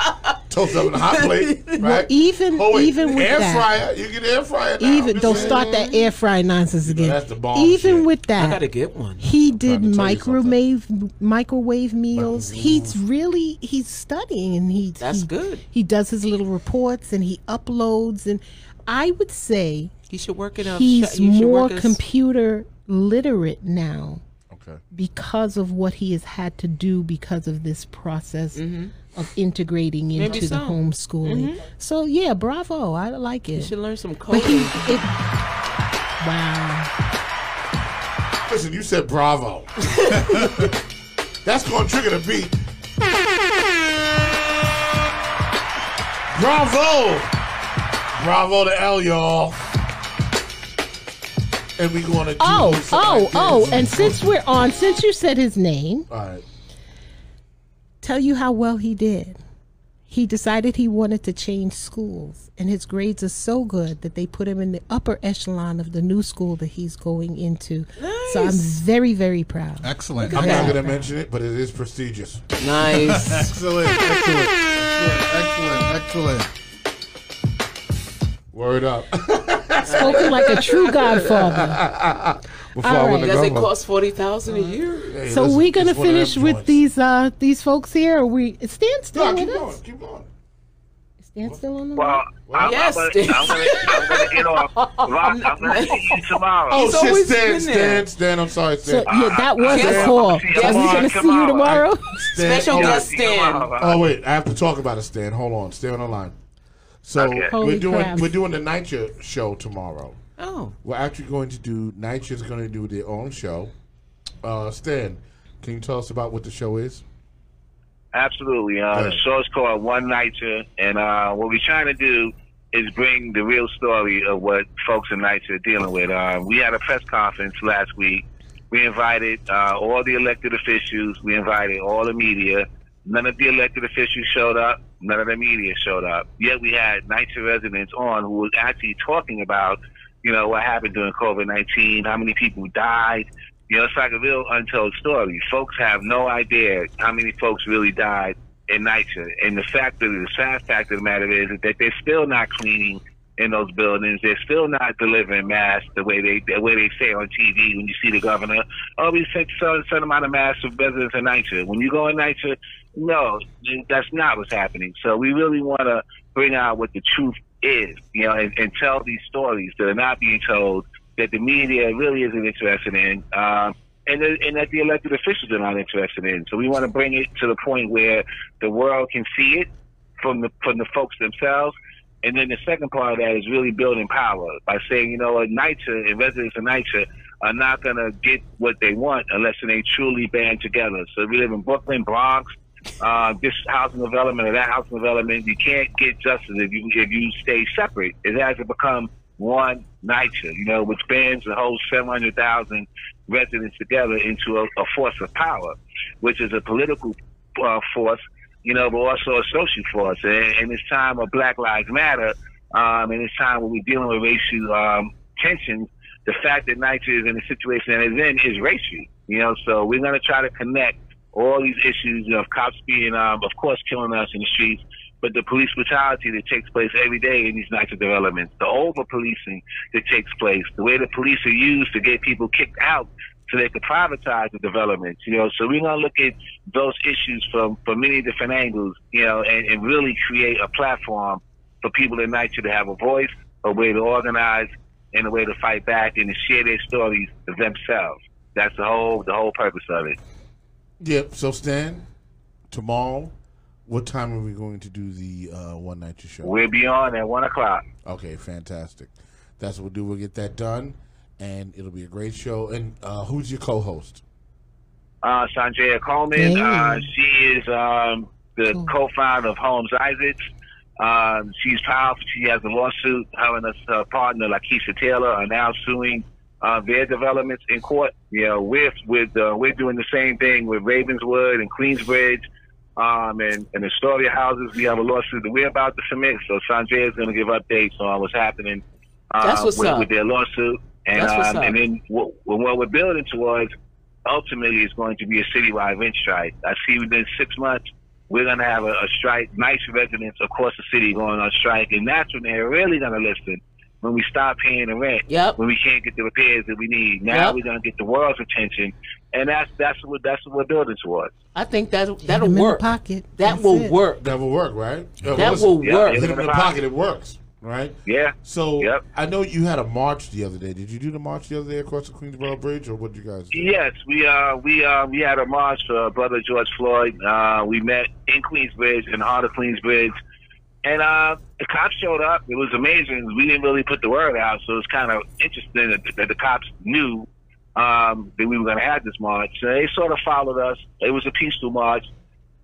[SPEAKER 1] toast up in a hot plate, right?
[SPEAKER 3] even-
[SPEAKER 1] oh, wait,
[SPEAKER 3] even with
[SPEAKER 1] air
[SPEAKER 3] that.
[SPEAKER 1] fryer, you get air fryer. Now. I'm
[SPEAKER 3] Even
[SPEAKER 1] just
[SPEAKER 3] don't
[SPEAKER 1] saying.
[SPEAKER 3] start that air fry nonsense again.
[SPEAKER 1] that's the bomb
[SPEAKER 3] Even
[SPEAKER 1] shit.
[SPEAKER 3] with
[SPEAKER 4] I
[SPEAKER 3] that,
[SPEAKER 4] gotta get one.
[SPEAKER 3] He
[SPEAKER 1] trying
[SPEAKER 3] did
[SPEAKER 1] to tell you something.
[SPEAKER 3] microwave microwave meals. He's really he's studying and he
[SPEAKER 4] That's
[SPEAKER 3] he-
[SPEAKER 4] good.
[SPEAKER 3] He does his little reports and he uploads and I would say
[SPEAKER 4] He should work it up.
[SPEAKER 3] he's
[SPEAKER 4] You should
[SPEAKER 3] more
[SPEAKER 4] work his-
[SPEAKER 3] computer literate now
[SPEAKER 1] Okay.
[SPEAKER 3] because of what he has had to do because of this process of integrating into the
[SPEAKER 4] Mm-hmm. so. Mm-hmm.
[SPEAKER 3] homeschooling. So yeah, bravo. I like it.
[SPEAKER 4] You should learn some
[SPEAKER 3] But he,
[SPEAKER 4] coding.
[SPEAKER 3] it, wow.
[SPEAKER 1] Listen, you said bravo. That's going to trigger the beat. Bravo! Bravo to L, y'all. And we going to do
[SPEAKER 3] Oh,
[SPEAKER 1] something
[SPEAKER 3] oh,
[SPEAKER 1] like
[SPEAKER 3] oh!
[SPEAKER 1] this.
[SPEAKER 3] And since we're on, since you said his name,
[SPEAKER 1] All right.
[SPEAKER 3] tell you how well he did. He decided he wanted to change schools, and his grades are so good that they put him in the upper echelon of the new school that he's going into. So I'm very, very proud.
[SPEAKER 2] Excellent.
[SPEAKER 1] I'm not
[SPEAKER 2] Excellent.
[SPEAKER 1] going to mention it, but it is prestigious.
[SPEAKER 4] nice.
[SPEAKER 2] Excellent. Excellent. Excellent. Excellent. Excellent.
[SPEAKER 1] Word up.
[SPEAKER 3] Spoken like a true godfather.
[SPEAKER 1] Before
[SPEAKER 3] All
[SPEAKER 1] I
[SPEAKER 3] right.
[SPEAKER 1] went to
[SPEAKER 4] Does it
[SPEAKER 1] Gumbo.
[SPEAKER 4] cost forty thousand
[SPEAKER 3] Uh-huh.
[SPEAKER 4] a year?
[SPEAKER 1] Hey,
[SPEAKER 3] So
[SPEAKER 1] listen,
[SPEAKER 3] we're gonna
[SPEAKER 1] it's one of them
[SPEAKER 3] finish with
[SPEAKER 1] joints.
[SPEAKER 3] these uh these folks here. Or we stand still
[SPEAKER 1] No, keep
[SPEAKER 3] with us.
[SPEAKER 1] going. Keep going.
[SPEAKER 3] Stand still on the
[SPEAKER 8] Well, I'm,
[SPEAKER 4] Yes,
[SPEAKER 8] I'm,
[SPEAKER 4] Steve.
[SPEAKER 8] gonna, I'm, gonna, I'm gonna get off. Rock, I'm gonna see you tomorrow.
[SPEAKER 1] Oh, shit,
[SPEAKER 4] always
[SPEAKER 1] Stan,
[SPEAKER 4] been there.
[SPEAKER 1] Stan, Stan, I'm sorry,
[SPEAKER 3] So
[SPEAKER 1] Stan.
[SPEAKER 3] yeah, that was a
[SPEAKER 4] Yes.
[SPEAKER 3] call. Are
[SPEAKER 8] I'll
[SPEAKER 3] we
[SPEAKER 8] see you
[SPEAKER 3] gonna see
[SPEAKER 8] tomorrow.
[SPEAKER 3] you tomorrow?
[SPEAKER 1] Stan,
[SPEAKER 4] Special
[SPEAKER 1] oh,
[SPEAKER 8] I'll
[SPEAKER 4] guest
[SPEAKER 8] see you
[SPEAKER 4] stand.
[SPEAKER 8] tomorrow.
[SPEAKER 1] Oh wait, I have to talk about it, Stan. Hold on, stay on the line. So
[SPEAKER 8] Okay.
[SPEAKER 3] Holy
[SPEAKER 1] we're doing
[SPEAKER 3] crap.
[SPEAKER 1] we're doing the NYCHA show tomorrow.
[SPEAKER 4] Oh,
[SPEAKER 1] We're actually going to do NYCHA's going to do their own show. Uh, Stan, can you tell us about what the show is?
[SPEAKER 8] Absolutely. Uh, The
[SPEAKER 1] Yeah.
[SPEAKER 8] show's called One Nighter, and uh, what we're trying to do is bring the real story of what folks in NYCHA are dealing with. Uh, we had a press conference last week. We invited uh, all the elected officials. We invited all the media. None of the elected officials showed up. None of the media showed up. Yet we had NYCHA residents on who was actually talking about, you know, what happened during COVID-19, how many people died, you know, it's like a real untold story. Folks have no idea how many folks really died in NYCHA. And the fact that the sad fact of the matter is, that they're still not cleaning in those buildings. They're still not delivering masks the way they the way they say on TV when you see the governor. Oh, we sent so certain amount of masks for residents in NYCHA. When you go in NYCHA, no, that's not what's happening. So we really want to bring out what the truth is, you know, and, and tell these stories that are not being told that the media really isn't interested in, um, and, that- and that the elected officials are not interested in. So we want to bring it to the point where the world can see it from the from the folks themselves. And then the second part of that is really building power by saying, you know, what, NYCHA and residents of NYCHA are not going to get what they want unless they truly band together. So we live in Brooklyn, Bronx, uh, this housing development or that housing development. You can't get justice if you if you stay separate. It has to become one NYCHA, you know, which bands the whole 700,000 residents together into a, a force of power, which is a political uh, force, you know, but also a social force. And, and it's time of Black Lives Matter, um, and it's time when we're dealing with racial um, tensions. The fact that NYCHA is in the situation that it's in is racial, you know. So we're going to try to connect all these issues of cops being, um, of course, killing us in the streets, but the police brutality that takes place every day in these NYCHA developments, the over policing that takes place, the way the police are used to get people kicked out so they could privatize the developments, you know. So we're gonna look at those issues from, from many different angles, you know, and, and really create a platform for people in NYCHA to have a voice, a way to organize, and a way to fight back and to share their stories themselves. That's the whole the whole purpose of it.
[SPEAKER 1] Yep. So Stan, tomorrow, what time are we going to do the uh, one night show?
[SPEAKER 8] We'll be on at one o'clock.
[SPEAKER 1] Okay, fantastic. That's what we'll do. We'll get that done, and it'll be a great show. And uh, who's your co-host?
[SPEAKER 8] uh, Sanjaya Coleman.
[SPEAKER 3] Hey.
[SPEAKER 8] Uh, she is um, the
[SPEAKER 3] Cool.
[SPEAKER 8] co-founder of Holmes Isaacs. Um, she's powerful. She has a lawsuit. Her and her, her partner, Lakeisha Taylor, are now suing uh, their developments in court. You know, with with uh, we're doing the same thing with Ravenswood and Queensbridge. Um, and, and Astoria houses, we have a lawsuit that we're about to submit. So Sanjay is going to give updates on what's happening uh,
[SPEAKER 4] That's what's
[SPEAKER 8] with,
[SPEAKER 4] up.
[SPEAKER 8] with their lawsuit. And,
[SPEAKER 4] That's what's
[SPEAKER 8] um,
[SPEAKER 4] up.
[SPEAKER 8] and then what, what we're building towards ultimately is going to be a citywide rent strike. I see within six months, we're going to have a, a strike, nice residents across the city going on strike. And that's when they're really going to listen when we stop paying the rent,
[SPEAKER 4] Yep.
[SPEAKER 8] when we can't get the repairs that we need. Now
[SPEAKER 4] Yep.
[SPEAKER 8] we're going to get the world's attention. And that's, that's, what, that's what we're building towards.
[SPEAKER 4] I think that
[SPEAKER 3] Hit
[SPEAKER 4] that'll
[SPEAKER 3] him in the
[SPEAKER 4] work.
[SPEAKER 3] pocket.
[SPEAKER 4] That
[SPEAKER 3] That's
[SPEAKER 4] will
[SPEAKER 3] it.
[SPEAKER 4] work.
[SPEAKER 1] That will work, right?
[SPEAKER 4] That will
[SPEAKER 8] Yeah,
[SPEAKER 4] work.
[SPEAKER 1] Hit
[SPEAKER 8] it's
[SPEAKER 1] him in the pocket. It works. right?
[SPEAKER 8] Yeah.
[SPEAKER 1] So
[SPEAKER 8] Yep.
[SPEAKER 1] I know you had a march the other day. Did you do the march the other day across the Queensboro Bridge, or what did you guys do?
[SPEAKER 8] Yes, we uh we uh we had a march for brother George Floyd. Uh, we met in Queensbridge, in the heart of Queensbridge, and uh the cops showed up. It was amazing. We didn't really put the word out, so it was kind of interesting that, that the cops knew um, that we were going to have this march. So they sort of followed us. It was a peaceful march,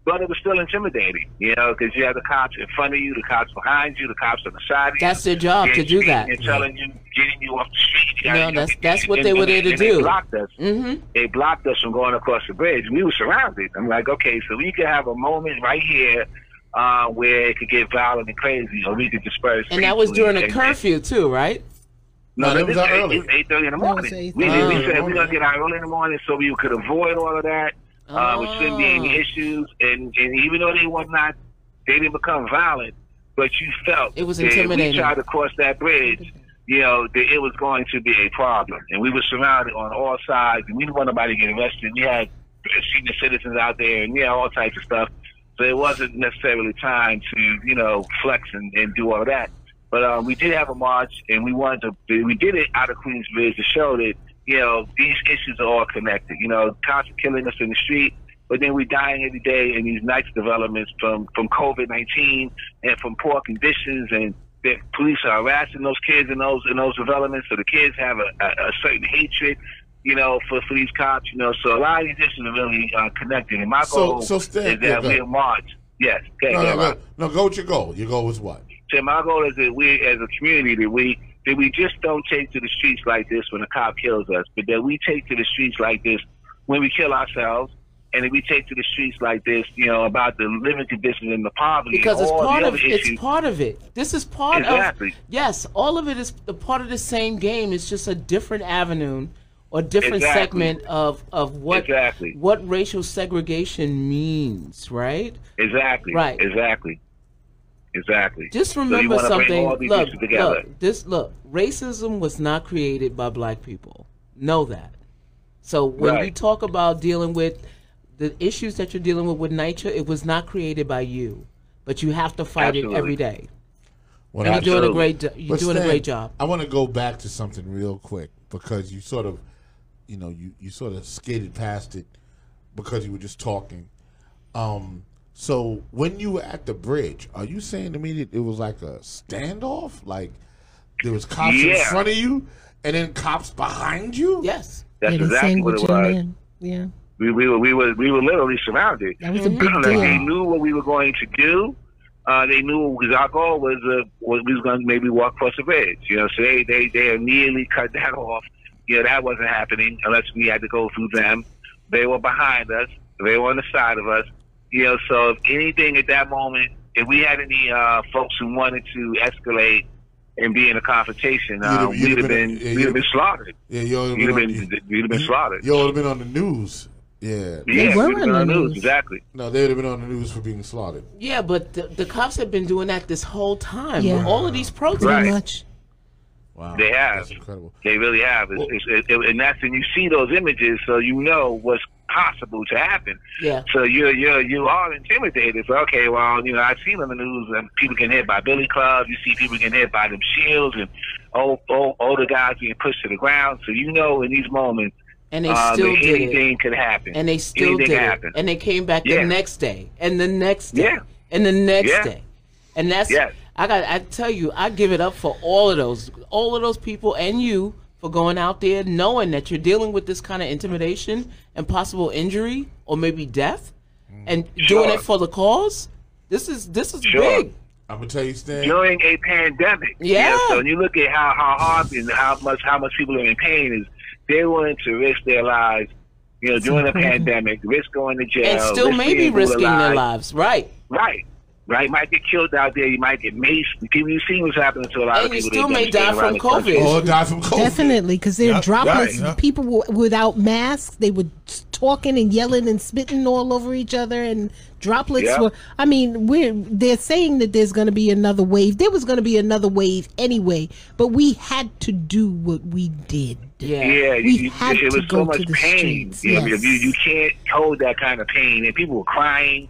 [SPEAKER 8] but it was still intimidating, you know, because you have the cops in front of you, the cops behind you, the cops on the side of you.
[SPEAKER 4] That's their job to do that.
[SPEAKER 8] They're telling you, getting you off the street. You
[SPEAKER 4] No,
[SPEAKER 8] gotta-
[SPEAKER 4] that's- that's what
[SPEAKER 8] and-
[SPEAKER 4] they were there to
[SPEAKER 8] and they
[SPEAKER 4] do.
[SPEAKER 8] blocked us
[SPEAKER 4] Mm-hmm.
[SPEAKER 8] they blocked us from going across the bridge. We were surrounded. I'm like, okay, so we could have a moment right here uh, where it could get violent and crazy, or we could disperse.
[SPEAKER 4] And that was during a
[SPEAKER 8] peacefully.
[SPEAKER 4] curfew too, right?
[SPEAKER 1] No, that was
[SPEAKER 8] this-
[SPEAKER 1] out early.
[SPEAKER 8] It was eight thirty in the
[SPEAKER 6] was
[SPEAKER 8] morning. We,
[SPEAKER 6] 8:30.
[SPEAKER 8] we
[SPEAKER 4] Oh.
[SPEAKER 8] said we're gonna get out early in the morning so we could avoid all of that. Uh, we shouldn't be any
[SPEAKER 4] Oh.
[SPEAKER 8] issues, and, and even though they were not, they didn't become violent, but you felt
[SPEAKER 4] It was
[SPEAKER 8] that if
[SPEAKER 4] intimidating.
[SPEAKER 8] We tried to cross that bridge. You know that it was going to be a problem, and we were surrounded on all sides, and we didn't want nobody to get arrested. We had senior citizens out there, and yeah, all types of stuff. So it wasn't necessarily time to, you know, flex and, and do all of that. But um, we did have a march, and we wanted to. We did it out of Queensbridge to show that you know these issues are all connected. You know, cops are killing us in the street, but then we're dying every day in these nice developments from from COVID nineteen and from poor conditions, and the police are harassing those kids in those in those developments. So the kids have a, a, a certain hatred, you know, for, for these cops. You know, so a lot of these issues are really uh, connected. And my
[SPEAKER 1] So-
[SPEAKER 8] goal
[SPEAKER 1] so, Stan,
[SPEAKER 8] is
[SPEAKER 1] yeah,
[SPEAKER 8] that
[SPEAKER 1] go
[SPEAKER 8] we
[SPEAKER 1] ahead.
[SPEAKER 8] march. Yes, okay,
[SPEAKER 1] No,
[SPEAKER 8] yeah,
[SPEAKER 1] no,
[SPEAKER 8] Rob.
[SPEAKER 1] no, no. Go with your goal. Your goal was what?
[SPEAKER 8] So my goal is that we, as a community, that we that we just don't take to the streets like this when a cop kills us, but that we take to the streets like this when we kill ourselves, and that we take to the streets like this, you know, about the living conditions and the poverty,
[SPEAKER 4] Because
[SPEAKER 8] and
[SPEAKER 4] it's
[SPEAKER 8] all
[SPEAKER 4] part
[SPEAKER 8] the
[SPEAKER 4] of
[SPEAKER 8] other issues.
[SPEAKER 4] it's part of it. This is part
[SPEAKER 8] Exactly.
[SPEAKER 4] of yes, all of it is a part of the same game. It's just a different avenue or different
[SPEAKER 8] Exactly.
[SPEAKER 4] segment of of what
[SPEAKER 8] Exactly.
[SPEAKER 4] what racial segregation means, right?
[SPEAKER 8] exactly,
[SPEAKER 4] Right.
[SPEAKER 8] exactly, exactly.
[SPEAKER 4] Just
[SPEAKER 8] you
[SPEAKER 4] remember
[SPEAKER 8] wanna bring
[SPEAKER 4] something.
[SPEAKER 8] all these
[SPEAKER 4] Look,
[SPEAKER 8] issues together.
[SPEAKER 4] look, this look. Racism was not created by black people. Know that. So when you
[SPEAKER 8] Right.
[SPEAKER 4] talk about dealing with the issues that you're dealing with with nature, it was not created by you, but you have to fight
[SPEAKER 8] Absolutely.
[SPEAKER 4] it every day.
[SPEAKER 1] What I
[SPEAKER 4] And you're doing a
[SPEAKER 8] Absolutely.
[SPEAKER 4] great. jo- You're
[SPEAKER 1] But
[SPEAKER 4] doing a
[SPEAKER 1] Stan,
[SPEAKER 4] great job.
[SPEAKER 1] I want to go back to something real quick because you sort of, you know, you, you sort of skated past it because you were just talking. Um, so when you were at the bridge, are you saying to me that it was like a standoff? Like there was cops in
[SPEAKER 8] Yeah.
[SPEAKER 1] front of you and then cops behind you?
[SPEAKER 4] Yes.
[SPEAKER 8] That's
[SPEAKER 6] yeah, the
[SPEAKER 8] exactly what
[SPEAKER 6] sandwich
[SPEAKER 8] it was.
[SPEAKER 6] and then.
[SPEAKER 8] We, we were we were we were literally surrounded.
[SPEAKER 6] Yeah, that was a big
[SPEAKER 8] Mm-hmm. Like, they
[SPEAKER 6] deal.
[SPEAKER 8] knew what we were going to do. Uh, they knew because our goal was uh, was we was going to maybe walk across the bridge. You know, so they, they they immediately cut that off. You know, that wasn't happening unless we had to go through them. They were behind us. They were on the side of us. You know, so if anything at that moment, if we had any uh, folks who wanted to escalate and be in a confrontation,
[SPEAKER 1] You'd
[SPEAKER 8] uh,
[SPEAKER 1] have- you'd
[SPEAKER 8] we'd
[SPEAKER 1] have
[SPEAKER 8] have
[SPEAKER 1] been-
[SPEAKER 8] been
[SPEAKER 1] yeah, you'd
[SPEAKER 8] we'd
[SPEAKER 1] have-
[SPEAKER 8] have been slaughtered.
[SPEAKER 1] Yeah, you all
[SPEAKER 8] You'd have been you'd have been slaughtered.
[SPEAKER 1] You all have been on the news. Yeah.
[SPEAKER 8] Yeah,
[SPEAKER 6] were on
[SPEAKER 8] we'd have been
[SPEAKER 6] the
[SPEAKER 8] on the news
[SPEAKER 6] news.
[SPEAKER 8] exactly.
[SPEAKER 1] No, they would have been on the news for being slaughtered.
[SPEAKER 4] Yeah, but the, the cops have been doing that this whole time.
[SPEAKER 6] Yeah.
[SPEAKER 4] With all of these protests.
[SPEAKER 8] Right.
[SPEAKER 6] Pretty much.
[SPEAKER 1] Wow.
[SPEAKER 8] They have.
[SPEAKER 1] That's incredible.
[SPEAKER 8] They really have. It's, it's, it, it, and that's and you see those images, so you know what's possible to happen.
[SPEAKER 4] Yeah.
[SPEAKER 8] So you're you're you are intimidated. So okay, well, you know, I've seen on the news um, people getting hit by billy clubs. You see people getting hit by them shields and old, old older guys being pushed to the ground. So you know in these moments,
[SPEAKER 4] And they
[SPEAKER 8] um,
[SPEAKER 4] still
[SPEAKER 8] that
[SPEAKER 4] did it.
[SPEAKER 8] anything could happen.
[SPEAKER 4] and they still
[SPEAKER 8] anything
[SPEAKER 4] did it.
[SPEAKER 8] happened.
[SPEAKER 4] And they came back
[SPEAKER 8] Yeah.
[SPEAKER 4] the next day, and the next day,
[SPEAKER 8] Yeah.
[SPEAKER 4] and the next
[SPEAKER 8] Yeah.
[SPEAKER 4] day, and that's
[SPEAKER 8] Yes.
[SPEAKER 4] I got. I tell you, I give it up for all of those, all of those people, and you for going out there knowing that you're dealing with this kind of intimidation and possible injury or maybe death, and doing
[SPEAKER 8] Sure.
[SPEAKER 4] it for the cause. This is this is
[SPEAKER 8] Sure.
[SPEAKER 4] big.
[SPEAKER 1] I'm gonna tell you, Stan.
[SPEAKER 8] during a pandemic.
[SPEAKER 4] Yeah.
[SPEAKER 8] You know, so when you look at how, how hard and how much how much people are in pain is they're willing to risk their lives, you know, during a pandemic, risk going to jail.
[SPEAKER 4] Mm-hmm. And still
[SPEAKER 8] risk
[SPEAKER 4] maybe
[SPEAKER 8] being
[SPEAKER 4] risking their
[SPEAKER 8] brutalized.
[SPEAKER 4] lives, right?
[SPEAKER 8] Right. Right. You might get killed out there, you might get maced. People you see what's happening to a lot
[SPEAKER 4] And
[SPEAKER 8] of
[SPEAKER 4] you
[SPEAKER 8] people.
[SPEAKER 4] still
[SPEAKER 8] that
[SPEAKER 4] may
[SPEAKER 8] demonstrate
[SPEAKER 4] die from
[SPEAKER 8] around the country.
[SPEAKER 4] COVID.
[SPEAKER 1] All died from COVID.
[SPEAKER 6] Definitely, because they're
[SPEAKER 2] Yeah,
[SPEAKER 6] dropping
[SPEAKER 2] right,
[SPEAKER 6] us-
[SPEAKER 2] yeah.
[SPEAKER 6] people w- without masks. They were t- talking and yelling and spitting all over each other, and droplets
[SPEAKER 8] Yeah.
[SPEAKER 6] were. I mean, we're they're saying that there's going to be another wave. There was going to be another wave anyway, but we had to do what we did.
[SPEAKER 4] Yeah.
[SPEAKER 8] Yeah,
[SPEAKER 6] We
[SPEAKER 8] you, you,
[SPEAKER 6] had
[SPEAKER 8] it
[SPEAKER 6] to
[SPEAKER 8] was
[SPEAKER 6] go
[SPEAKER 8] so
[SPEAKER 6] to
[SPEAKER 8] much
[SPEAKER 6] the
[SPEAKER 8] pain.
[SPEAKER 6] streets,
[SPEAKER 8] You, know,
[SPEAKER 6] yes.
[SPEAKER 8] you, you can't hold that kind of pain, and people were crying.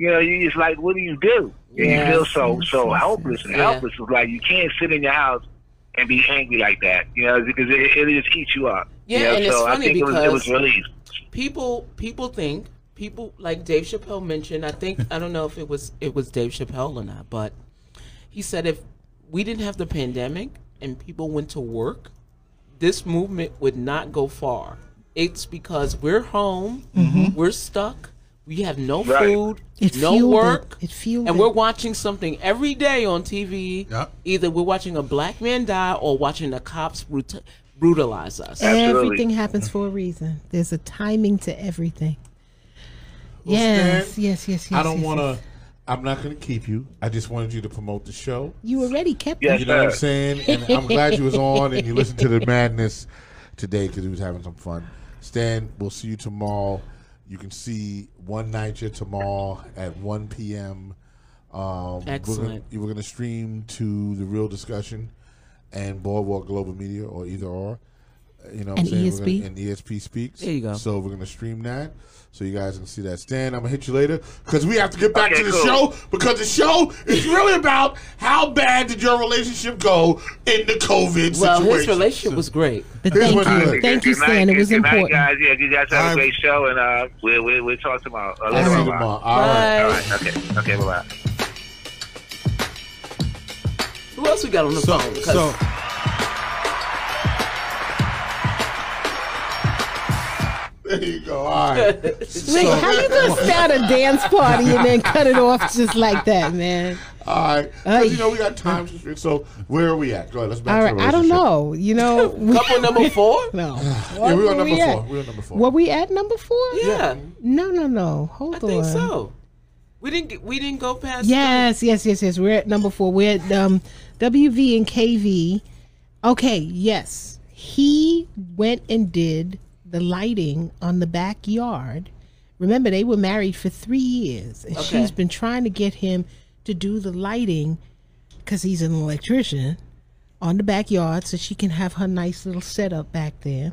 [SPEAKER 8] You know, you just like, what do you do? And
[SPEAKER 4] Yes,
[SPEAKER 8] you feel so
[SPEAKER 3] yes,
[SPEAKER 8] so
[SPEAKER 3] yes,
[SPEAKER 8] helpless and
[SPEAKER 4] yes. Yeah.
[SPEAKER 8] helpless. It's like you can't sit in your house and be angry like that, you know, because it, it just eats you up.
[SPEAKER 4] Yeah,
[SPEAKER 8] you know?
[SPEAKER 4] and
[SPEAKER 8] so
[SPEAKER 4] it's
[SPEAKER 8] I
[SPEAKER 4] funny
[SPEAKER 8] think it was, it
[SPEAKER 4] because-
[SPEAKER 8] was released.
[SPEAKER 4] people people think people like Dave Chappelle mentioned. I think I don't know if it was it was Dave Chappelle or not, but he said if we didn't have the pandemic and people went to work, this movement would not go far. It's because we're home, we're stuck, we have no
[SPEAKER 8] Right.
[SPEAKER 4] food,
[SPEAKER 3] Mm-hmm. It
[SPEAKER 4] no
[SPEAKER 3] fueled it.
[SPEAKER 4] work,
[SPEAKER 3] It fueled
[SPEAKER 4] and
[SPEAKER 3] it.
[SPEAKER 4] we're watching something every day on TV.
[SPEAKER 2] Yep.
[SPEAKER 4] Either we're watching a black man die or watching the cops brut- brutalize us.
[SPEAKER 8] Absolutely.
[SPEAKER 3] Everything happens for a reason. There's a timing to everything.
[SPEAKER 1] Well,
[SPEAKER 3] yes,
[SPEAKER 1] Stan,
[SPEAKER 3] yes, yes, yes.
[SPEAKER 1] I don't
[SPEAKER 3] yes,
[SPEAKER 1] want to.
[SPEAKER 3] yes.
[SPEAKER 1] I'm not going to keep you. I just wanted you to promote the show.
[SPEAKER 3] You already kept
[SPEAKER 8] Yes,
[SPEAKER 1] You know what I'm
[SPEAKER 8] sir.
[SPEAKER 1] saying? And I'm glad you was on and you listened to the madness today because we was having some fun. Stan, we'll see you tomorrow. You can see One Niger tomorrow at 1 p.m. Um, We're gonna,
[SPEAKER 4] Excellent.
[SPEAKER 1] you were going to stream to The Real Discussion and Boardwalk Global Media or either or. You know what I'm
[SPEAKER 3] And
[SPEAKER 1] saying? We're
[SPEAKER 3] ESP.
[SPEAKER 1] Gonna, and ESP Speaks.
[SPEAKER 4] There you go.
[SPEAKER 1] So we're going to stream that so you guys can see that. Stan, I'm going to hit you later because we have to get back
[SPEAKER 8] Okay,
[SPEAKER 1] to the
[SPEAKER 8] cool.
[SPEAKER 1] show because the show is really about how bad did your relationship go in the COVID
[SPEAKER 4] Well,
[SPEAKER 1] situation.
[SPEAKER 4] his relationship was great.
[SPEAKER 3] But
[SPEAKER 1] Here's
[SPEAKER 3] thank
[SPEAKER 1] what I
[SPEAKER 3] you.
[SPEAKER 1] think.
[SPEAKER 3] Thank you,
[SPEAKER 8] Good night.
[SPEAKER 3] Stan. It was
[SPEAKER 8] Good night,
[SPEAKER 3] important.
[SPEAKER 8] guys. Yeah, you guys have
[SPEAKER 2] All
[SPEAKER 8] a
[SPEAKER 2] right.
[SPEAKER 8] great show, and uh, we'll, we'll, we'll talk tomorrow. Uh,
[SPEAKER 1] I'll
[SPEAKER 8] later
[SPEAKER 1] see you
[SPEAKER 8] on.
[SPEAKER 1] tomorrow. All right.
[SPEAKER 8] All right. Okay. Okay. Bye bye.
[SPEAKER 4] Who else we got on the
[SPEAKER 2] So,
[SPEAKER 4] phone? 'Cause-
[SPEAKER 2] so
[SPEAKER 1] There you go. All right.
[SPEAKER 3] Wait, how you gonna start a dance party and then cut it off just like that, man?
[SPEAKER 1] All right. 'Cause, you know, we got time constraints. So where are we at? Go ahead. Let's back
[SPEAKER 3] All
[SPEAKER 1] to the
[SPEAKER 3] right, I don't
[SPEAKER 1] relationship.
[SPEAKER 3] know. You know, we,
[SPEAKER 4] Couple number four?
[SPEAKER 3] no.
[SPEAKER 1] Yeah, we
[SPEAKER 3] Where
[SPEAKER 1] on number
[SPEAKER 3] at?
[SPEAKER 1] four. We on number four.
[SPEAKER 3] Were we at number four?
[SPEAKER 4] Yeah,
[SPEAKER 3] No, no, no. Hold
[SPEAKER 4] I
[SPEAKER 3] on.
[SPEAKER 4] think so. We didn't get, we didn't go past.
[SPEAKER 3] Yes, yes, yes, yes. We're at number four. We're at um, WV and KV. Okay, yes. He went and did the lighting on the backyard. Remember, they were married for three years, and
[SPEAKER 4] Okay.
[SPEAKER 3] she's been trying to get him to do the lighting because he's an electrician on the backyard so she can have her nice little setup back there.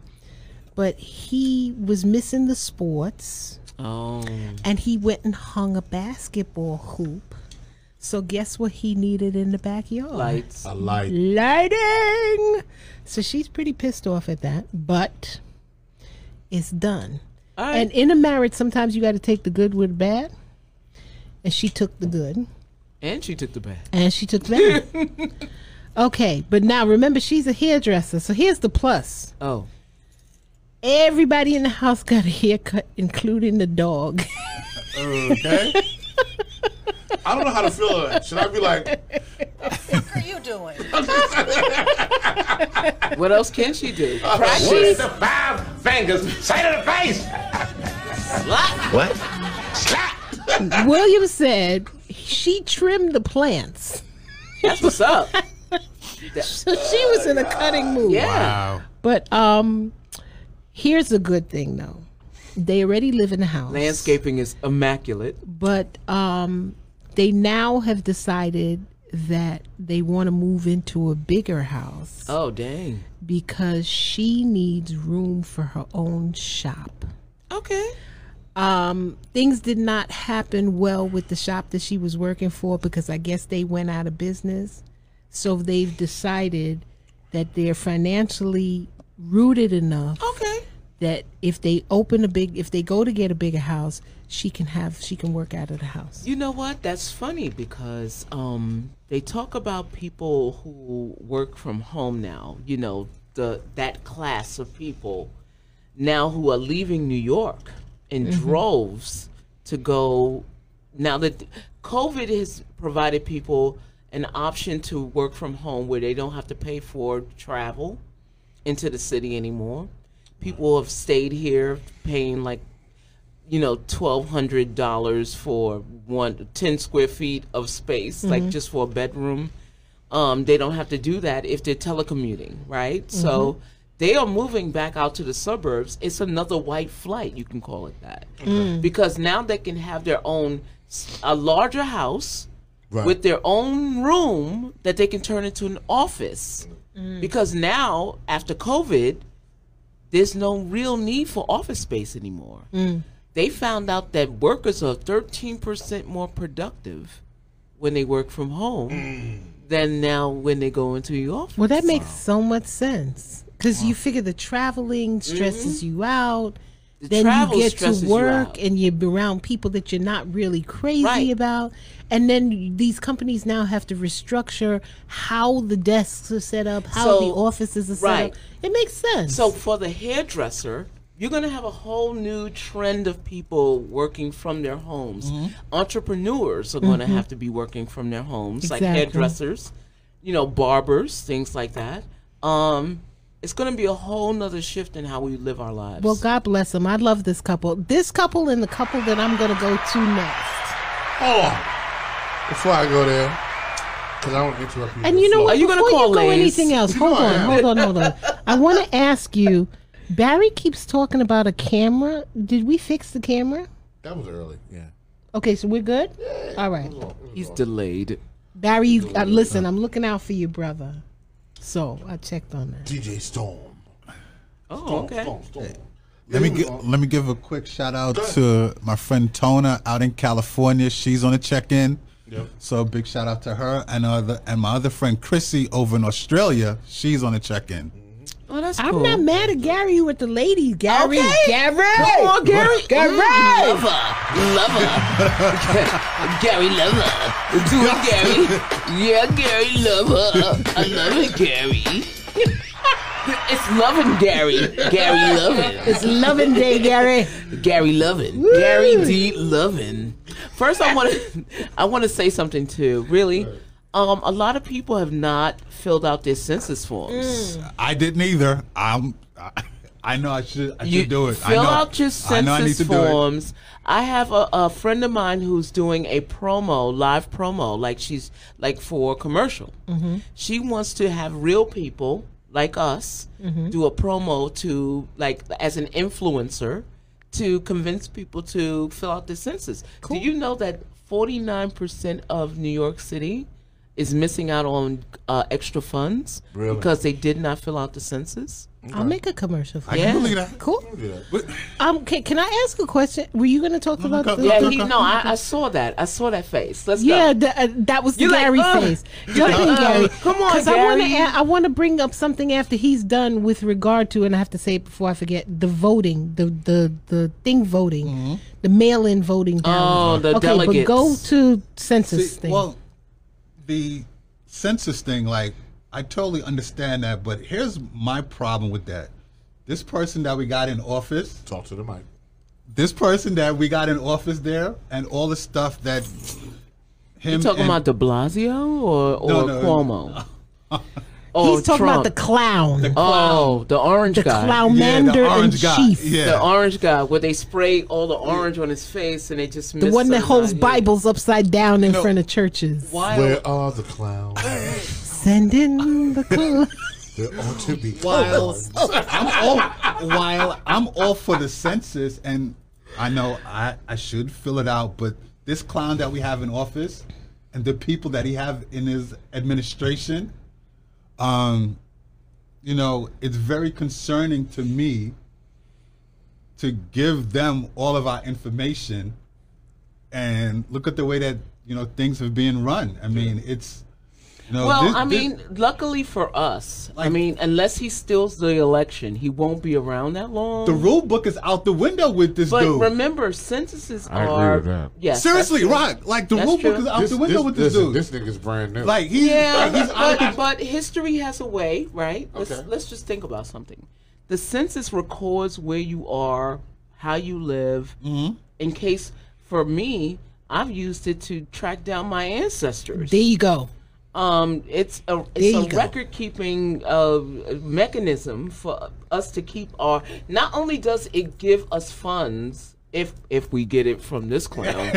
[SPEAKER 3] But he was missing the sports
[SPEAKER 4] Oh,
[SPEAKER 3] and he went and hung a basketball hoop. So guess what he needed in the backyard?
[SPEAKER 4] lights.
[SPEAKER 1] I like.
[SPEAKER 3] Lighting. So she's pretty pissed off at that, but it's done.
[SPEAKER 4] All
[SPEAKER 3] And
[SPEAKER 4] right.
[SPEAKER 3] in a marriage, sometimes you got to take the good with the bad. And she took the good,
[SPEAKER 4] And she took the bath.
[SPEAKER 3] and she took the bad. okay, but now remember, she's a hairdresser. So here's the plus.
[SPEAKER 4] Oh,
[SPEAKER 3] Everybody in the house got a haircut, including the dog.
[SPEAKER 1] Okay. I don't know how to feel. about that. Should I be like,
[SPEAKER 4] what else can she do?
[SPEAKER 5] Practice the five fingers, side of the face. What? Slap.
[SPEAKER 3] William said she trimmed the plants.
[SPEAKER 4] That's what's up.
[SPEAKER 3] So she was in a cutting mood.
[SPEAKER 4] Yeah.
[SPEAKER 2] wow.
[SPEAKER 3] But um here's a good thing though. They already live in the house.
[SPEAKER 4] Landscaping is immaculate.
[SPEAKER 3] But um they now have decided that they want to move into a bigger house
[SPEAKER 4] Oh, dang.
[SPEAKER 3] because she needs room for her own shop.
[SPEAKER 4] Okay.
[SPEAKER 3] um, things did not happen well with the shop that she was working for because I guess they went out of business. So they've decided that they're financially rooted enough
[SPEAKER 4] Okay.
[SPEAKER 3] that if they open a big, if they go to get a bigger house, she can have, she can work out of the house.
[SPEAKER 4] You know what? That's funny because um, they talk about people who work from home now. You know, the that class of people now who are leaving New York in droves to go. Now that COVID has provided people an option to work from home where they don't have to pay for travel into the city anymore. People have stayed here paying like you know twelve hundred dollars for one 10 square feet of space, like just for a bedroom. Um, they don't have to do that if they're telecommuting, right? So they are moving back out to the suburbs. It's another white flight, you can call it that, because now they can have their own s- a larger house
[SPEAKER 1] Right.
[SPEAKER 4] with their own room that they can turn into an office. Because now, after COVID, there's no real need for office space anymore. They found out that workers are 13% more productive when they work from home than now when they go into the office.
[SPEAKER 3] Well, that makes so much sense because you figure the traveling stresses you out.
[SPEAKER 4] Mm-hmm. The
[SPEAKER 3] then
[SPEAKER 4] travel
[SPEAKER 3] you get
[SPEAKER 4] stresses
[SPEAKER 3] to
[SPEAKER 4] you
[SPEAKER 3] work
[SPEAKER 4] out.
[SPEAKER 3] and you're around people that you're not really crazy
[SPEAKER 4] Right.
[SPEAKER 3] about. And then these companies now have to restructure how the desks are set up, how the
[SPEAKER 4] So-
[SPEAKER 3] offices are
[SPEAKER 4] right.
[SPEAKER 3] set up. It makes sense.
[SPEAKER 4] So for the hairdresser, you're going to have a whole new trend of people working from their homes.
[SPEAKER 3] Mm-hmm.
[SPEAKER 4] Entrepreneurs are going to have to be working from their homes, like
[SPEAKER 3] Exactly.
[SPEAKER 4] hairdressers, you know, barbers, things like that. Um, it's going to be a whole nother shift in how we live our lives.
[SPEAKER 3] Well, God bless them. I love this couple. This couple and the couple that I'm going to go to next.
[SPEAKER 1] Oh, before I go there, because I don't interrupt you.
[SPEAKER 3] And you know what?
[SPEAKER 4] Are you gonna
[SPEAKER 3] Before
[SPEAKER 4] call
[SPEAKER 3] you go
[SPEAKER 4] Lay's?
[SPEAKER 3] anything else?
[SPEAKER 1] You know
[SPEAKER 3] Hold
[SPEAKER 1] I
[SPEAKER 3] on,
[SPEAKER 1] am.
[SPEAKER 3] hold on, hold on. I want to ask you. Barry keeps talking about a camera. Did we fix the camera?
[SPEAKER 1] That was early. Yeah.
[SPEAKER 3] Okay, so we're good. All right,
[SPEAKER 4] he's delayed.
[SPEAKER 3] Barry. You, uh, listen, I'm looking out for you, brother. So I checked on that.
[SPEAKER 1] DJ Storm.
[SPEAKER 4] Oh, okay.
[SPEAKER 1] Storm, Storm.
[SPEAKER 2] Let me gi-
[SPEAKER 1] on.
[SPEAKER 2] let me give a quick shout out to my friend Tona out in California. She's on a check in.
[SPEAKER 1] Yep.
[SPEAKER 2] So a big shout out to her and other and my other friend Chrissy over in Australia. She's on a check in.
[SPEAKER 4] Oh, that's
[SPEAKER 3] I'm
[SPEAKER 4] cool.
[SPEAKER 3] not mad at Gary with the ladies. Gary,
[SPEAKER 4] Okay.
[SPEAKER 3] Gary,
[SPEAKER 4] Come on, Gary.
[SPEAKER 3] Gary.
[SPEAKER 4] Mm, Lover. Lover. Gary Lover. Do it, Gary. Yeah, Gary Lover. I love it, Gary. It's loving Gary. Gary loving.
[SPEAKER 3] It's loving day, Gary.
[SPEAKER 4] Gary loving. Gary D loving. First, I want to I want to say something too. Really, um, a lot of people have not filled out their census
[SPEAKER 3] Mm.
[SPEAKER 4] forms.
[SPEAKER 2] I didn't either. I'm. I, I know I should. I
[SPEAKER 4] you
[SPEAKER 2] should do it. I
[SPEAKER 4] Fill
[SPEAKER 2] know-
[SPEAKER 4] out your
[SPEAKER 2] I know I need
[SPEAKER 4] census
[SPEAKER 2] to do it.
[SPEAKER 4] forms. I have a, a friend of mine who's doing a promo, live promo, like she's like for a commercial. She wants to have real people like us do a promo to like as an influencer to convince people to fill out the census. Do you know that forty nine percent of New York City is missing out on uh, extra funds
[SPEAKER 1] Really?
[SPEAKER 4] because they did not fill out the census?
[SPEAKER 3] I'll make a commercial for
[SPEAKER 2] I
[SPEAKER 3] you.
[SPEAKER 4] Yeah.
[SPEAKER 2] can believe that.
[SPEAKER 3] Cool.
[SPEAKER 1] Yeah.
[SPEAKER 3] Um, can, can I ask a question? Were you going to talk about
[SPEAKER 2] go-
[SPEAKER 3] the,
[SPEAKER 4] Yeah,
[SPEAKER 2] Okay.
[SPEAKER 4] he, no, I, I saw that. I saw that face. Let's
[SPEAKER 3] yeah,
[SPEAKER 4] go.
[SPEAKER 3] th- uh, that was the
[SPEAKER 4] You're like,
[SPEAKER 3] Gary
[SPEAKER 4] "Ugh."
[SPEAKER 3] face.
[SPEAKER 4] You're
[SPEAKER 3] Jump
[SPEAKER 4] like,
[SPEAKER 3] in,
[SPEAKER 4] "Ugh,
[SPEAKER 3] Gary.
[SPEAKER 4] come on,
[SPEAKER 3] 'Cause I want to
[SPEAKER 4] Gary.
[SPEAKER 3] I want to bring up something after he's done with regard to, and I have to say it before I forget the voting, the the the thing voting, the mail-in voting. ballot.
[SPEAKER 4] Mm-hmm. Oh, the
[SPEAKER 3] okay,
[SPEAKER 4] delegates.
[SPEAKER 3] But go to census
[SPEAKER 2] See,
[SPEAKER 3] thing.
[SPEAKER 2] Well, the census thing, like, I totally understand that, but here's my problem with that. This person that we got in office,
[SPEAKER 1] Talk to the mic.
[SPEAKER 2] this person that we got in office there, and all the stuff that him
[SPEAKER 4] You talking
[SPEAKER 2] and-
[SPEAKER 4] about De Blasio or, or
[SPEAKER 2] No, no.
[SPEAKER 4] Cuomo? or
[SPEAKER 3] he's talking
[SPEAKER 4] oh, Trump?
[SPEAKER 3] about the clown, the,
[SPEAKER 4] oh, the orange guy.
[SPEAKER 2] yeah,
[SPEAKER 3] clownmander
[SPEAKER 2] the
[SPEAKER 3] in
[SPEAKER 2] orange guy.
[SPEAKER 3] chief,
[SPEAKER 2] Yeah.
[SPEAKER 4] The orange guy, where they spray all the orange on his face and they just
[SPEAKER 3] the one that holds Bibles upside down in
[SPEAKER 2] know-
[SPEAKER 3] front of churches.
[SPEAKER 4] Why?
[SPEAKER 1] Where are the clowns?
[SPEAKER 3] Send in the clown.
[SPEAKER 1] There ought to be
[SPEAKER 2] while
[SPEAKER 1] clowns.
[SPEAKER 2] I'm all while I'm all for the census, and I know I I should fill it out, but this clown that we have in office, and the people that he have in his administration, um, you know, it's very concerning to me to give them all of our information, and look at the way that you know things are being run. I mean, it's. You know,
[SPEAKER 4] Well,
[SPEAKER 2] this-
[SPEAKER 4] I
[SPEAKER 2] this-
[SPEAKER 4] mean, luckily for us, I
[SPEAKER 2] Like-
[SPEAKER 4] mean, unless he steals the election, he won't be around that long.
[SPEAKER 2] the rule book is out the window with this
[SPEAKER 4] but
[SPEAKER 2] dude.
[SPEAKER 4] remember, censuses
[SPEAKER 1] I agree
[SPEAKER 4] are
[SPEAKER 1] with that.
[SPEAKER 4] yes, that's
[SPEAKER 2] Seriously,
[SPEAKER 4] true.
[SPEAKER 2] Rock. Like the
[SPEAKER 4] That's
[SPEAKER 2] rule book
[SPEAKER 4] true.
[SPEAKER 2] is out the window with this
[SPEAKER 1] listen,
[SPEAKER 2] dude.
[SPEAKER 1] This nigga's brand new.
[SPEAKER 2] like he's
[SPEAKER 4] Yeah,
[SPEAKER 2] like, he's out
[SPEAKER 4] but,
[SPEAKER 2] the,
[SPEAKER 4] but history has a way, right? Let's,
[SPEAKER 1] Okay.
[SPEAKER 4] let's just think about something. The census records where you are, how you live, in case, for me, I've used it to track down my ancestors.
[SPEAKER 3] There you go.
[SPEAKER 4] um, it's a,
[SPEAKER 3] you
[SPEAKER 4] it's a
[SPEAKER 3] go.
[SPEAKER 4] record keeping uh, mechanism for us to keep our. Not only does it give us funds if if we get it from this clown,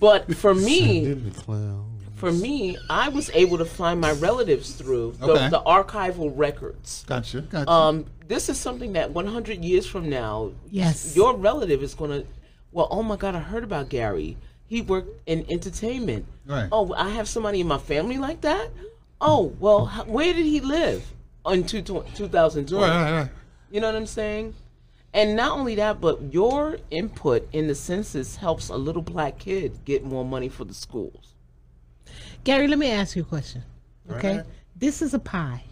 [SPEAKER 4] but for me,
[SPEAKER 1] the clown.
[SPEAKER 4] for me, I was able to find my relatives through the,
[SPEAKER 2] Okay.
[SPEAKER 4] the archival records.
[SPEAKER 2] gotcha, gotcha.
[SPEAKER 4] Um, this is something that 100 years from now,
[SPEAKER 3] Yes.
[SPEAKER 4] your relative is going to, well, oh my God, I heard about Gary. He worked in entertainment.
[SPEAKER 2] Right.
[SPEAKER 4] Oh, I have somebody in my family like that? Oh, well, h- where did he live in two, 2020?
[SPEAKER 2] Right, right, right.
[SPEAKER 4] You know what I'm saying? And not only that, but your input in the census helps a little black kid get more money for the schools.
[SPEAKER 3] Gary, let me ask you a question. Okay,
[SPEAKER 2] Right.
[SPEAKER 3] this is a pie.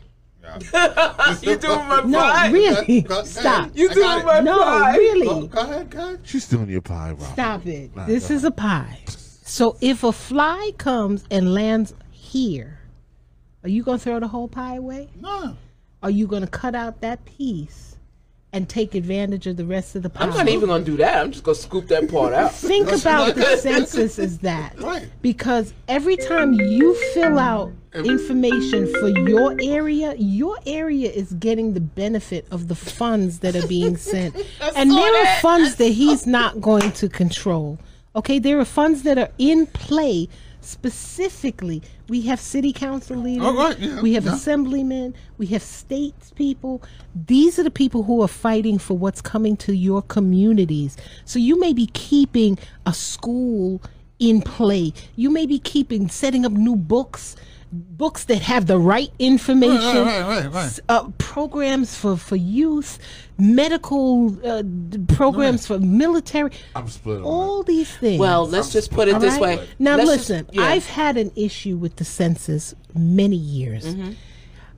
[SPEAKER 4] you doing my
[SPEAKER 3] No,
[SPEAKER 4] pie?
[SPEAKER 3] really,
[SPEAKER 2] Go- go ahead.
[SPEAKER 3] stop.
[SPEAKER 4] You
[SPEAKER 2] I
[SPEAKER 4] doing
[SPEAKER 2] got it.
[SPEAKER 4] my
[SPEAKER 3] No,
[SPEAKER 4] pie?
[SPEAKER 2] Go,
[SPEAKER 3] really,
[SPEAKER 2] go ahead, go ahead.
[SPEAKER 1] She's doing your pie, Rob.
[SPEAKER 3] stop it. This is a pie. So if a fly comes and lands here, are you gonna throw the whole pie away?
[SPEAKER 2] No.
[SPEAKER 3] Are you gonna cut out that piece and take advantage of the rest of the pie?
[SPEAKER 4] I'm not even gonna do that. I'm just gonna scoop that part out.
[SPEAKER 3] Think about the
[SPEAKER 2] Right.
[SPEAKER 3] census is that.
[SPEAKER 2] Right.
[SPEAKER 3] Because every time you fill out information for your area, your area is getting the benefit of the funds that are being sent. and there are funds that he's not going to control. Okay, there are funds that are in play specifically. We have city council leaders,
[SPEAKER 2] All right, yeah,
[SPEAKER 3] we have
[SPEAKER 2] yeah.
[SPEAKER 3] assemblymen, we have states people. These are the people who are fighting for what's coming to your communities. So you may be keeping a school in play. You may be keeping setting up new books, books that have the right information,
[SPEAKER 2] right, right, right.
[SPEAKER 3] s- Uh, programs for for youth, medical uh, d- programs for military.
[SPEAKER 1] I'm split on
[SPEAKER 3] all these things.
[SPEAKER 4] Well, let's just put it
[SPEAKER 3] All
[SPEAKER 4] this
[SPEAKER 3] right?
[SPEAKER 4] way.
[SPEAKER 3] Now,
[SPEAKER 4] Let's just-
[SPEAKER 3] listen,
[SPEAKER 4] yeah.
[SPEAKER 3] I've had an issue with the census many years,
[SPEAKER 4] Mm-hmm.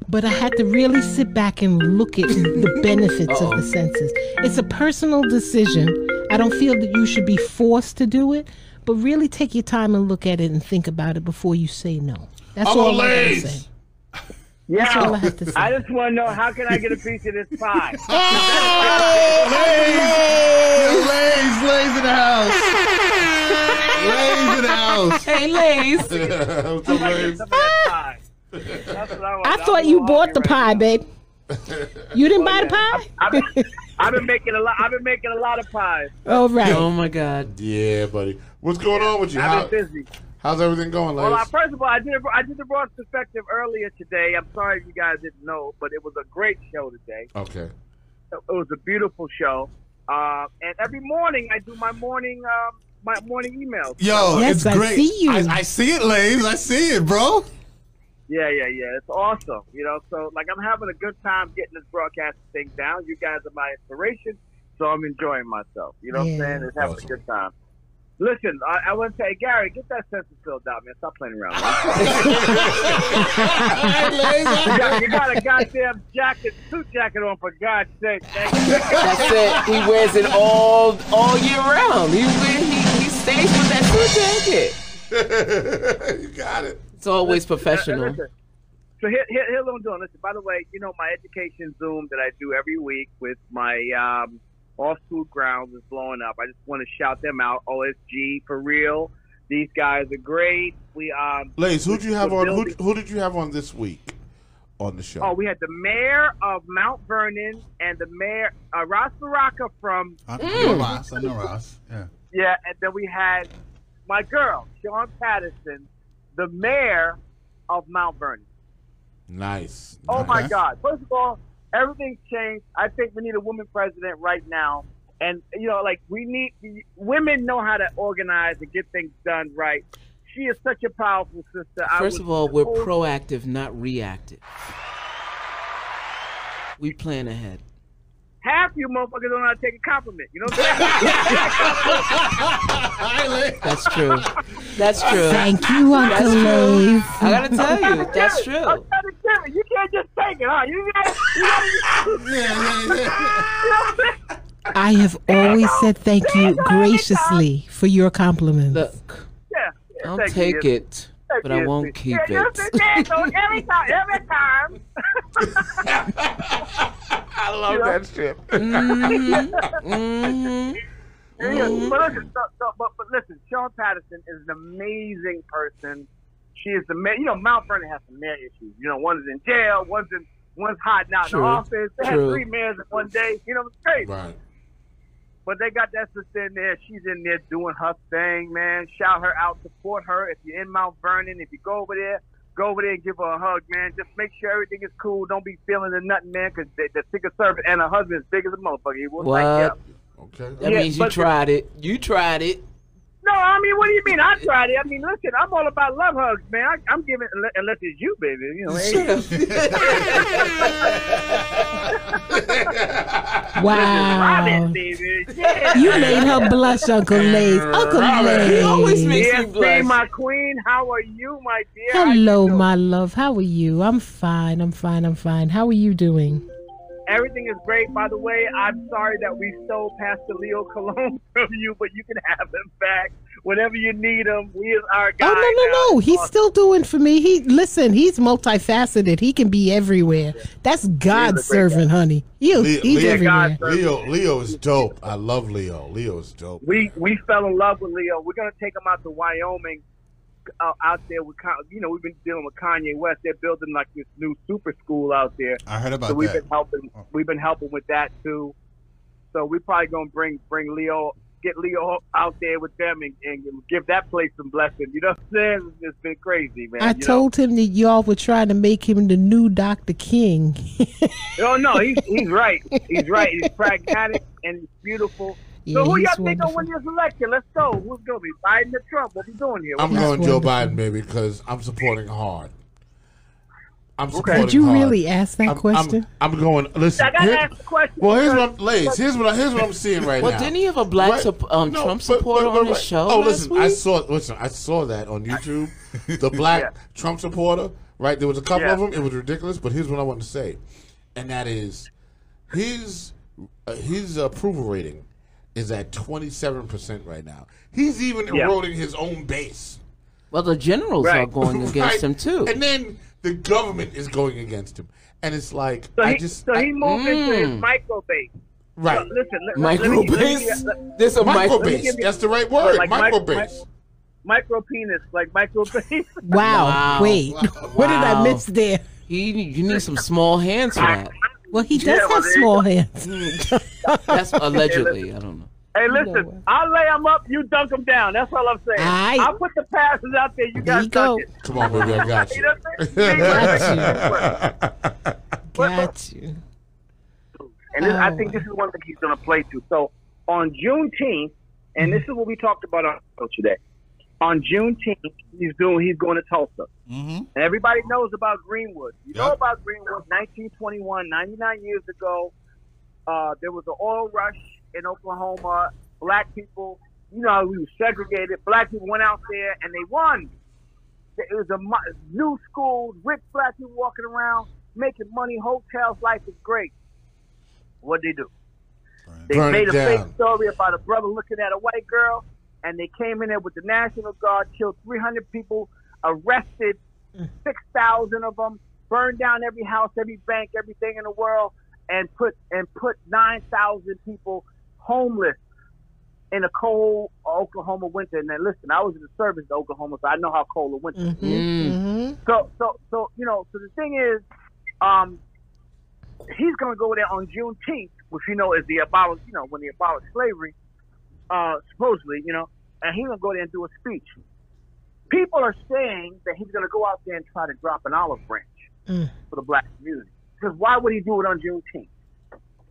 [SPEAKER 3] but I had to really sit back and look at the benefits of the census. It's a personal decision. I don't feel that you should be forced to do it, but really take your time and look at it and think about it before you say no. That's
[SPEAKER 1] I'm
[SPEAKER 3] all I have to
[SPEAKER 1] amazed.
[SPEAKER 3] say. That's all I
[SPEAKER 8] Yeah.
[SPEAKER 3] have to say.
[SPEAKER 8] I just want to know how can I get a piece of this pie?
[SPEAKER 2] Lays, lays, lays in the house. lays in the house.
[SPEAKER 4] Hey, Lays.
[SPEAKER 1] it.
[SPEAKER 8] Some of that pie. That's what I, want.
[SPEAKER 3] I
[SPEAKER 8] I'm
[SPEAKER 3] thought you
[SPEAKER 8] all
[SPEAKER 3] bought the pie,
[SPEAKER 8] hungry right now.
[SPEAKER 3] babe. You didn't buy the pie?
[SPEAKER 8] I've been, I've been making a lot. I've been making a lot of pies.
[SPEAKER 3] All right.
[SPEAKER 4] Oh my God.
[SPEAKER 1] yeah, buddy. What's going on with you? How,
[SPEAKER 8] I've been busy.
[SPEAKER 1] how's everything going,
[SPEAKER 8] Well, I,
[SPEAKER 1] ladies?
[SPEAKER 8] first of all, I did a- I did the Ross perspective earlier today. I'm sorry if you guys didn't know, but it was a great show today.
[SPEAKER 1] Okay.
[SPEAKER 8] It was a beautiful show. Uh, and every morning I do my morning um, my morning emails.
[SPEAKER 2] Yo,
[SPEAKER 3] Yes,
[SPEAKER 2] it's
[SPEAKER 3] I
[SPEAKER 2] great.
[SPEAKER 3] see you.
[SPEAKER 2] I, I see it, Lays. I see it, bro.
[SPEAKER 8] Yeah, yeah, yeah. It's awesome. You know, so like I'm having a good time getting this broadcasting thing down. You guys are my inspiration, so I'm enjoying myself. You know
[SPEAKER 3] Yeah.
[SPEAKER 8] what I'm saying? It's having
[SPEAKER 1] Awesome.
[SPEAKER 8] a good time. Listen, I, I want to say, Gary, get that census filled out, man. Stop playing around. you, got, you got a goddamn jacket, suit jacket on, for God's sake. Thank you.
[SPEAKER 4] That's it. He wears it all all year round. He wear- he, he stays with that blue jacket.
[SPEAKER 1] you got it.
[SPEAKER 4] It's always
[SPEAKER 8] And
[SPEAKER 4] professional.
[SPEAKER 8] listen, so here, here, here's what I'm doing. Listen, by the way, you know my education Zoom that I do every week with my um, off school grounds is blowing up. I just want to shout them out. OSG for real. These guys are great. We um,
[SPEAKER 1] Ladies, who'd you have
[SPEAKER 8] We're
[SPEAKER 1] on? Who,
[SPEAKER 8] building-
[SPEAKER 1] who did you have on this week on the show?
[SPEAKER 8] oh, we had the mayor of Mount Vernon and the mayor uh, Ross Baraka from
[SPEAKER 2] I know Ross. I know Ross. Yeah.
[SPEAKER 8] yeah, and then we had my girl Sean Patterson, the mayor of Mount Vernon.
[SPEAKER 1] nice.
[SPEAKER 8] Oh
[SPEAKER 1] nice.
[SPEAKER 8] my
[SPEAKER 2] Okay.
[SPEAKER 8] God! First of all, everything's changed. I think we need a woman president right now, and you know, like we need women know how to organize and get things done right. She is such a powerful sister. I
[SPEAKER 4] First
[SPEAKER 8] was-
[SPEAKER 4] of all, we're proactive, not reactive. We plan ahead.
[SPEAKER 8] Half you motherfuckers don't know how to take a compliment. You know what I'm saying?
[SPEAKER 4] That's true. That's true.
[SPEAKER 3] Thank you, Uncle Lave.
[SPEAKER 4] I gotta tell you, that's
[SPEAKER 8] Jerry, I'm
[SPEAKER 4] true.
[SPEAKER 8] trying to tell you, you can't just take it, huh? You gotta, you gotta, you know what I'm saying?
[SPEAKER 3] I have always said thank you graciously for your compliments.
[SPEAKER 4] Look,
[SPEAKER 8] Yeah, yeah,
[SPEAKER 4] I'll
[SPEAKER 8] thank you,
[SPEAKER 4] take
[SPEAKER 8] Miss.
[SPEAKER 4] it, but I won't keep
[SPEAKER 8] yeah, you know
[SPEAKER 4] it.
[SPEAKER 8] what I'm saying? So every time, every time.
[SPEAKER 1] I love that shit.
[SPEAKER 8] Mm-hmm. Yeah, yeah. But, listen, so, so, but, but listen, Sean Patterson is an amazing person. She is the mayor. You know, Mount Vernon has some mayor issues. You know, one's in jail, one's in one's hiding out in
[SPEAKER 4] True.
[SPEAKER 8] the office. They
[SPEAKER 4] True.
[SPEAKER 8] had three mayors in one day. You know, it's crazy.
[SPEAKER 1] Right.
[SPEAKER 8] But they got that sister in there. She's in there doing her thing, man. Shout her out, support her. If you're in Mount Vernon, if you go over there, go over there and give her a hug, man. Just make sure everything is cool. Don't be feeling the nothing, man, because the, the Secret Service and her husband is big as a motherfucker. He will
[SPEAKER 4] What?
[SPEAKER 8] thank you.
[SPEAKER 1] Okay.
[SPEAKER 4] That
[SPEAKER 8] Yeah,
[SPEAKER 4] means you
[SPEAKER 8] but-
[SPEAKER 4] tried it. You tried it.
[SPEAKER 8] No, I mean, what do you mean? I tried it. I mean, listen, I'm all about love hugs, man. I, I'm giving unless, unless it's you, baby. You know, hey,
[SPEAKER 4] Shut up.
[SPEAKER 3] Wow.
[SPEAKER 8] baby. Yeah.
[SPEAKER 3] You made her blush, Uncle Lace. Uncle
[SPEAKER 4] He always
[SPEAKER 3] Lace.
[SPEAKER 4] makes me
[SPEAKER 8] ESP,
[SPEAKER 4] blush.
[SPEAKER 8] my queen. How are you, my dear? How you
[SPEAKER 3] Hello,
[SPEAKER 8] doing?
[SPEAKER 3] my love. How are you? I'm fine. I'm fine. I'm fine. How are you doing?
[SPEAKER 8] Everything is great, by the way. I'm sorry that we stole Pastor Leo Cologne from you, but you can have him back whenever you need him. He is our guy.
[SPEAKER 3] Oh no, no,
[SPEAKER 8] now.
[SPEAKER 3] no. He's still doing for me. He listen, he's multifaceted. He can be everywhere. That's God's servant, honey. You
[SPEAKER 1] Leo-
[SPEAKER 3] he's
[SPEAKER 1] Leo-
[SPEAKER 3] everywhere.
[SPEAKER 8] God,
[SPEAKER 1] Leo, Leo is dope. I love Leo. Leo is dope.
[SPEAKER 8] we we fell in love with Leo. We're gonna take him out to Wyoming, uh, out there with Con- you know we've been dealing with Kanye West. They're building like this new super school out there.
[SPEAKER 2] I heard
[SPEAKER 8] so
[SPEAKER 2] about
[SPEAKER 8] we've
[SPEAKER 2] that.
[SPEAKER 8] been helping
[SPEAKER 1] Oh.
[SPEAKER 8] we've been helping with that too. So we probably gonna bring bring Leo get Leo out there with them and, and give that place some blessing. You know what I'm saying? It's been crazy, man.
[SPEAKER 3] I
[SPEAKER 8] you know?
[SPEAKER 3] told him that y'all were trying to make him the new Dr. King.
[SPEAKER 8] No, Oh, no, he's he's right. He's right. He's pragmatic and he's beautiful.
[SPEAKER 3] Yeah,
[SPEAKER 8] so who
[SPEAKER 3] he's
[SPEAKER 8] y'all think gonna
[SPEAKER 3] wonderful.
[SPEAKER 8] win this election? Let's go. Who's gonna be Biden or Trump? What we doing here?
[SPEAKER 1] I'm
[SPEAKER 3] That's
[SPEAKER 1] going Joe
[SPEAKER 3] wonderful.
[SPEAKER 1] Biden, baby, because I'm supporting hard. I'm supporting
[SPEAKER 3] Did you
[SPEAKER 1] hard.
[SPEAKER 3] really ask that
[SPEAKER 1] I'm,
[SPEAKER 3] question?
[SPEAKER 1] I'm, I'm going. Listen.
[SPEAKER 8] I gotta
[SPEAKER 1] here-
[SPEAKER 8] ask the question.
[SPEAKER 1] Well, here's what I'm, Lays, here's what I, here's what I'm seeing right
[SPEAKER 4] Well,
[SPEAKER 1] now.
[SPEAKER 4] didn't he have a black
[SPEAKER 1] Right.
[SPEAKER 4] sup- um,
[SPEAKER 1] No,
[SPEAKER 4] Trump
[SPEAKER 1] but- but-
[SPEAKER 4] supporter
[SPEAKER 1] but-
[SPEAKER 4] on his
[SPEAKER 1] but-
[SPEAKER 4] show
[SPEAKER 1] Oh,
[SPEAKER 4] last
[SPEAKER 1] listen,
[SPEAKER 4] week?
[SPEAKER 1] I saw listen, I saw that on YouTube. The black
[SPEAKER 8] Yeah.
[SPEAKER 1] Trump supporter, right? There was a couple
[SPEAKER 8] Yeah.
[SPEAKER 1] of them. It was ridiculous, but here's what I want to say, and that is, his uh, his approval rating is at 27 percent right now. He's even
[SPEAKER 8] Yeah.
[SPEAKER 1] eroding his own base.
[SPEAKER 4] well, the generals are
[SPEAKER 8] Right.
[SPEAKER 4] going against
[SPEAKER 1] Right?
[SPEAKER 4] him too.
[SPEAKER 1] and then the government is going against him, and it's like
[SPEAKER 8] So
[SPEAKER 1] I
[SPEAKER 8] he,
[SPEAKER 1] just
[SPEAKER 8] so
[SPEAKER 1] I-
[SPEAKER 8] he moved into his micro base.
[SPEAKER 1] right.
[SPEAKER 8] So listen, let, let me- uh, let me-
[SPEAKER 4] Microbase.
[SPEAKER 8] let-
[SPEAKER 4] There's a
[SPEAKER 1] Micro
[SPEAKER 8] me
[SPEAKER 4] microbase.
[SPEAKER 8] give
[SPEAKER 1] base.
[SPEAKER 8] you-
[SPEAKER 1] That's the right word.
[SPEAKER 8] like
[SPEAKER 1] micro
[SPEAKER 8] micro-
[SPEAKER 1] base.
[SPEAKER 8] micro penis, like micro penis.
[SPEAKER 3] Wow.
[SPEAKER 4] Wow.
[SPEAKER 3] Wait. What did I
[SPEAKER 4] Wow.
[SPEAKER 3] miss there?
[SPEAKER 4] He, you need some small hands for that.
[SPEAKER 3] Well, he does
[SPEAKER 8] Yeah, well,
[SPEAKER 3] have
[SPEAKER 8] there you
[SPEAKER 3] small hands.
[SPEAKER 4] That's allegedly. I don't know.
[SPEAKER 8] hey, listen, I'll lay him up, you dunk him down. That's all I'm saying.
[SPEAKER 3] Aight.
[SPEAKER 8] I'll put the passes out there, you
[SPEAKER 3] There
[SPEAKER 8] guys
[SPEAKER 3] you go.
[SPEAKER 8] dunk it.
[SPEAKER 1] Come on, baby, I got
[SPEAKER 8] You
[SPEAKER 1] you.
[SPEAKER 8] know what I'm saying?
[SPEAKER 3] Got you.
[SPEAKER 8] And this, I
[SPEAKER 3] Oh.
[SPEAKER 8] think this is one thing he's going to play to. So on Juneteenth, and this is what we talked about on the show today. On Juneteenth, he's doing he's going to Tulsa,
[SPEAKER 2] Mhm.
[SPEAKER 8] and everybody knows about Greenwood. You know
[SPEAKER 2] Yep.
[SPEAKER 8] about Greenwood, 1921, 99 years ago. Uh, there was an oil rush in Oklahoma. Black people, you know, how we were segregated. Black people went out there and they won. It was a mo- new school, rich black people walking around, making money, hotels, life is great. What'd they do? They
[SPEAKER 1] Burn
[SPEAKER 8] made
[SPEAKER 1] it
[SPEAKER 8] a
[SPEAKER 1] down.
[SPEAKER 8] fake story about a brother looking at a white girl, and they came in there with the National Guard, killed 300 people, arrested 6,000 of them, burned down every house, every bank, everything in the world, and put and put 9,000 people homeless in a cold Oklahoma winter. And then listen, I was in the service to Oklahoma, so I know how cold the winter. is.
[SPEAKER 1] Mm-hmm.
[SPEAKER 8] So, so, so you know. So the thing is, um, he's going to go there on Juneteenth, which you know is the abolish, you know, when they abolished slavery, uh, supposedly, you know, and he's going to go there and do a speech. People are saying that he's going to go out there and try to drop an olive branch for the black community. Because why would he do it on Juneteenth?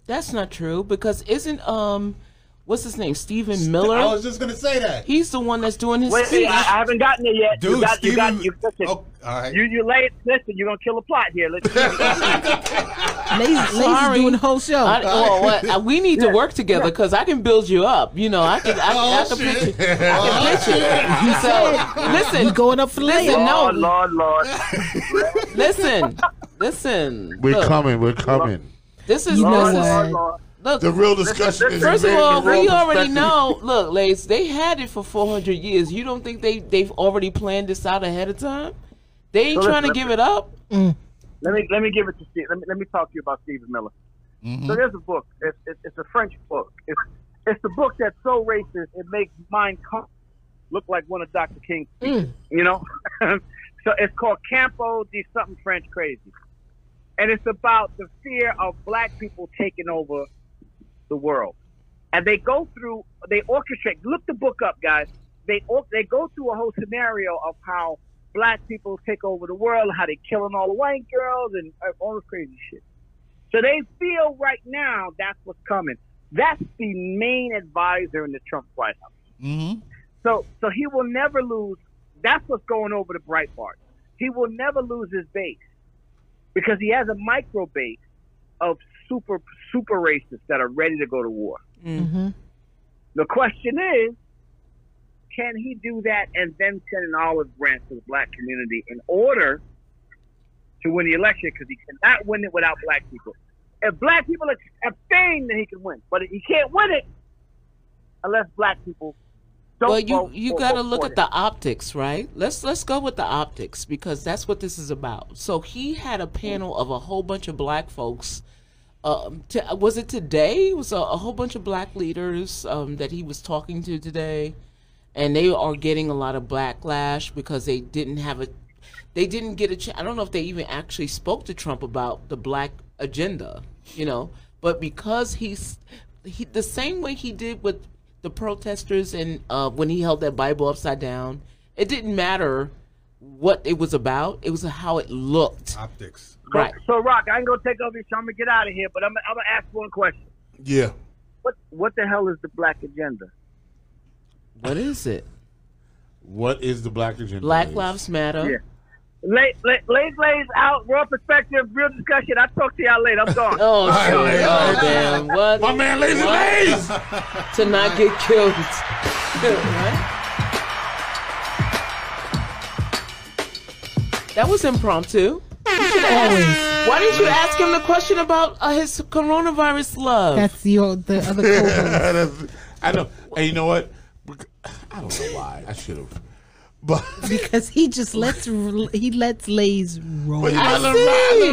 [SPEAKER 4] That's not true because isn't um, what's his name? Stephen Miller.
[SPEAKER 2] I was just gonna say that,
[SPEAKER 4] He's the one that's doing his
[SPEAKER 8] Wait,
[SPEAKER 4] speech.
[SPEAKER 8] I, I haven't gotten there yet.
[SPEAKER 2] dude.
[SPEAKER 8] you got,
[SPEAKER 2] Steven,
[SPEAKER 8] you got, you, listen,
[SPEAKER 2] oh, all right.
[SPEAKER 8] you, you late. Listen, you're going to kill a plot here. Listen,
[SPEAKER 1] Ah,
[SPEAKER 3] Lace, Lace is
[SPEAKER 4] Sorry.
[SPEAKER 3] doing the whole show.
[SPEAKER 4] I, well, what- I- we need to work together because I can build you up. You know, I can. I, I
[SPEAKER 2] oh
[SPEAKER 4] can
[SPEAKER 2] shit!
[SPEAKER 4] picture.
[SPEAKER 2] Oh, shit.
[SPEAKER 4] So listen,
[SPEAKER 3] You going up for Lace?
[SPEAKER 4] listen,
[SPEAKER 8] Lord,
[SPEAKER 4] no,
[SPEAKER 8] Lord, Lord.
[SPEAKER 4] listen, listen.
[SPEAKER 1] We're
[SPEAKER 4] Look,
[SPEAKER 1] coming. We're coming.
[SPEAKER 4] This is
[SPEAKER 3] You know
[SPEAKER 4] this
[SPEAKER 8] Lord,
[SPEAKER 3] what?
[SPEAKER 4] is
[SPEAKER 8] Lord, Lord.
[SPEAKER 4] look.
[SPEAKER 1] The real discussion is
[SPEAKER 4] First of
[SPEAKER 1] invading
[SPEAKER 4] all,
[SPEAKER 1] the raw
[SPEAKER 4] we already
[SPEAKER 1] perspective.
[SPEAKER 4] know. Look, Lace, they had it for 400 years. You don't think they they've already planned this out ahead of time? They ain't
[SPEAKER 8] So
[SPEAKER 4] trying to
[SPEAKER 8] listen,
[SPEAKER 4] give it up.
[SPEAKER 8] let me let me give it to Steve. Let me let me talk to you about Stephen Miller. So there's a book. It's, it's, it's a French book. It's it's the book that's so racist it makes Mein Kampf look like one of Dr. King's. speeches, You know, so it's called Campo de something French crazy, and it's about the fear of black people taking over the world. And they go through, they orchestrate. Look the book up, guys. They or- they go through a whole scenario of how black people take over the world, how they killing all the white girls, and uh, all this crazy shit. So they feel right now that's what's coming. That's the main advisor in the Trump White House.
[SPEAKER 2] Mhm.
[SPEAKER 8] So so he will never lose. That's what's going over to Breitbart. He will never lose his base because he has a micro base of
[SPEAKER 5] super super racists that are ready to go to war.
[SPEAKER 4] Mm-hmm.
[SPEAKER 5] The question is, can he do that and then send an olive branch to the black community in order to win the election? Because he cannot win it without black people. If black people abstain, then he can win. But he can't win it unless black people don't.
[SPEAKER 4] Well, you
[SPEAKER 5] vote
[SPEAKER 4] you
[SPEAKER 5] or
[SPEAKER 4] got to
[SPEAKER 5] vote
[SPEAKER 4] look
[SPEAKER 5] for
[SPEAKER 4] at
[SPEAKER 5] them.
[SPEAKER 4] the optics, right? Let's let's go with the optics because that's what this is about. So he had a panel of a whole bunch of black folks. Um, to, was it today? It was a, a whole bunch of black leaders um, that he was talking to today, and they are getting a lot of backlash because they didn't have a, they didn't get a. Ch- I don't know if they even actually spoke to Trump about the black agenda, you know. But because he's he the same way he did with the protesters and uh, when he held that Bible upside down, it didn't matter what it was about. It was how it looked.
[SPEAKER 2] Optics.
[SPEAKER 4] Right.
[SPEAKER 5] So, Rock, I can go take over your show. I'm gonna get out of here, but I'm, I'm gonna ask one question.
[SPEAKER 1] Yeah.
[SPEAKER 5] What what the hell is the black agenda?
[SPEAKER 4] What is it?
[SPEAKER 1] What is the black agenda?
[SPEAKER 4] Black
[SPEAKER 1] is?
[SPEAKER 4] Lives Matter.
[SPEAKER 5] Yeah. Lay, lay, lay, lays out raw perspective, real discussion. I'll talk to y'all later. I'm gone.
[SPEAKER 4] Oh, shit.
[SPEAKER 1] Lays.
[SPEAKER 4] oh damn! What
[SPEAKER 1] My man, Lazy Lays.
[SPEAKER 4] to not get killed? What? That was impromptu.
[SPEAKER 3] Always.
[SPEAKER 4] Why didn't you ask him the question about uh, his coronavirus love?
[SPEAKER 3] That's your the other co-host.
[SPEAKER 1] That's- I know. And you know what? Bec- I don't know why. I should have. But,
[SPEAKER 3] because he just lets r- he lets Lays roll.
[SPEAKER 1] but you know, I,
[SPEAKER 4] I
[SPEAKER 1] let him ride.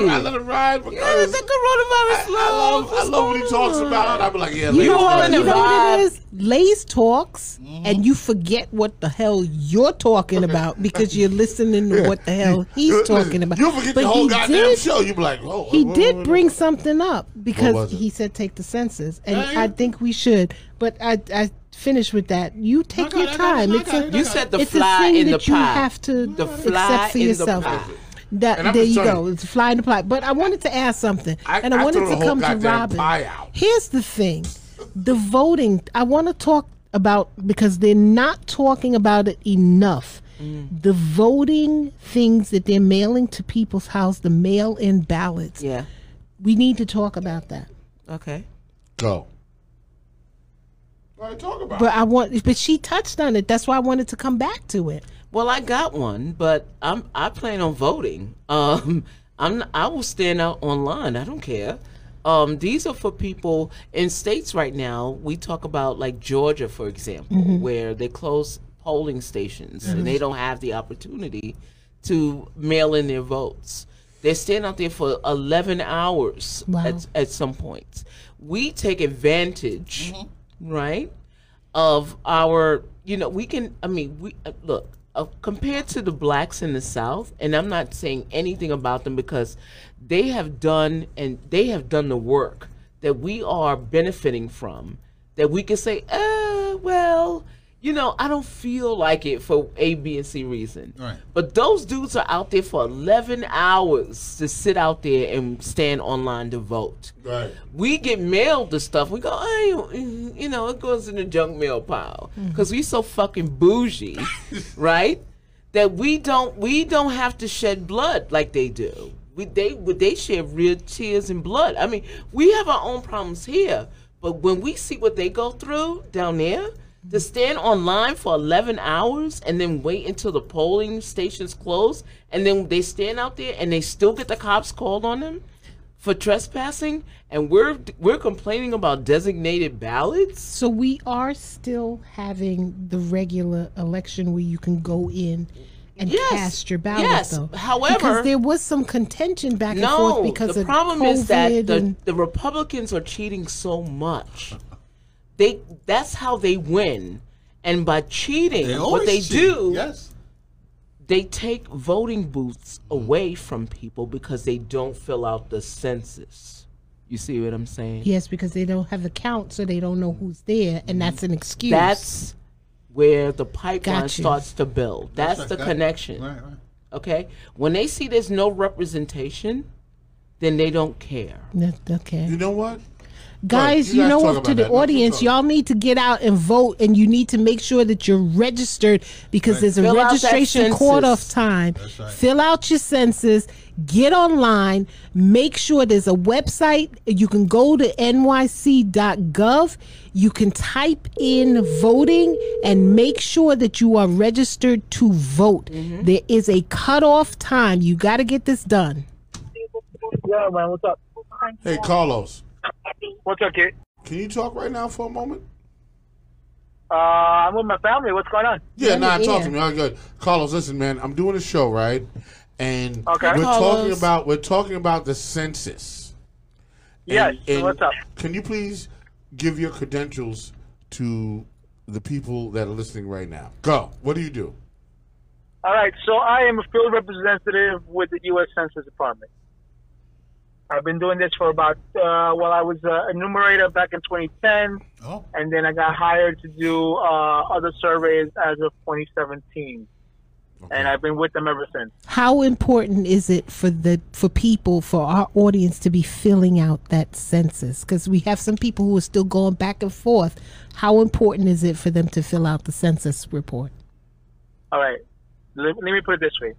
[SPEAKER 1] I
[SPEAKER 4] see.
[SPEAKER 1] let him ride
[SPEAKER 4] Yeah,
[SPEAKER 1] because
[SPEAKER 4] the coronavirus
[SPEAKER 1] I
[SPEAKER 4] love.
[SPEAKER 1] love, I love what he talks about. i be like, yeah,
[SPEAKER 3] You
[SPEAKER 1] Lays
[SPEAKER 3] know,
[SPEAKER 4] all
[SPEAKER 3] what,
[SPEAKER 4] in the
[SPEAKER 3] you know what
[SPEAKER 4] vibe.
[SPEAKER 3] it is? Lays talks,
[SPEAKER 1] Mm-hmm.
[SPEAKER 3] and you forget what the hell you're talking about because you're listening to what the hell he's
[SPEAKER 1] Listen,
[SPEAKER 3] talking about.
[SPEAKER 1] You forget
[SPEAKER 3] but
[SPEAKER 1] the whole
[SPEAKER 3] he
[SPEAKER 1] goddamn
[SPEAKER 3] did,
[SPEAKER 1] show. You be like, oh,
[SPEAKER 3] He
[SPEAKER 1] what-
[SPEAKER 3] did
[SPEAKER 1] what-
[SPEAKER 3] bring something up because
[SPEAKER 1] was it?
[SPEAKER 3] he said take the census, and
[SPEAKER 2] Hey.
[SPEAKER 3] I think we should. But I I finish with that. You take
[SPEAKER 2] got
[SPEAKER 3] your
[SPEAKER 2] it, I got
[SPEAKER 3] time.
[SPEAKER 2] it, I
[SPEAKER 3] It's
[SPEAKER 2] got
[SPEAKER 3] a,
[SPEAKER 2] it, I
[SPEAKER 4] You
[SPEAKER 2] got
[SPEAKER 4] said the
[SPEAKER 3] it's
[SPEAKER 4] fly
[SPEAKER 3] a thing
[SPEAKER 4] in the
[SPEAKER 3] that you
[SPEAKER 4] pie.
[SPEAKER 3] have to
[SPEAKER 4] The fly
[SPEAKER 3] accept for
[SPEAKER 4] in the
[SPEAKER 3] yourself.
[SPEAKER 4] pie.
[SPEAKER 1] And I'm
[SPEAKER 3] That, there you
[SPEAKER 1] just
[SPEAKER 3] go.
[SPEAKER 1] saying-
[SPEAKER 3] It's a fly in the pie. But I wanted to ask something,
[SPEAKER 1] I-
[SPEAKER 3] and I,
[SPEAKER 1] I
[SPEAKER 3] wanted
[SPEAKER 1] threw the
[SPEAKER 3] to
[SPEAKER 1] whole
[SPEAKER 3] come to
[SPEAKER 1] goddamn
[SPEAKER 3] Robin.
[SPEAKER 1] pie out.
[SPEAKER 3] Here's the thing: the voting. I want to talk about because they're not talking about it enough.
[SPEAKER 4] Mm.
[SPEAKER 3] The voting things that they're mailing to people's house, the mail-in ballots.
[SPEAKER 4] Yeah.
[SPEAKER 3] We need to talk about that.
[SPEAKER 4] Okay.
[SPEAKER 1] Go. All right, talk about.
[SPEAKER 3] But I want, but she touched on it. That's why I wanted to come back to it.
[SPEAKER 4] Well, I got one, but I'm I plan on voting. Um, I'm I will stand out online. I don't care. Um, these are for people in states right now. We talk about like Georgia, for example, where they close polling stations and they don't have the opportunity to mail in their votes. They stand out there for 11 hours
[SPEAKER 3] Wow.
[SPEAKER 4] at, at some points. We take advantage, right? of our you know we can i mean we uh, look uh, compared to the blacks in the south and i'm not saying anything about them because they have done and they have done the work that we are benefiting from that we can say uh well you know i don't feel like it for a b and c reason
[SPEAKER 2] Right.
[SPEAKER 4] but those dudes are out there for 11 hours to sit out there and stand online to vote
[SPEAKER 1] Right.
[SPEAKER 4] we get mailed the stuff. We go, oh, you- you know, it goes in the junk mail pile because we so fucking bougie, right? That we don't we don't have to shed blood like they do. We they would they shed real tears and blood. I mean, we have our own problems here, but when we see what they go through down there. To stand online for 11 hours and then wait until the polling stations close, and then they stand out there and they still get the cops called on them for trespassing, and we're we're complaining about designated ballots.
[SPEAKER 3] So we are still having the regular election where you can go in and
[SPEAKER 4] Yes.
[SPEAKER 3] cast your ballot.
[SPEAKER 4] Yes.
[SPEAKER 3] Though.
[SPEAKER 4] However-
[SPEAKER 3] because there was some contention back and
[SPEAKER 4] No,
[SPEAKER 3] forth because
[SPEAKER 4] the
[SPEAKER 3] of
[SPEAKER 4] problem
[SPEAKER 3] COVID
[SPEAKER 4] is that the,
[SPEAKER 3] and-
[SPEAKER 4] the Republicans are cheating so much. They that's how they win, and by cheating,
[SPEAKER 2] They
[SPEAKER 4] what
[SPEAKER 2] always
[SPEAKER 4] they
[SPEAKER 2] cheat.
[SPEAKER 4] do,
[SPEAKER 2] Yes.
[SPEAKER 4] they take voting booths away from people because they don't fill out the census. You see what I'm saying?
[SPEAKER 3] yes, because they don't have the count, so they don't know who's there, and that's an excuse.
[SPEAKER 4] That's where the pipeline
[SPEAKER 3] Got you.
[SPEAKER 4] starts to build. That's the
[SPEAKER 2] That-
[SPEAKER 4] connection.
[SPEAKER 2] Right, right.
[SPEAKER 4] Okay? When they see there's no representation, then they don't care.
[SPEAKER 3] That's- okay.
[SPEAKER 1] You know what?
[SPEAKER 3] Guys,
[SPEAKER 1] you
[SPEAKER 3] you,
[SPEAKER 1] guys
[SPEAKER 3] know
[SPEAKER 1] talk
[SPEAKER 3] what?
[SPEAKER 1] about
[SPEAKER 3] To the
[SPEAKER 1] that. Let's
[SPEAKER 3] audience,
[SPEAKER 1] keep talking.
[SPEAKER 3] y'all need to get out and vote, and you need to make sure that you're registered because there's a
[SPEAKER 4] Fill out that
[SPEAKER 3] registration
[SPEAKER 4] census.
[SPEAKER 3] cutoff time.
[SPEAKER 2] right.
[SPEAKER 3] Fill out your census, get online, make sure there's a website. You can go to nyc.gov, you can type in voting, and make sure that you are registered to vote.
[SPEAKER 4] Mm-hmm.
[SPEAKER 3] There is a cutoff time. You got to get this done.
[SPEAKER 8] Yeah, man, what's up?
[SPEAKER 1] Hey, Carlos,
[SPEAKER 8] What's up, kid?
[SPEAKER 1] can you talk right now for a moment?
[SPEAKER 8] Uh, I'm with my family. What's going on?
[SPEAKER 1] Yeah, nah,
[SPEAKER 3] yeah.
[SPEAKER 1] talk to me. I good. Carlos, listen, man, I'm doing a show, right? And
[SPEAKER 8] Okay.
[SPEAKER 1] we're talking
[SPEAKER 4] Carlos.
[SPEAKER 1] about we're talking about the census.
[SPEAKER 8] Yes,
[SPEAKER 1] And- and
[SPEAKER 8] what's up?
[SPEAKER 1] Can you please give your credentials to the people that are listening right now? Go. What do you do?
[SPEAKER 8] All right, so I am a field representative with the U.S. Census Department. I've been doing this for about, uh, well, I was a enumerator back in 2010,
[SPEAKER 2] Oh,
[SPEAKER 8] and then I got hired to do uh, other surveys as of 2017. And I've been with them ever since.
[SPEAKER 3] how important is it for the for people for our audience to be filling out that census because we have some people who are still going back and forth how important is it for them to fill out the census report
[SPEAKER 8] All right. Let, let me put it this way.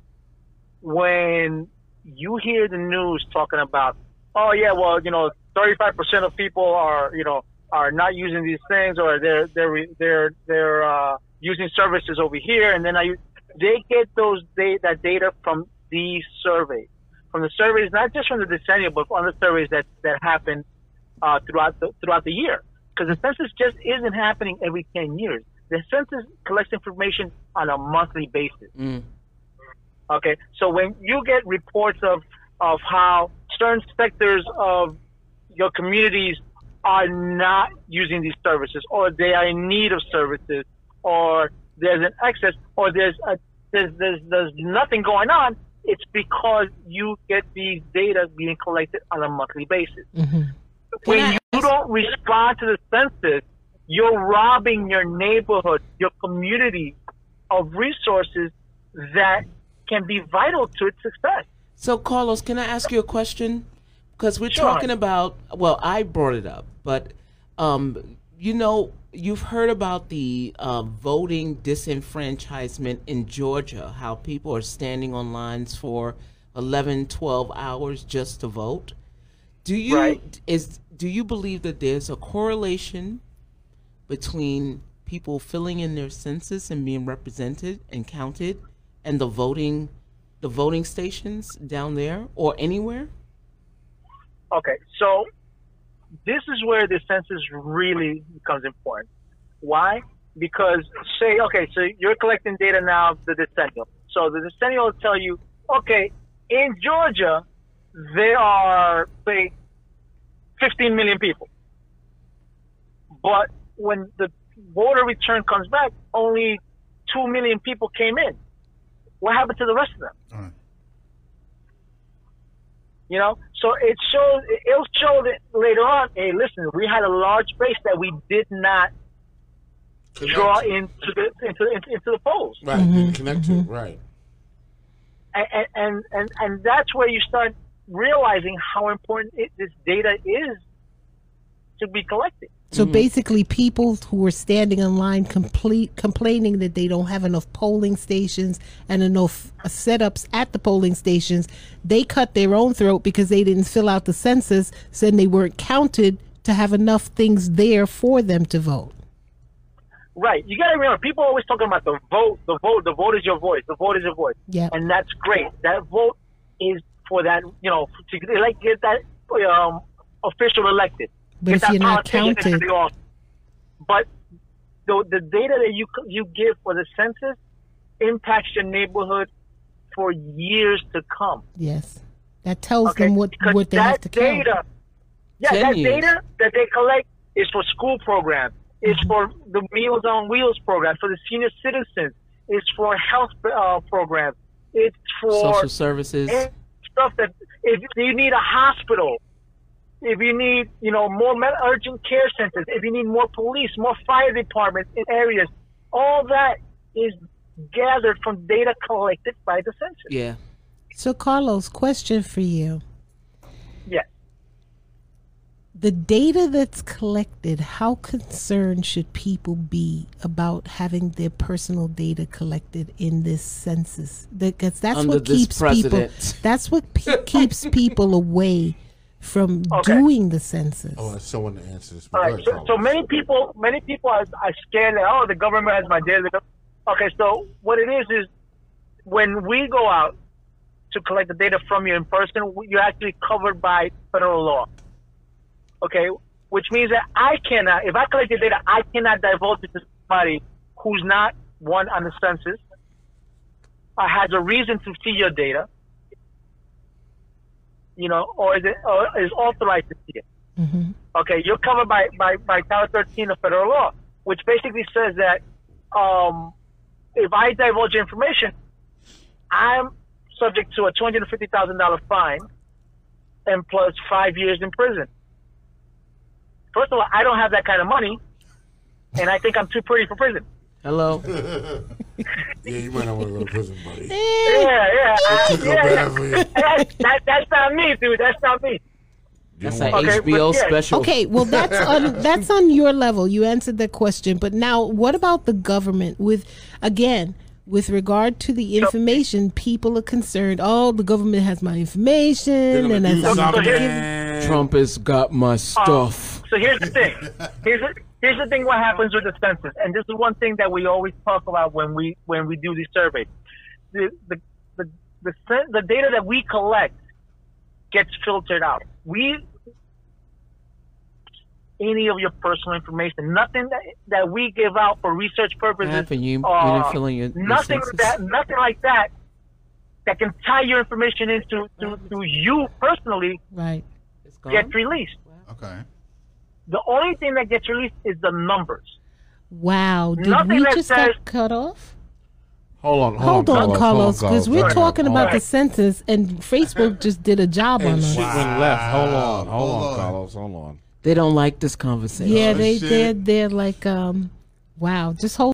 [SPEAKER 8] When you hear the news talking about, oh yeah, well, you know, 35% of people are, you know, are not using these things or they're, they're, they're, they're, uh, using services over here. And then I, they get those, they, that data from these surveys, from the surveys, not just from the decennial, but from other surveys that, that happen uh, throughout the throughout the year because the census just isn't happening every 10 years. The census collects information on a monthly basis. Okay, so when you get reports of of how certain sectors of your communities are not using these services, or they are in need of services, or there's an excess, or there's a there's there's, there's nothing going on. It's because you get these data being collected on a monthly basis when
[SPEAKER 4] Can I
[SPEAKER 8] you don't respond to the census, you're robbing your neighborhood, your community of resources that can be vital to its success.
[SPEAKER 4] So, Carlos, can I ask you a question? Because we're
[SPEAKER 8] Sure.
[SPEAKER 4] talking about, well, I brought it up, but um, you know, you've heard about the uh, voting disenfranchisement in Georgia, how people are standing on lines for 11, 12 hours just to vote. Do you
[SPEAKER 8] Right.
[SPEAKER 4] is do you believe that there's a correlation between people filling in their census and being represented and counted and the voting the voting stations down there or anywhere?
[SPEAKER 8] Okay, so this is where the census really becomes important. Why? Because say, okay, so you're collecting data now of the decennial. So the decennial will tell you, okay, in Georgia, there are say 15 million people. But when the voter return comes back, only 2 million people came in. What happened to the rest of them?
[SPEAKER 2] all right.
[SPEAKER 8] You know, so it shows. It'll show that later on. Hey, listen, we had a large base that we did not draw into the into into, into the polls,
[SPEAKER 1] Right.
[SPEAKER 3] Mm-hmm.
[SPEAKER 1] Connect to. Right.
[SPEAKER 8] and, and- and and and that's where you start realizing how important it, this data is to be collected.
[SPEAKER 3] so basically people who are standing in line complete complaining that they don't have enough polling stations and enough setups at the polling stations they cut their own throat because they didn't fill out the census so then they weren't counted to have enough things there for them to vote
[SPEAKER 8] Right. You got to remember, people always talking about the vote, the vote, the vote is your voice, the vote is your voice.
[SPEAKER 3] Yep.
[SPEAKER 8] And that's great. That vote is for that, you know, to elect, get that um, official elected.
[SPEAKER 3] But
[SPEAKER 8] get
[SPEAKER 3] if
[SPEAKER 8] that
[SPEAKER 3] you're not
[SPEAKER 8] politician into
[SPEAKER 3] counted-
[SPEAKER 8] the office. But the, the data that you c- you give for the census impacts your neighborhood for years to come.
[SPEAKER 3] Yes, that tells
[SPEAKER 8] Okay.
[SPEAKER 3] them what
[SPEAKER 8] Because
[SPEAKER 3] what they
[SPEAKER 8] that
[SPEAKER 3] have to count.
[SPEAKER 8] data, yeah,
[SPEAKER 4] Ten
[SPEAKER 8] that
[SPEAKER 4] years.
[SPEAKER 8] data that they collect is for school programs, is
[SPEAKER 3] Mm-hmm.
[SPEAKER 8] for the Meals on Wheels program, for the senior citizens, it's for health uh, programs, it's for
[SPEAKER 4] Social services.
[SPEAKER 8] any stuff that if you need a hospital, if you need you know more med- urgent care centers, if you need more police, more fire departments in areas, all that is gathered from data collected by the census.
[SPEAKER 4] Yeah.
[SPEAKER 3] So, Carlos, question for you:
[SPEAKER 8] Yes.
[SPEAKER 3] the data that's collected, how concerned should people be about having their personal data collected in this census? Because that's
[SPEAKER 4] Under
[SPEAKER 3] what
[SPEAKER 4] this
[SPEAKER 3] keeps people.
[SPEAKER 4] president.
[SPEAKER 3] That's what pe- keeps people away from
[SPEAKER 8] Okay.
[SPEAKER 3] doing the census.
[SPEAKER 1] Oh, someone to answer this.
[SPEAKER 8] All right. So, so many people, many people are, are scared that oh, the government has my data. Okay, so what it is is when we go out to collect the data from you in person, you're actually covered by federal law. Okay, which means that I cannot, if I collect the data, I cannot divulge it to somebody who's not one on the census, or has a reason to see your data, you know, or is, it, or is authorized to see it. Okay, you're covered by, by, by Title 13 of federal law, which basically says that um, if I divulge information, I'm subject to a $250,000 fine and plus five years in prison. First of all, I don't have that kind of money, and I think I'm too pretty for prison.
[SPEAKER 4] Hello.
[SPEAKER 1] yeah, you might not want to go to prison, buddy.
[SPEAKER 8] Yeah, yeah, I,
[SPEAKER 1] Could go
[SPEAKER 8] yeah.
[SPEAKER 1] bad
[SPEAKER 8] yeah.
[SPEAKER 1] for you.
[SPEAKER 8] That's, that, that's not me, dude. That's not me.
[SPEAKER 4] That's
[SPEAKER 1] don't
[SPEAKER 4] an
[SPEAKER 8] Okay, but
[SPEAKER 4] HBO
[SPEAKER 8] yeah.
[SPEAKER 4] special.
[SPEAKER 3] Okay, well that's on that's on your level. You answered the question, but now what about the government? With again, with regard to the information, people are concerned. Oh, the government has my
[SPEAKER 1] They're
[SPEAKER 3] information,
[SPEAKER 1] gonna
[SPEAKER 3] and
[SPEAKER 1] do
[SPEAKER 3] as I'm
[SPEAKER 8] something.
[SPEAKER 1] something.
[SPEAKER 4] Trump has got my stuff.
[SPEAKER 8] So here's the thing. Here's the, here's the thing. What happens with the census, and this is one thing that we always talk about when we when we do these surveys. The the the the, cen- the data that we collect gets filtered out. We any of your personal information, nothing that, that we give out for research purposes.
[SPEAKER 4] happened? You- you didn't
[SPEAKER 8] uh,
[SPEAKER 4] fill in your- your
[SPEAKER 8] nothing
[SPEAKER 4] census?
[SPEAKER 8] that nothing like that that can tie your information into to, to you personally
[SPEAKER 3] right.
[SPEAKER 4] It's gone.
[SPEAKER 8] gets released.
[SPEAKER 2] Okay.
[SPEAKER 8] The only thing that gets released is the numbers.
[SPEAKER 3] Wow, did
[SPEAKER 8] Nothing
[SPEAKER 3] we
[SPEAKER 8] that
[SPEAKER 3] just
[SPEAKER 8] says-
[SPEAKER 3] got cut off?
[SPEAKER 1] Hold on,
[SPEAKER 3] Hold on, Carlos, because we're
[SPEAKER 1] Hold on,
[SPEAKER 3] talking
[SPEAKER 1] hold
[SPEAKER 3] about
[SPEAKER 1] on.
[SPEAKER 3] the census, and Facebook just did a job on
[SPEAKER 1] And
[SPEAKER 3] us.
[SPEAKER 1] shit went left. Hold on, hold,
[SPEAKER 2] Hold
[SPEAKER 1] on,
[SPEAKER 2] on.
[SPEAKER 1] Carlos, hold on.
[SPEAKER 4] They don't like this conversation.
[SPEAKER 3] Yeah, they
[SPEAKER 2] shit.
[SPEAKER 3] they're they're like um, wow, just hold.